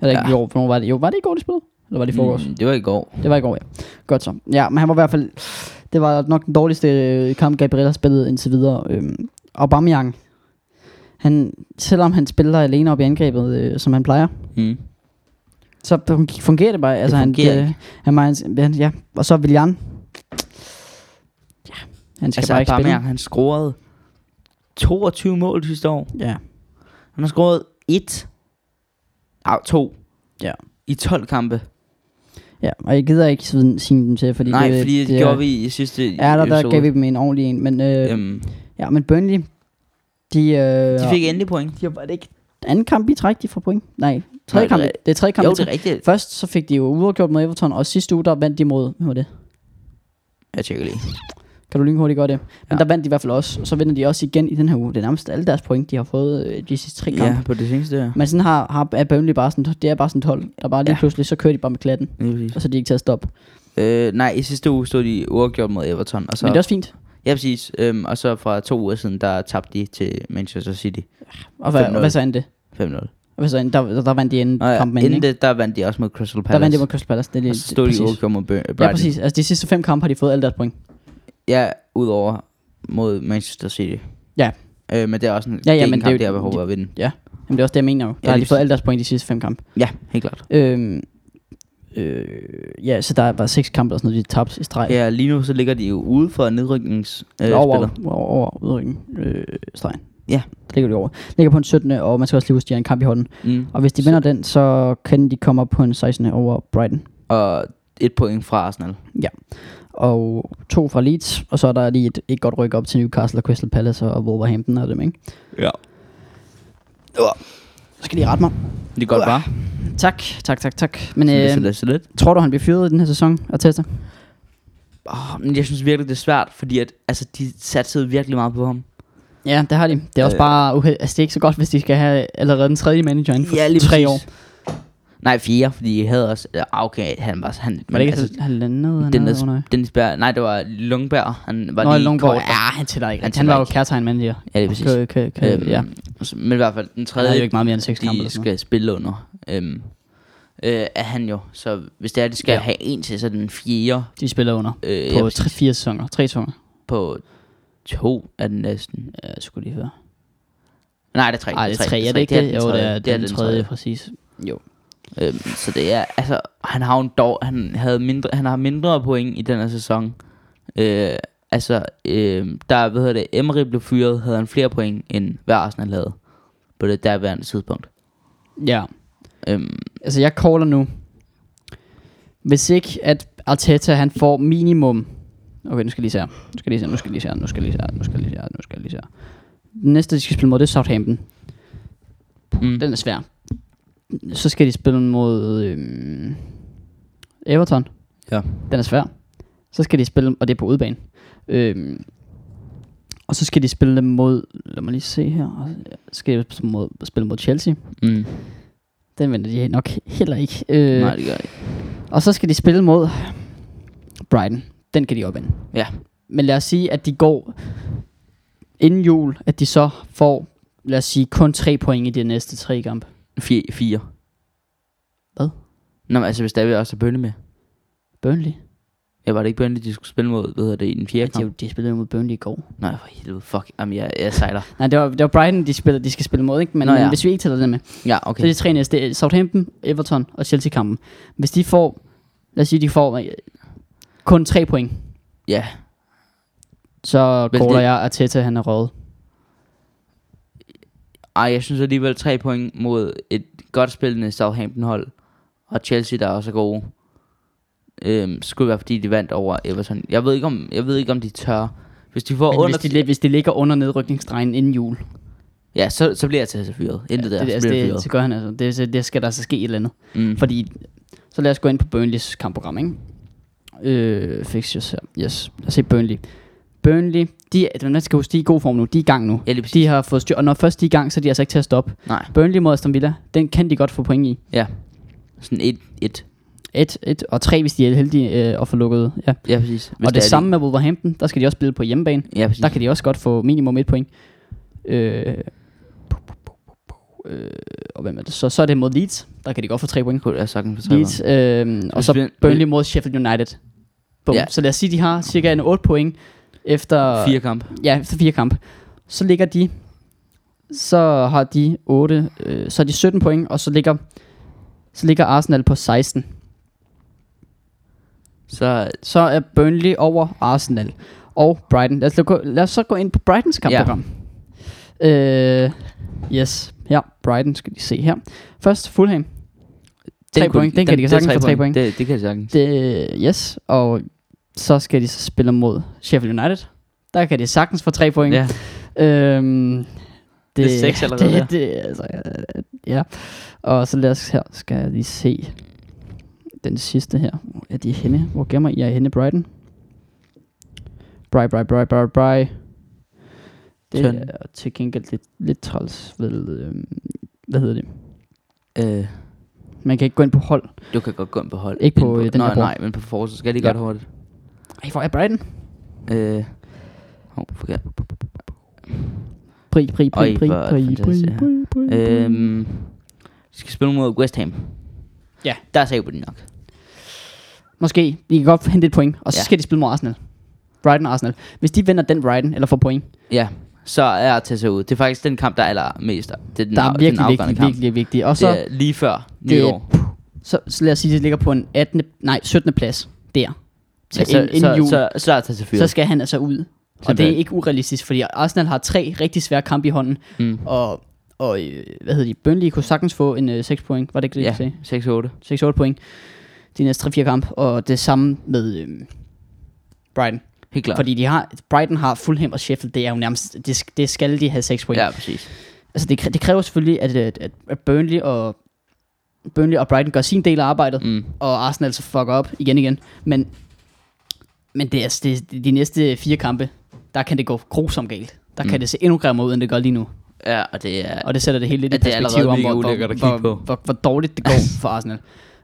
Speaker 1: Eller ikke
Speaker 2: Ja.
Speaker 1: i går, hvornår var det? Jo, var det i går, de spillede? Eller var det i forgårs? Mm.
Speaker 2: det var i går.
Speaker 1: Det var i går, ja. Godt så. Ja, men han var i hvert fald... Det var nok den dårligste øh, kamp, Gabriel har spillet indtil videre. Øhm, Aubameyang, han, selvom han spiller alene op i angrebet, øh, som han plejer,
Speaker 2: Mm.
Speaker 1: så fun- fungerer det bare. Altså,
Speaker 2: fungerer
Speaker 1: han, øh,
Speaker 2: ikke.
Speaker 1: han, var- han, ja. Og så Willian. Ja, han skal
Speaker 2: Altså,
Speaker 1: bare ikke spille.
Speaker 2: Aubameyang, han scorede 22 mål sidste år.
Speaker 1: Ja,
Speaker 2: Han har scoret 1, nej, 2
Speaker 1: ja.
Speaker 2: i 12 kampe.
Speaker 1: Ja, og jeg gider ikke sådan sige dem til, fordi
Speaker 2: Nej,
Speaker 1: det,
Speaker 2: fordi det,
Speaker 1: det
Speaker 2: gjorde vi i sidste
Speaker 1: Ja, der, der
Speaker 2: episode.
Speaker 1: gav vi dem en ordentlig en, men, øh,
Speaker 2: Øhm,
Speaker 1: ja, men Burnley, de, øh,
Speaker 2: de fik endelig point.
Speaker 1: de var det ikke anden kamp i træk, de får point? Nej,
Speaker 2: det
Speaker 1: tredje
Speaker 2: er
Speaker 1: kamp, i-
Speaker 2: rigtigt.
Speaker 1: det er tredje kamp
Speaker 2: Jo,
Speaker 1: i
Speaker 2: det er
Speaker 1: træk.
Speaker 2: rigtigt.
Speaker 1: Først så fik de jo uafgjort mod Everton, og sidste uge der vandt de mod, hvad var det?
Speaker 2: Jeg tjekker lige.
Speaker 1: Kan du lynhurtigt gøre det? Men
Speaker 2: Ja.
Speaker 1: der vandt de i hvert fald også, og så vinder de også igen i den her uge. Det er nærmest alle deres point, de har fået øh, de sidste tre kampe.
Speaker 2: Ja, på det seneste her.
Speaker 1: Men sådan har, har er Burnley bare sådan, det er bare sådan et hold, der bare lige
Speaker 2: Ja.
Speaker 1: pludselig, så kører de bare med klatten,
Speaker 2: Lige præcis.
Speaker 1: og så er de ikke til at stoppe.
Speaker 2: Øh, nej, i sidste uge stod de uafgjort mod Everton. Og så,
Speaker 1: Men det er også fint.
Speaker 2: Ja, præcis. Øhm, og så fra to uger siden, der tabte de til Manchester City
Speaker 1: Og hvad,
Speaker 2: 5-0.
Speaker 1: og hvad så endte det?
Speaker 2: 5-0.
Speaker 1: Og Hvad så endte, der, der, der vandt de inden
Speaker 2: Og ja,
Speaker 1: kampen
Speaker 2: inden
Speaker 1: inden,
Speaker 2: det, der vandt de også mod Crystal Palace.
Speaker 1: Der vandt de mod Crystal Palace. Det er lige,
Speaker 2: Og så stod
Speaker 1: præcis.
Speaker 2: de uafgjort mod Bur- Brighton.
Speaker 1: Ja, præcis. Altså de sidste fem kampe har de fået alle deres point.
Speaker 2: Ja, udover mod Manchester City.
Speaker 1: Ja,
Speaker 2: Øh, men det er også en,
Speaker 1: Ja, ja,
Speaker 2: det er
Speaker 1: men
Speaker 2: en
Speaker 1: det er
Speaker 2: kamp,
Speaker 1: jo-
Speaker 2: det, jeg behov
Speaker 1: de-
Speaker 2: for at vinde.
Speaker 1: ja. Jamen, det er også det, jeg mener jo. Der
Speaker 2: Ja,
Speaker 1: har de
Speaker 2: lige
Speaker 1: fået
Speaker 2: præcis.
Speaker 1: alle deres point i de sidste fem kampe.
Speaker 2: Ja, helt klart.
Speaker 1: Øhm, øh, ja, så der var seks kampe og sådan noget, de tabte i streg.
Speaker 2: Ja, lige nu så ligger de jo ude for nedrykningsspillet.
Speaker 1: Eller
Speaker 2: Øh,
Speaker 1: over,
Speaker 2: over.
Speaker 1: over, over udrykningen. Øh, stregen.
Speaker 2: Ja.
Speaker 1: Der ligger de over. Ligger på en 17. og man skal også lige huske, de har en kamp i hånden.
Speaker 2: Mm.
Speaker 1: Og hvis de vinder den, så kan de komme op på en 16. over Brighton.
Speaker 2: Og et point fra Arsenal.
Speaker 1: Ja. Og to fra Leeds, og så er der lige et, et godt ryk op til Newcastle og Crystal Palace og Wolverhampton og dem, ikke?
Speaker 2: Ja.
Speaker 1: Så skal de rette mig.
Speaker 2: Det er godt bare.
Speaker 1: Tak, tak, tak, tak. Men
Speaker 2: Øh, så
Speaker 1: øh,
Speaker 2: lidt, så lidt.
Speaker 1: tror du, han bliver fyret i den her sæson, Arteta?
Speaker 2: Oh, men jeg synes virkelig, det er svært, fordi at, altså, de satsede virkelig meget på ham.
Speaker 1: Ja, det har de. Det er også øh, bare uheld. Altså, det er ikke så godt, hvis de skal have allerede den tredje manager inden for
Speaker 2: Ja, lige
Speaker 1: tre
Speaker 2: præcis.
Speaker 1: år.
Speaker 2: Nej, fire, fordi jeg havde også... Ah, okay, han var... Han,
Speaker 1: Var det ikke altså, halvandet? Han
Speaker 2: den
Speaker 1: havde under?
Speaker 2: der, Dennis Berg, nej, det var Lundberg. Han var
Speaker 1: Nå,
Speaker 2: lige
Speaker 1: Lundgaard.
Speaker 2: kort-
Speaker 1: Ja, han tæller ikke.
Speaker 2: Han
Speaker 1: Han, han
Speaker 2: tæller
Speaker 1: var jo
Speaker 2: ikke.
Speaker 1: kærtegn manager.
Speaker 2: Ja, det er præcis.
Speaker 1: Kan, kan, kan, øhm,
Speaker 2: Øhm,
Speaker 1: ja.
Speaker 2: Men i hvert fald, den
Speaker 1: Han
Speaker 2: tredje...
Speaker 1: havde jo ikke meget mere end seks kampe.
Speaker 2: de
Speaker 1: Eller sådan noget.
Speaker 2: skal spille under. Øhm, øh, er han jo. Så hvis det er, de skal
Speaker 1: Ja.
Speaker 2: ja. have en til, så er den fjerde
Speaker 1: De spiller under
Speaker 2: Øh, ja,
Speaker 1: øh, på
Speaker 2: præcis.
Speaker 1: tre, fire sæsoner. Tre sæsoner.
Speaker 2: på to er den næsten. øh,
Speaker 1: Ja, skulle lige høre.
Speaker 2: Nej, det er tre.
Speaker 1: Ej, det er tre, er det ikke det? Jo, det er, det er den tredje, præcis. Jo.
Speaker 2: Øhm, så det er, altså, han har jo en dog, han, havde mindre, han har mindre point i den her sæson. Øh, altså, øh, der, hvad hedder det, Emery blev fyret, havde han flere point, end hvad Arsenal havde på det derværende tidspunkt.
Speaker 1: Ja.
Speaker 2: Øhm,
Speaker 1: Altså, jeg caller nu. Hvis ikke, at Arteta, han får minimum... Okay, nu skal jeg lige se her. Nu skal jeg lige se her. Nu skal jeg lige se her. Nu skal jeg lige se her. Nu skal jeg lige se her. Nu skal jeg lige se her. Den næste, de skal spille mod, det er Southampton.
Speaker 2: mm,
Speaker 1: Den er svær. Så skal de spille mod øhm, Everton.
Speaker 2: ja.
Speaker 1: Den er svær. Så skal de spille, og det er på udebane. Øhm, og så skal de spille mod, lad mig lige se her, Og så skal de spille mod, spille mod Chelsea.
Speaker 2: Mm,
Speaker 1: Den vender de nok heller ikke. Øh,
Speaker 2: nej, det gør jeg ikke.
Speaker 1: og så skal de spille mod Brighton. Den kan de opvinde.
Speaker 2: Ja,
Speaker 1: Men lad os sige, at de går inden jul, at de så får, lad os sige, kun tre point i de næste tre kampe.
Speaker 2: fire. fire.
Speaker 1: Hvad?
Speaker 2: Nå, men altså, hvis der er vi også bønne med.
Speaker 1: Burnley?
Speaker 2: Jeg var det ikke bønne, de skulle spille mod, hvad hedder det, i den
Speaker 1: Ja,
Speaker 2: fjerde
Speaker 1: de,
Speaker 2: kamp?
Speaker 1: de spillede jo mod Burnley i går.
Speaker 2: Nej, for helvede, fuck. Jamen, jeg, jeg sejler.
Speaker 1: Nej, det var, det var Brighton, de, spiller, de skal spille mod, ikke? Men,
Speaker 2: Nå,
Speaker 1: Nå, ja. men
Speaker 2: ja.
Speaker 1: hvis vi ikke tæller den med,
Speaker 2: Ja,
Speaker 1: så er
Speaker 2: okay.
Speaker 1: de tre næste, det er Southampton, Everton og Chelsea-kampen. Hvis de får, lad os sige, de får øh, kun tre point,
Speaker 2: Ja,
Speaker 1: så
Speaker 2: Hvis
Speaker 1: caller
Speaker 2: det-
Speaker 1: jeg Arteta, han er røget.
Speaker 2: Ej, jeg synes alligevel tre point mod et godt spillende Southampton-hold og Chelsea, der er også er gode. Øhm, skulle være fordi de vandt over Everton. Jeg ved ikke om, jeg ved ikke om de tør. Hvis de får
Speaker 1: Men
Speaker 2: under...
Speaker 1: hvis, de, lig- hvis de ligger under nedrykningsstregen inden jul,
Speaker 2: Ja, så, så bliver jeg til at fyret. Intet ja, der,
Speaker 1: det,
Speaker 2: det, så
Speaker 1: altså,
Speaker 2: bliver jeg
Speaker 1: det,
Speaker 2: fyret.
Speaker 1: så gør han altså. Det, det- det skal der så ske et eller andet.
Speaker 2: Mm.
Speaker 1: Fordi, så lad os gå ind på Burnleys kampprogram, ikke? Øh, fixtures her. Yes, lad os se Burnley. Burnley, de, er- man skal huske, de er i god form nu. De er i gang nu.
Speaker 2: Ja, lige præcis.
Speaker 1: de har fået styr, og når først de er i gang, så er de altså ikke til at stoppe.
Speaker 2: Nej,
Speaker 1: Burnley mod Aston Villa, den kan de godt få point i.
Speaker 2: ja. Sådan et, et.
Speaker 1: Et, et og tre, hvis de er heldige øh, og får lukket. Ja.
Speaker 2: Ja, præcis. Hvis
Speaker 1: og det,
Speaker 2: er
Speaker 1: det samme med Wolverhampton, der skal de også spille på hjemmebane.
Speaker 2: Ja, præcis.
Speaker 1: Der kan de også godt få minimum et point. Øh, øh, og hvem er det? Så, så er det mod Leeds. Der kan de godt få tre point.
Speaker 2: kunne jeg sagtens fortælle
Speaker 1: Leeds, øh, og
Speaker 2: Hvis
Speaker 1: så
Speaker 2: vi-
Speaker 1: Burnley mod Sheffield United. Bum.
Speaker 2: Ja.
Speaker 1: Ja. Så lad os sige, de har cirka en 8 point efter
Speaker 2: Fire kamp.
Speaker 1: ja, efter fire kamp. Så ligger de, så har de 8, øh, så har de 17 point, og så ligger, så ligger Arsenal på 16.
Speaker 2: Så
Speaker 1: Så er Burnley over Arsenal og Brighton. Lad os, gå, lad os så gå ind på Brightons kampprogram. Ja. Øh, yes, ja, Brighton skal de se her. Først Fulham. Tre
Speaker 2: kunne
Speaker 1: point, den kan de
Speaker 2: det er
Speaker 1: sagtens få tre point.
Speaker 2: Det, det kan de sagtens.
Speaker 1: Det, yes, og så skal de så spille mod Sheffield United. Der kan de sagtens få tre point.
Speaker 2: Ja,
Speaker 1: Øhm, det,
Speaker 2: Det er seks allerede,
Speaker 1: Det, det, altså, øh, ja. Og så lad os her, skal jeg lige se den sidste her. Hvor er de henne? Hvor gemmer I jer henne, Brighton? Bri, bri, bri, bri, bri. Det
Speaker 2: Tynd.
Speaker 1: er til gengæld lidt, lidt træls ved, øhm, hvad hedder det?
Speaker 2: øh,
Speaker 1: Man kan ikke gå ind på hold.
Speaker 2: du kan godt gå ind på hold.
Speaker 1: Ikke på,
Speaker 2: Ind
Speaker 1: øh, den
Speaker 2: nej,
Speaker 1: her bord.
Speaker 2: nej, men på forsvar skal de
Speaker 1: Ja.
Speaker 2: godt hurtigt.
Speaker 1: Ej, hvor er Brighton?
Speaker 2: Øh, oh, forkert.
Speaker 1: Pri, pri,
Speaker 2: Oj,
Speaker 1: pri, pri,
Speaker 2: hvor er det
Speaker 1: pri, pri,
Speaker 2: fantastisk, ja.
Speaker 1: pri, pri, pri.
Speaker 2: Øhm, de skal spille mod West Ham.
Speaker 1: Ja.
Speaker 2: Der sagde de nok.
Speaker 1: Måske. De kan godt hente et point. Og så
Speaker 2: Ja.
Speaker 1: ja. skal de spille mod Arsenal. Brighton og Arsenal. Hvis de vinder den Brighton, eller får point,
Speaker 2: Ja, så er Tessa ude. Det er faktisk den kamp, der er allermest. Det er den,
Speaker 1: der
Speaker 2: af-
Speaker 1: er
Speaker 2: den
Speaker 1: virkelig,
Speaker 2: afgørende
Speaker 1: virkelig,
Speaker 2: kamp.
Speaker 1: virkelig, virkelig. Og
Speaker 2: Så,
Speaker 1: så,
Speaker 2: det er lige før
Speaker 1: det,
Speaker 2: nytår.
Speaker 1: så, så lad os sige, at det ligger på en 18. Nej, 17. plads. Der. Til ja,
Speaker 2: så,
Speaker 1: inden,
Speaker 2: så,
Speaker 1: inden jul.
Speaker 2: så,
Speaker 1: Så,
Speaker 2: så er Tessa fyret.
Speaker 1: så skal han altså ud. Og det er
Speaker 2: Simpelthen.
Speaker 1: ikke urealistisk, fordi Arsenal har tre rigtig svære kampe i hånden.
Speaker 2: Mm.
Speaker 1: Og, og øh, hvad hedder de? Burnley kunne sagtens få en øh, 6 point. Var det ikke det,
Speaker 2: ja,
Speaker 1: ja. sagde?
Speaker 2: 6-8.
Speaker 1: 6-8 point. De næste 3-4 kampe. Og det samme med øh, Brighton.
Speaker 2: Helt klart.
Speaker 1: Fordi de har, Brighton har Fulham og Sheffield, det er jo nærmest, det, sk- det skal de have 6 point.
Speaker 2: Ja,
Speaker 1: Ja.
Speaker 2: præcis.
Speaker 1: Altså det, kræ- det kræver selvfølgelig, at, øh, at, at- at Burnley og Burnley og Brighton gør sin del af arbejdet, mm.
Speaker 2: Mm.
Speaker 1: og Arsenal så fucker op igen igen. Men, men det er, altså- det, det- de næste fire kampe, der kan det gå grusomt galt. Der
Speaker 2: Mm.
Speaker 1: kan det se endnu grimmere ud, end det gør lige nu.
Speaker 2: Ja, og det er...
Speaker 1: Og det sætter det hele lidt i
Speaker 2: Ja, det er
Speaker 1: perspektiv
Speaker 2: allerede
Speaker 1: om,
Speaker 2: mega
Speaker 1: hvor, hvor,
Speaker 2: ulækkert at
Speaker 1: hvor,
Speaker 2: kigge på.
Speaker 1: hvor, hvor, hvor dårligt det går for Arsenal.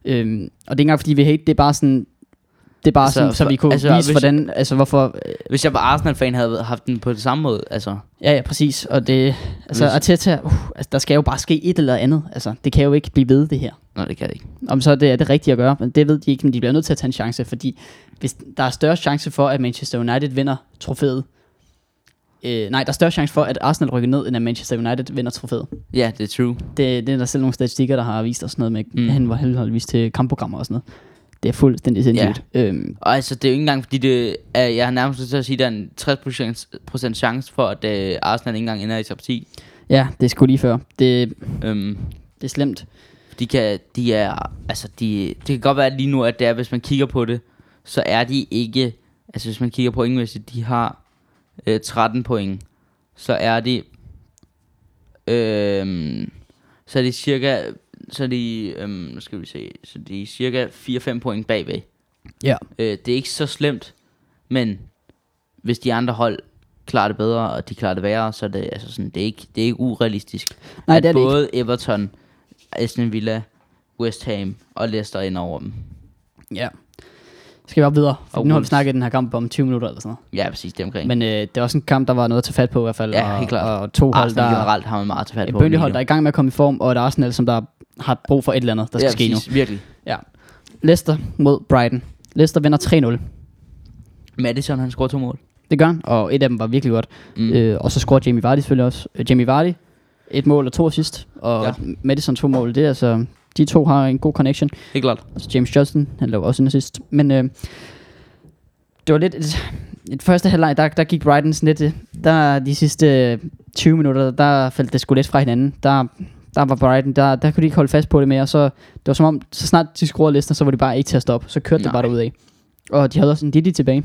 Speaker 1: Øhm, og det er ikke engang, fordi vi hate, det er bare sådan... Det er bare
Speaker 2: Altså,
Speaker 1: altså, sådan, så
Speaker 2: for-
Speaker 1: vi kunne
Speaker 2: altså,
Speaker 1: altså, vise,
Speaker 2: hvis-
Speaker 1: hvordan, altså, hvorfor
Speaker 2: Hvis jeg var Arsenal-fan, havde jeg haft den på det samme måde. Altså,
Speaker 1: Ja, ja, præcis. Og det, altså,
Speaker 2: Hvis-
Speaker 1: Arteta, uh, altså, der skal jo bare ske et eller andet. Altså, det kan jo ikke blive ved, det her.
Speaker 2: nej, det kan jeg ikke.
Speaker 1: Om så det er det rigtige at gøre, men det ved de ikke, men de bliver nødt til at tage en chance, fordi hvis der er større chance for, at Manchester United vinder trofæet, øh, nej, der er større chance for, at Arsenal rykker ned, end at Manchester United vinder trofæet.
Speaker 2: Ja, det er true.
Speaker 1: Det, det er der selv nogle statistikker, der har vist os noget med,
Speaker 2: Mm.
Speaker 1: mm. han var henholdsvis til kampprogrammer og sådan noget. Det er fuldstændig sindssygt. Yeah. Øhm,
Speaker 2: Og altså, det er jo ikke engang, fordi det er, jeg har nærmest lyst til at sige, at der er en 60% chance for, at øh, Arsenal ikke engang ender i top 10.
Speaker 1: ja, det er sgu lige før. Det,
Speaker 2: Øhm,
Speaker 1: det er slemt.
Speaker 2: de kan, de er, altså, de, det kan godt være lige nu, at det er, hvis man kigger på det, så er de ikke, altså hvis man kigger på pointmæssigt, de har øh, 13 point, så er de, øh, så er de cirka, så er de, øh, nu skal vi se, så de er cirka 4-5 point bagved.
Speaker 1: Ja.
Speaker 2: Øh, det er ikke så slemt, men hvis de andre hold klarer det bedre, og de klarer det værre, så er det, altså sådan, det, er ikke, det er ikke urealistisk.
Speaker 1: Nej,
Speaker 2: at
Speaker 1: det er det ikke.
Speaker 2: både Everton, Aston Villa, West Ham og Leicester ind over dem.
Speaker 1: Ja. Skal vi op videre? For
Speaker 2: Og
Speaker 1: nu har vi
Speaker 2: Wolves.
Speaker 1: snakket den her kamp om 20 minutter eller sådan noget.
Speaker 2: Ja, præcis det omkring. Men,
Speaker 1: Men øh, det er også en kamp, der var noget at tage fat på i hvert fald.
Speaker 2: ja,
Speaker 1: og,
Speaker 2: helt klart.
Speaker 1: Og to hold,
Speaker 2: Arsenal
Speaker 1: der,
Speaker 2: generelt har man meget til fat
Speaker 1: et
Speaker 2: på.
Speaker 1: bølgehold, der er i gang med at komme i form, og et Arsenal, som der har brug for et eller andet, der skal ske nu.
Speaker 2: Virkelig.
Speaker 1: Ja. Leicester mod Brighton. Leicester vinder 3-0.
Speaker 2: Madison, han scorer to mål.
Speaker 1: Det gør han, og et af dem var virkelig godt.
Speaker 2: Mm.
Speaker 1: Mm. Øh, og så scorer Jamie Vardy selvfølgelig også. Øh, Jamie Vardy, et mål og to assist, og
Speaker 2: Ja.
Speaker 1: ja. Madison to mål. Det er altså, de to har en god connection.
Speaker 2: Helt klart.
Speaker 1: Altså James Justin, han lavede også en assist. Men øh, det var lidt... Et, et første halvleg, der, der gik Brighton sådan lidt... øh, Der de sidste øh, 20 minutter, der faldt det sgu lidt fra hinanden. Der, der var Brighton, der, der kunne de ikke holde fast på det mere. Så det var som om, så snart de scorede listen, så var de bare ikke til at stoppe. Så kørte det
Speaker 2: Nej.
Speaker 1: bare derudad. Og de havde også en Didi tilbage.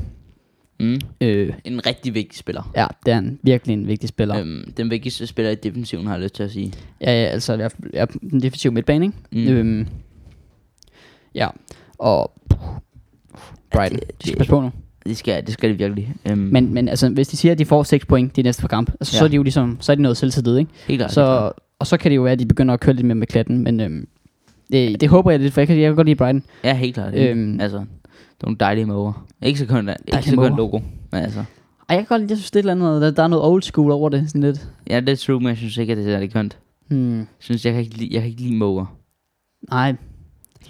Speaker 2: Mm.
Speaker 1: Øh,
Speaker 2: En rigtig vigtig spiller.
Speaker 1: ja, det er en, virkelig en vigtig spiller. Øhm.
Speaker 2: Øhm, den vigtigste spiller i defensiven, har jeg lyst til at sige.
Speaker 1: Ja, ja, altså jeg, jeg, den defensive midtbane, ikke?
Speaker 2: Mm.
Speaker 1: Øhm, ja, og Brighton,
Speaker 2: det-
Speaker 1: de skal
Speaker 2: det-
Speaker 1: passe på nu.
Speaker 2: Det skal det, skal det virkelig. Øhm,
Speaker 1: Men, men altså, hvis de siger, at de får 6 point de næste par kampe, altså, ja. så
Speaker 2: Ja.
Speaker 1: er de jo ligesom, så er de noget selvtillid, ikke?
Speaker 2: helt klart, helt klart.
Speaker 1: Så, og så kan det jo være, at de begynder at køre lidt mere med klatten, men øhm, det, det håber jeg lidt, for jeg kan, jeg kan godt lide Brighton.
Speaker 2: Ja, helt klart. Øhm,
Speaker 1: Øhm.
Speaker 2: altså, det er nogle dejlige måger. Ikke så kønt, ikke
Speaker 1: Dejlige
Speaker 2: så kønt
Speaker 1: måger.
Speaker 2: logo. Men altså,
Speaker 1: Ej, jeg kan godt lide, jeg synes, det er et eller andet, der, der er noget old school over det, sådan lidt.
Speaker 2: ja, det er true, men jeg synes ikke, at det er det kønt.
Speaker 1: Hmm,
Speaker 2: Jeg synes, jeg kan ikke lide, jeg kan ikke lide måger.
Speaker 1: nej,
Speaker 2: De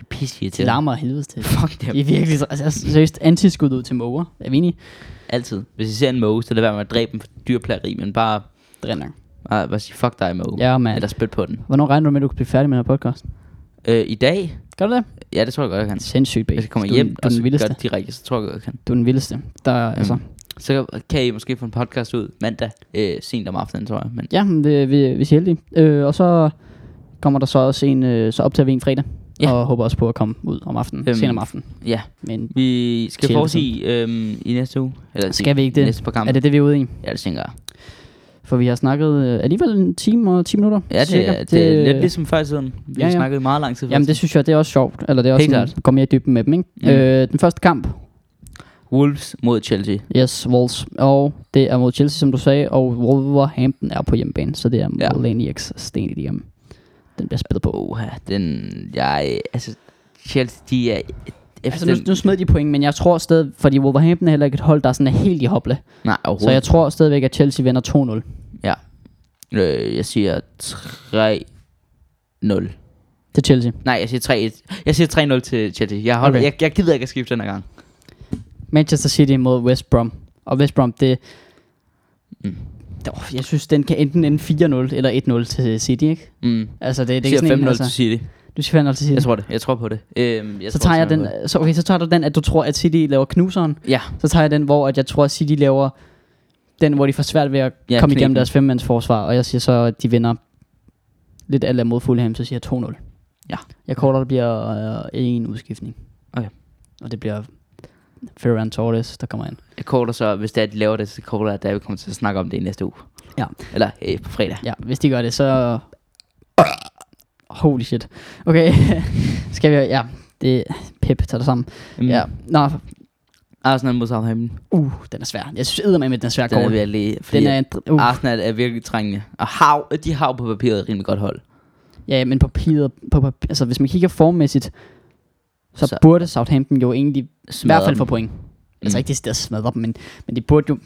Speaker 2: er pisse
Speaker 1: de larmer af helvedes til.
Speaker 2: Fuck
Speaker 1: De
Speaker 2: dem.
Speaker 1: er virkelig, så- altså, jeg er seriøst antiskud ud til måger. Er vi enige?
Speaker 2: Altid. Hvis I ser en måge, så lad være med at dræbe dem for dyrplageri, men bare,
Speaker 1: Drenner.
Speaker 2: bare, bare sige, fuck dig, måge.
Speaker 1: Ja, mand.
Speaker 2: Eller spyt på den.
Speaker 1: Hvornår regner du med, at du kan blive færdig med den her podcast?
Speaker 2: Øh, I dag?
Speaker 1: Gør du det?
Speaker 2: Ja, det tror jeg godt, jeg kan.
Speaker 1: Sindssygt, baby.
Speaker 2: Hvis jeg kommer
Speaker 1: du, er-
Speaker 2: hjem,
Speaker 1: du er
Speaker 2: og så
Speaker 1: den
Speaker 2: gør
Speaker 1: vildeste.
Speaker 2: det direkte, så tror jeg godt, jeg kan.
Speaker 1: Du er den vildeste. Der, er, altså,
Speaker 2: Så kan I måske få en podcast ud mandag, øh, sent om aftenen, tror jeg. Men
Speaker 1: ja, men det, vi, hvis I er heldige. Øh, og så kommer der så også en, øh, så optager vi en fredag.
Speaker 2: Ja.
Speaker 1: Ja. Og håber også på at komme ud om aftenen,
Speaker 2: Øhm.
Speaker 1: øhm. senere om aftenen.
Speaker 2: ja,
Speaker 1: Men
Speaker 2: vi skal
Speaker 1: Til
Speaker 2: forudsige øhm, i næste uge. Eller
Speaker 1: skal vi ikke
Speaker 2: i
Speaker 1: det?
Speaker 2: Næste program.
Speaker 1: Er det det, vi er ude i?
Speaker 2: Ja, det tænker jeg.
Speaker 1: For vi har snakket øh, alligevel en time og 10 minutter.
Speaker 2: Ja, det,
Speaker 1: cirka.
Speaker 2: det, det er lidt ligesom før i tiden. Vi ja,
Speaker 1: Ja,
Speaker 2: ja.
Speaker 1: ja.
Speaker 2: snakkede meget lang tid. før i
Speaker 1: Jamen det
Speaker 2: tiden.
Speaker 1: synes jeg, det er også sjovt. Eller det er også
Speaker 2: Helt
Speaker 1: sådan, gå mere i dybden med dem, ikke?
Speaker 2: Mm.
Speaker 1: Mm. Øh, den første kamp,
Speaker 2: Wolves mod Chelsea.
Speaker 1: yes, Wolves. Og det er mod Chelsea, som du sagde. Og Wolverhampton er på hjemmebane, så det er
Speaker 2: Ja.
Speaker 1: ja. Laniaks sten i de hjemme. Den bliver spillet på.
Speaker 2: Oha, den... Jeg... Altså, Chelsea, de er... Efter
Speaker 1: Altså, nu, nu smed de point, men jeg tror stadig, fordi Wolverhampton er heller ikke et hold, der sådan er helt i hople.
Speaker 2: Nej, overhovedet.
Speaker 1: Så jeg tror stadigvæk, at Chelsea vinder 2-0
Speaker 2: Ja. Øh, jeg siger 3-0.
Speaker 1: til Chelsea.
Speaker 2: Nej, jeg siger 3-1. Jeg siger 3-0 til Chelsea. Jeg, holder, okay.
Speaker 1: Okay. Mm.
Speaker 2: jeg, jeg gider ikke at skifte den her gang.
Speaker 1: Manchester City mod West Brom. Og West Brom, det...
Speaker 2: Mm.
Speaker 1: Mm. Jeg synes, den kan enten ende 4-0 eller 1-0 til City, ikke?
Speaker 2: Mm.
Speaker 1: Altså, det, det er
Speaker 2: Jeg
Speaker 1: ikke sådan
Speaker 2: siger 5-0
Speaker 1: en,
Speaker 2: til
Speaker 1: altså.
Speaker 2: City.
Speaker 1: Du siger 5-0 til City.
Speaker 2: Jeg tror det. Jeg tror på det. Øhm, jeg
Speaker 1: så
Speaker 2: tror
Speaker 1: tager jeg
Speaker 2: simpelthen på
Speaker 1: den, så, okay, så tager du den, at du tror, at City laver knuseren.
Speaker 2: det. Ja,
Speaker 1: Så tager jeg den, hvor at jeg tror, at City laver den, hvor de får svært ved at
Speaker 2: Ja,
Speaker 1: ja, komme
Speaker 2: knepen.
Speaker 1: igennem deres femmandsforsvar. Og jeg siger så, at de vinder lidt alt mod Fulham, så siger jeg 2-0.
Speaker 2: Ja.
Speaker 1: Jeg caller, der bliver øh, en udskiftning.
Speaker 2: Okay.
Speaker 1: Og det bliver Ferran Torres, der kommer ind.
Speaker 2: jeg korter så, hvis det er, at de laver det, så korter jeg, at vi kommer til at snakke om det i næste uge.
Speaker 1: Ja.
Speaker 2: Eller øh, på fredag.
Speaker 1: Ja, hvis de gør det, så... Holy shit. Okay, skal vi... Ja, det Pep tager det sammen.
Speaker 2: Mm.
Speaker 1: Ja, nå,
Speaker 2: Arsenal mod Southampton.
Speaker 1: uh, den er svær. Jeg synes eddermame, at den er svær
Speaker 2: Den er
Speaker 1: kort.
Speaker 2: virkelig...
Speaker 1: Den er en... Uh.
Speaker 2: Arsenal er virkelig trængende. Og hav, de har jo på papiret et rimelig godt hold.
Speaker 1: Ja, men papiret, på papir, altså hvis man kigger formmæssigt, så,
Speaker 2: Så-
Speaker 1: så burde Southampton jo egentlig i
Speaker 2: Smadrer
Speaker 1: hvert fald
Speaker 2: dem.
Speaker 1: få point. Altså
Speaker 2: Mm.
Speaker 1: ikke det der smadrer dem, men, men de burde jo...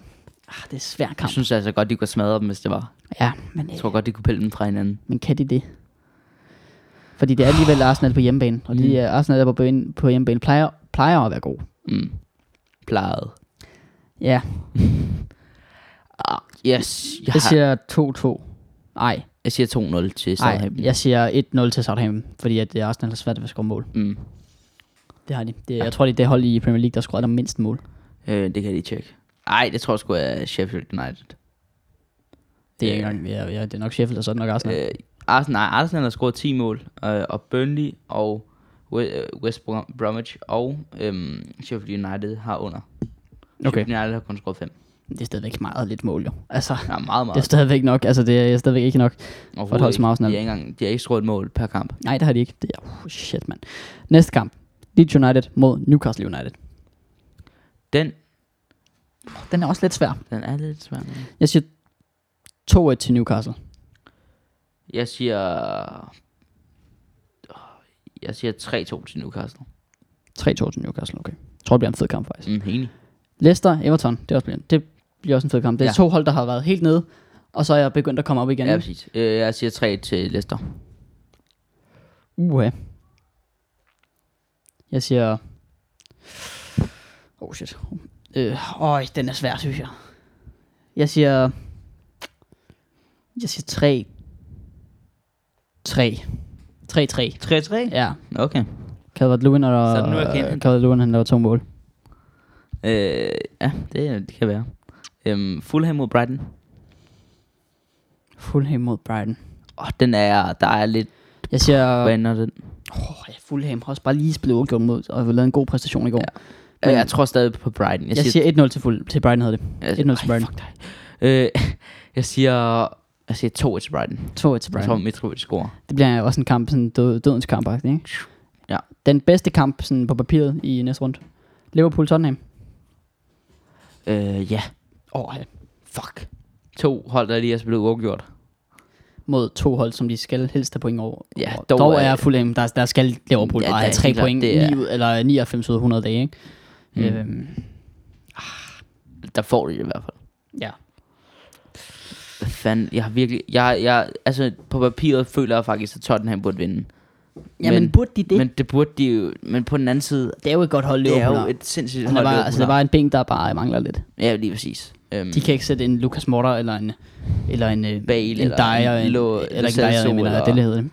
Speaker 1: Ah, det er svær
Speaker 2: Jeg
Speaker 1: kamp.
Speaker 2: synes altså godt, de kunne smadre dem, hvis det var.
Speaker 1: Ja, men,
Speaker 2: Jeg
Speaker 1: øh,
Speaker 2: tror godt, de kunne pille dem fra hinanden.
Speaker 1: men kan de det? Fordi det er alligevel Arsenal på hjemmebane, og de, mm. Arsenal der på, bane, på hjemmebane plejer, plejer at være god.
Speaker 2: Mm. Plejet.
Speaker 1: Ja,
Speaker 2: Yes, jeg,
Speaker 1: jeg
Speaker 2: har,
Speaker 1: siger 2-2. Nej,
Speaker 2: jeg siger 2-0 til
Speaker 1: nej,
Speaker 2: Southampton.
Speaker 1: jeg siger 1-0 til Southampton, fordi at øh, Arsenal har svært ved at score mål.
Speaker 2: Mm.
Speaker 1: Det har de. Det, jeg tror, det er det hold i Premier League, der har scoret der mindst mål.
Speaker 2: Øh, det kan jeg lige tjekke. Ej, det tror jeg sgu er Sheffield United.
Speaker 1: Det er, ikke engang, ja, ja, det er nok Sheffield, og så er det nok Arsenal.
Speaker 2: Øh, Arsenal, nej, Arsenal har scoret 10 mål, øh, og Burnley og We- øh, West Brom- Bromwich og øhm, Sheffield United har under.
Speaker 1: Okay.
Speaker 2: Sheffield United har kun scoret 5.
Speaker 1: det er stadigvæk meget lidt mål, jo. Altså,
Speaker 2: Ja, meget, meget.
Speaker 1: det er stadigvæk nok. Altså, det er stadigvæk ikke nok. For et hold som Arsenal.
Speaker 2: De har ikke, engang, de har ikke scoret et mål per kamp.
Speaker 1: Nej, det har de ikke. Det er, uh, shit, mand. Næste kamp. Leeds United mod Newcastle United.
Speaker 2: Den,
Speaker 1: Den er også lidt svær.
Speaker 2: den er lidt svær. nu.
Speaker 1: Jeg siger 2-1 til Newcastle.
Speaker 2: Jeg siger... øh, Jeg siger 3-2 til Newcastle.
Speaker 1: 3-2 til Newcastle, okay. Jeg tror, det bliver en fed kamp, faktisk.
Speaker 2: Mm, enig.
Speaker 1: Leicester, Everton, det, er også bliver, det bliver også en fed kamp. Det er
Speaker 2: Ja.
Speaker 1: ja. to hold, der har været helt nede, og så er jeg begyndt at komme op igen.
Speaker 2: Ja, præcis. Øh, jeg siger 3 til Leicester.
Speaker 1: Uha. Jeg siger... Oh shit. Øh, øj, den er svær, synes jeg. Jeg siger... Jeg siger 3... 3. 3-3.
Speaker 2: 3-3?
Speaker 1: Ja.
Speaker 2: Okay.
Speaker 1: Calvert Lewin og...
Speaker 2: Så nu er Kane-
Speaker 1: Calvert Lewin, han laver to mål.
Speaker 2: Øh, ja, det, det kan være. Øhm, Fulham mod Brighton.
Speaker 1: Fulham mod Brighton.
Speaker 2: Åh, den er, der er lidt
Speaker 1: Jeg siger,
Speaker 2: Hvad ender den?
Speaker 1: oh, jeg Fulham har også bare lige spillet overgjort mod, og har lavet en god præstation i går. Ja.
Speaker 2: Men, jeg tror stadig på Brighton.
Speaker 1: Jeg, jeg siger 1-0 til, fuld, til Brighton, havde det. 1-0 til
Speaker 2: ej,
Speaker 1: Brighton.
Speaker 2: fuck dig. Øh, jeg siger... Jeg siger 2 til Brighton.
Speaker 1: 2-1 til
Speaker 2: Jeg tror,
Speaker 1: Brighton.
Speaker 2: Mitrovic scorer.
Speaker 1: Det bliver også en kamp, sådan død, dødens kamp, faktisk, ikke?
Speaker 2: Ja.
Speaker 1: Den bedste kamp sådan på papiret i næste runde. Liverpool-Tottenham.
Speaker 2: Øh, ja.
Speaker 1: Åh, ja.
Speaker 2: Fuck. To hold, der lige er spillet uafgjort.
Speaker 1: Mod to hold, som de skal helst have point over.
Speaker 2: Ja,
Speaker 1: dog,
Speaker 2: dog
Speaker 1: dog
Speaker 2: er-
Speaker 1: er Fulham, der, der skal Liverpool
Speaker 2: Ja, der
Speaker 1: ja, bare have
Speaker 2: er
Speaker 1: 3
Speaker 2: helt klart,
Speaker 1: point,
Speaker 2: det er-
Speaker 1: 9 ud, eller 99 ud af 100 dage, ikke? Mm. Øhm,
Speaker 2: Der får de det i hvert fald.
Speaker 1: ja.
Speaker 2: Hvad fanden? Jeg har virkelig... Jeg, jeg, altså, på papiret føler jeg faktisk, at Tottenham burde vinde.
Speaker 1: Jamen, burde de det?
Speaker 2: Men det burde de jo... Men på den anden side...
Speaker 1: Det er jo et godt hold,
Speaker 2: Det er
Speaker 1: Liverpool.
Speaker 2: jo
Speaker 1: har.
Speaker 2: et sindssygt
Speaker 1: Han er
Speaker 2: hold.
Speaker 1: bare, altså, der er
Speaker 2: Liverpool
Speaker 1: bare en bænk, der bare mangler lidt.
Speaker 2: har. Ja, lige præcis. Øhm,
Speaker 1: De kan ikke sætte en Lucas Moura eller en eller en øh,
Speaker 2: Bale
Speaker 1: en
Speaker 2: eller
Speaker 1: Dyer,
Speaker 2: en
Speaker 1: en,
Speaker 2: Lo- Lo
Speaker 1: eller ikke Dyer,
Speaker 2: Celso
Speaker 1: jeg mener,
Speaker 2: eller-
Speaker 1: det hedder det.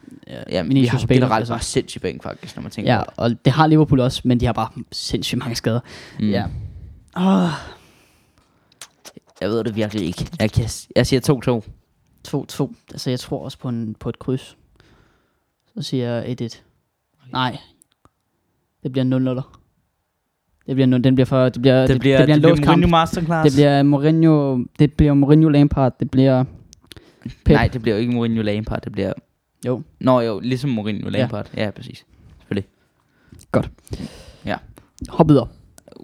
Speaker 2: ja, vi
Speaker 1: Vinicius
Speaker 2: har
Speaker 1: Bale,
Speaker 2: generelt
Speaker 1: altså.
Speaker 2: bare sindssygt bank, faktisk, når man tænker
Speaker 1: Ja,
Speaker 2: på det.
Speaker 1: og det har Liverpool også, men de har bare sindssygt mange skader. Mm. Ja.
Speaker 2: Jeg ved det virkelig ikke. Jeg, kan, jeg siger 2-2.
Speaker 1: 2-2. Altså, jeg tror også på, en, på et kryds. Så siger jeg 1-1. Nej. Det bliver 0 0 Det bliver 0 Den bliver for... Det bliver, det, bliver, det bliver en låst kamp.
Speaker 2: Masterclass.
Speaker 1: Det bliver Mourinho... Det bliver Mourinho Lampard. Det bliver... Pep.
Speaker 2: Nej, det bliver jo ikke Mourinho Lampard, det bliver...
Speaker 1: Jo.
Speaker 2: Nå jo, ligesom Mourinho Lampard. Ja, ja præcis. Selvfølgelig.
Speaker 1: Godt.
Speaker 2: Ja.
Speaker 1: Hop videre.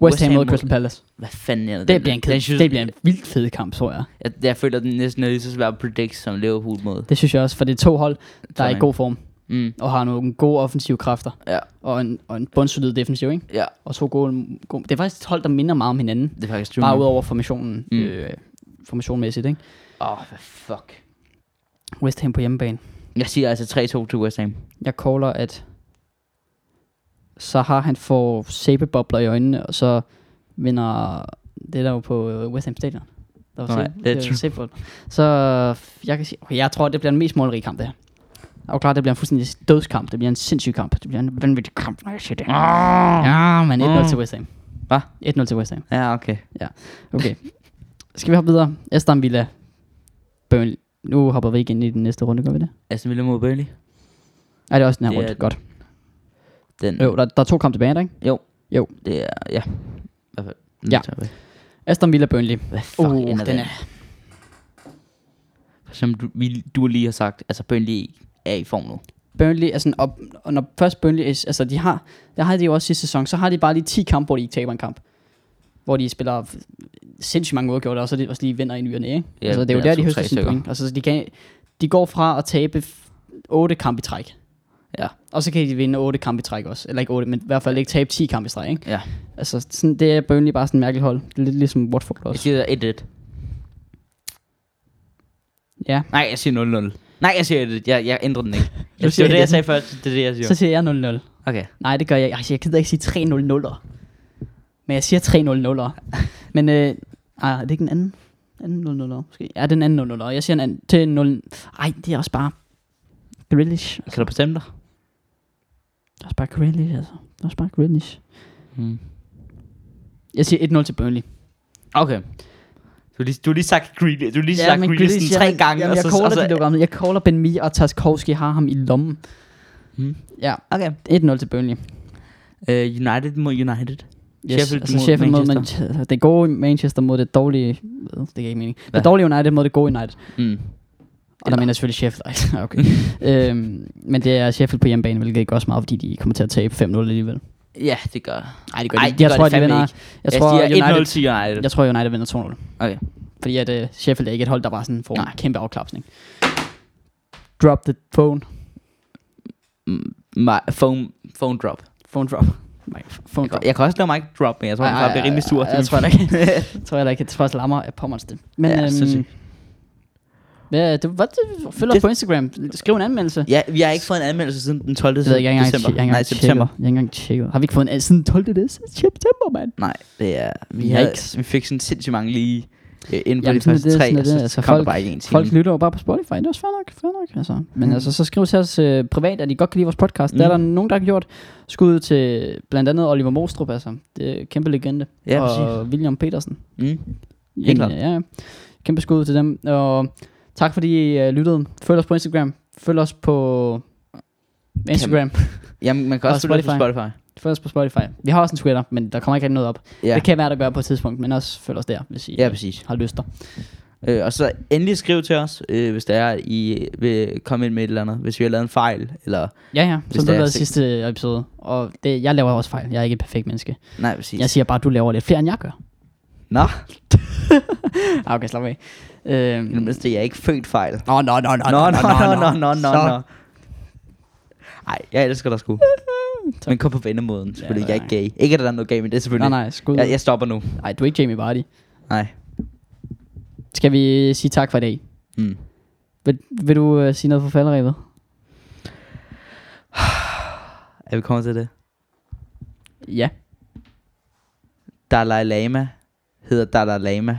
Speaker 1: West Ham mod Crystal Palace.
Speaker 2: Hvad fanden er det?
Speaker 1: Det bliver en,
Speaker 2: Den
Speaker 1: kæde,
Speaker 2: synes-
Speaker 1: det bliver en vildt fed kamp, tror jeg.
Speaker 2: Jeg, jeg føler, den næsten er lige så svær at predict som Liverpool mod.
Speaker 1: Det synes jeg også, for det er to hold, der er i
Speaker 2: Sådan.
Speaker 1: god form.
Speaker 2: Mm.
Speaker 1: Og har nogle gode offensive kræfter.
Speaker 2: Ja.
Speaker 1: Og en, og en bundsolid defensiv, ikke?
Speaker 2: Ja,
Speaker 1: Og to gode, gode... Det er faktisk et hold, der minder meget om hinanden.
Speaker 2: det er faktisk true.
Speaker 1: Bare ud over formationen.
Speaker 2: Mm.
Speaker 1: Mm. Øh, formationmæssigt, ikke?
Speaker 2: Åh, oh, hvad fuck.
Speaker 1: West Ham på hjemmebane.
Speaker 2: Jeg siger altså 3-2 til West Ham.
Speaker 1: Jeg caller, at så har han får sæbebobler i øjnene, og så vinder det der jo på øh, West Ham Stadion. Der var
Speaker 2: Nej,
Speaker 1: sæbe-
Speaker 2: det er
Speaker 1: var
Speaker 2: true.
Speaker 1: sæbebobler. Så øh, jeg, kan sige, okay, jeg tror, det bliver den mest målrige kamp, det her. Og klart, det bliver en fuldstændig dødskamp. Det bliver en sindssyg kamp. Det bliver en vanvittig kamp,
Speaker 2: Ah.
Speaker 1: når jeg siger det. Ja, men 1-0 til West Ham.
Speaker 2: Hva?
Speaker 1: 1-0 til West Ham.
Speaker 2: Ja, okay.
Speaker 1: Okay. Skal vi hoppe videre? Aston Villa. Burnley. Nu hopper vi ikke ind i den næste runde, gør vi det?
Speaker 2: Aston Villa mod Burnley.
Speaker 1: Er det er også den her
Speaker 2: Det er
Speaker 1: runde?
Speaker 2: den.
Speaker 1: Godt.
Speaker 2: Den,
Speaker 1: Jo, der, der er to kampe tilbage, er der ikke?
Speaker 2: jo.
Speaker 1: Jo.
Speaker 2: Det er, ja. I hvert fald.
Speaker 1: Ja. Aston Villa Burnley.
Speaker 2: Hvad fuck
Speaker 1: Uh,
Speaker 2: uh, ender
Speaker 1: den
Speaker 2: den? Er. Som du, vi, du lige har sagt, altså Burnley er i form nu.
Speaker 1: Burnley er sådan op, og når først Burnley, er- altså de har, der har de jo også sidste sæson, så har de bare lige 10 kampe, hvor de ikke taber en kamp. Hvor de spiller f- sindssygt mange uafgjorte, og så de også lige vinder i ny og næ, ikke?
Speaker 2: Ja,
Speaker 1: altså, det er jo
Speaker 2: vinder
Speaker 1: der, de høster
Speaker 2: 2-3
Speaker 1: sine point. Altså, de, kan, de går fra at tabe 8 kampe i træk,
Speaker 2: Ja.
Speaker 1: og så kan de vinde 8 kampe i træk også. Eller ikke 8, men i hvert fald ikke tabe 10 kampe i træk, ikke?
Speaker 2: Ja.
Speaker 1: Altså, sådan, det er Burnley bare sådan en mærkelig hold. Det er lidt ligesom Watford
Speaker 2: Jeg
Speaker 1: også.
Speaker 2: siger 1-1.
Speaker 1: Ja.
Speaker 2: Nej, jeg siger 0-0. Nej, jeg siger 1-1. Jeg, jeg ændrer den ikke.
Speaker 1: Du
Speaker 2: Jeg siger det,
Speaker 1: siger
Speaker 2: jeg
Speaker 1: 1-1.
Speaker 2: sagde først. Det er det, jeg siger.
Speaker 1: Så siger jeg 0-0.
Speaker 2: Okay.
Speaker 1: Nej, det gør jeg ikke. Altså, jeg gider ikke sige 3 0 0 Men jeg siger 3 0 0 Men, øh, ej, er det ikke en anden? Anden 0 0 måske? Ja, den anden 0 0 Jeg siger en anden til 0 Ej, det er også bare Grealish.
Speaker 2: Kan du bestemme dig?
Speaker 1: Det er også bare Grealish, altså. Det er også bare Grealish.
Speaker 2: Mm.
Speaker 1: Jeg siger 1-0 til Burnley.
Speaker 2: Okay. Du har lige, du har lige sagt Grealish. Du har lige sagt Grealish sådan tre
Speaker 1: jamen,
Speaker 2: gange.
Speaker 1: Jamen, jeg,
Speaker 2: og så, altså-
Speaker 1: caller
Speaker 2: og så,
Speaker 1: de programmet. Jeg caller Ben Mi og Tarkovsky har ham i lommen.
Speaker 2: Hmm.
Speaker 1: Ja,
Speaker 2: Okay.
Speaker 1: 1-0 til Burnley.
Speaker 2: Uh, United mod United.
Speaker 1: Yes, Sheffield, altså Sheffield mod Manchester. Det gode Manchester mod det dårlige... Ved, Det giver ikke mening.
Speaker 2: Hvad?
Speaker 1: Det dårlige United mod det gode United.
Speaker 2: Mm.
Speaker 1: Og der mener jeg selvfølgelig Sheffield. Ej, okay. øhm, men det er Sheffield på hjemmebane, hvilket ikke også meget, fordi de kommer til at tabe 5-0 alligevel.
Speaker 2: Ja, det gør Nej, det Altså, gør
Speaker 1: Ej, jeg tror, de vinder. Jeg,
Speaker 2: Jeg,
Speaker 1: tror,
Speaker 2: siger 1-0
Speaker 1: United,
Speaker 2: til United.
Speaker 1: jeg tror, United vinder 2-0.
Speaker 2: Okay.
Speaker 1: Fordi at uh, Sheffield er ikke et hold, der bare sådan får
Speaker 2: Nej.
Speaker 1: en kæmpe afklapsning. Drop the phone.
Speaker 2: My, phone, phone drop.
Speaker 1: Phone drop. Nej, phone
Speaker 2: Jeg,
Speaker 1: drop.
Speaker 2: kan- jeg kan også lave mic drop, men jeg tror,
Speaker 1: Ej,
Speaker 2: han
Speaker 1: ej,
Speaker 2: bare bliver
Speaker 1: ej,
Speaker 2: rimelig sur.
Speaker 1: ej, jeg tror heller ikke. Jeg tror heller ikke, jeg tror også Lammer er påmåns det. Men
Speaker 2: Ja,
Speaker 1: ja, øhm,
Speaker 2: sindssygt.
Speaker 1: ja, det, hvad, det, følg os
Speaker 2: Det-
Speaker 1: på Instagram. Skriv en anmeldelse.
Speaker 2: Ja, vi har ikke fået en anmeldelse siden den 12.
Speaker 1: Det ved jeg ikke, jeg har ikke
Speaker 2: december.
Speaker 1: engang, jeg har ikke
Speaker 2: Nej,
Speaker 1: engang tjekket. Jeg
Speaker 2: september.
Speaker 1: har ikke engang tjekket. Har vi ikke fået en al- siden 12. des- september, mand?
Speaker 2: Nej, det er... Vi, havde,
Speaker 1: Yikes.
Speaker 2: vi fik sådan sindssygt mange lige øh, inden for
Speaker 1: Jamen,
Speaker 2: de
Speaker 1: sådan er
Speaker 2: første
Speaker 1: det,
Speaker 2: tre,
Speaker 1: sådan er
Speaker 2: og så,
Speaker 1: det.
Speaker 2: så
Speaker 1: Altså,
Speaker 2: kom der
Speaker 1: folk-
Speaker 2: bare ikke en time.
Speaker 1: Folk lytter jo bare på Spotify, det er også fair nok, fair nok altså. Men altså, så skriv til os øh, privat, at I godt kan lide vores podcast. Mm. Der er der nogen, der har gjort skud til blandt andet Oliver Mostrup, altså. Det er en kæmpe legende.
Speaker 2: Ja,
Speaker 1: og William Petersen.
Speaker 2: Mm.
Speaker 1: Helt
Speaker 2: klart.
Speaker 1: Ja, ja. Kæmpe skud til dem. Og tak fordi I øh, lyttede. Følg os på Instagram. Følg os på Instagram.
Speaker 2: Jamen, man kan
Speaker 1: Og
Speaker 2: også følge os på
Speaker 1: Spotify.
Speaker 2: Spotify.
Speaker 1: Følg os på Spotify. Vi har også en Twitter, men der kommer ikke rigtig noget op.
Speaker 2: Ja.
Speaker 1: Det kan være, der gør på et tidspunkt, men også følg os der, hvis I
Speaker 2: Ja, præcis.
Speaker 1: har lyster.
Speaker 2: Øh, og så endelig skriv til os, øh, hvis der er, at I vil komme ind med et eller andet. Hvis vi har lavet en fejl, eller...
Speaker 1: Ja, ja,
Speaker 2: Hvis
Speaker 1: som
Speaker 2: det
Speaker 1: du
Speaker 2: er
Speaker 1: lavede
Speaker 2: set.
Speaker 1: sidste episode. Og det, jeg laver også fejl. Jeg er ikke et perfekt menneske.
Speaker 2: Nej, præcis.
Speaker 1: Jeg siger bare, at du laver lidt flere, end jeg gør.
Speaker 2: Nå,
Speaker 1: Ah, okay, slap af. Øhm,
Speaker 2: i det mindste, jeg er ikke født fejl.
Speaker 1: Nå, nå, nå, nå,
Speaker 2: Nå, nå, nå, nå, nå, nå,
Speaker 1: Så-
Speaker 2: nå. Ej, jeg elsker dig sgu. Men kun på vennemåden, selvfølgelig.
Speaker 1: Ja,
Speaker 2: jeg er ikke gay. Ikke at der er noget gay, men det er
Speaker 1: Nej,
Speaker 2: selvfølgelig...
Speaker 1: nej, skud.
Speaker 2: Jeg, jeg stopper nu.
Speaker 1: Nej, du er ikke Jamie Vardy.
Speaker 2: Nej.
Speaker 1: Skal vi sige tak for i dag?
Speaker 2: Mm.
Speaker 1: Vil, vil du øh, sige noget for falderæbet?
Speaker 2: Er vi kommet til det?
Speaker 1: Ja.
Speaker 2: Dalai Lama hedder Dalai Lama,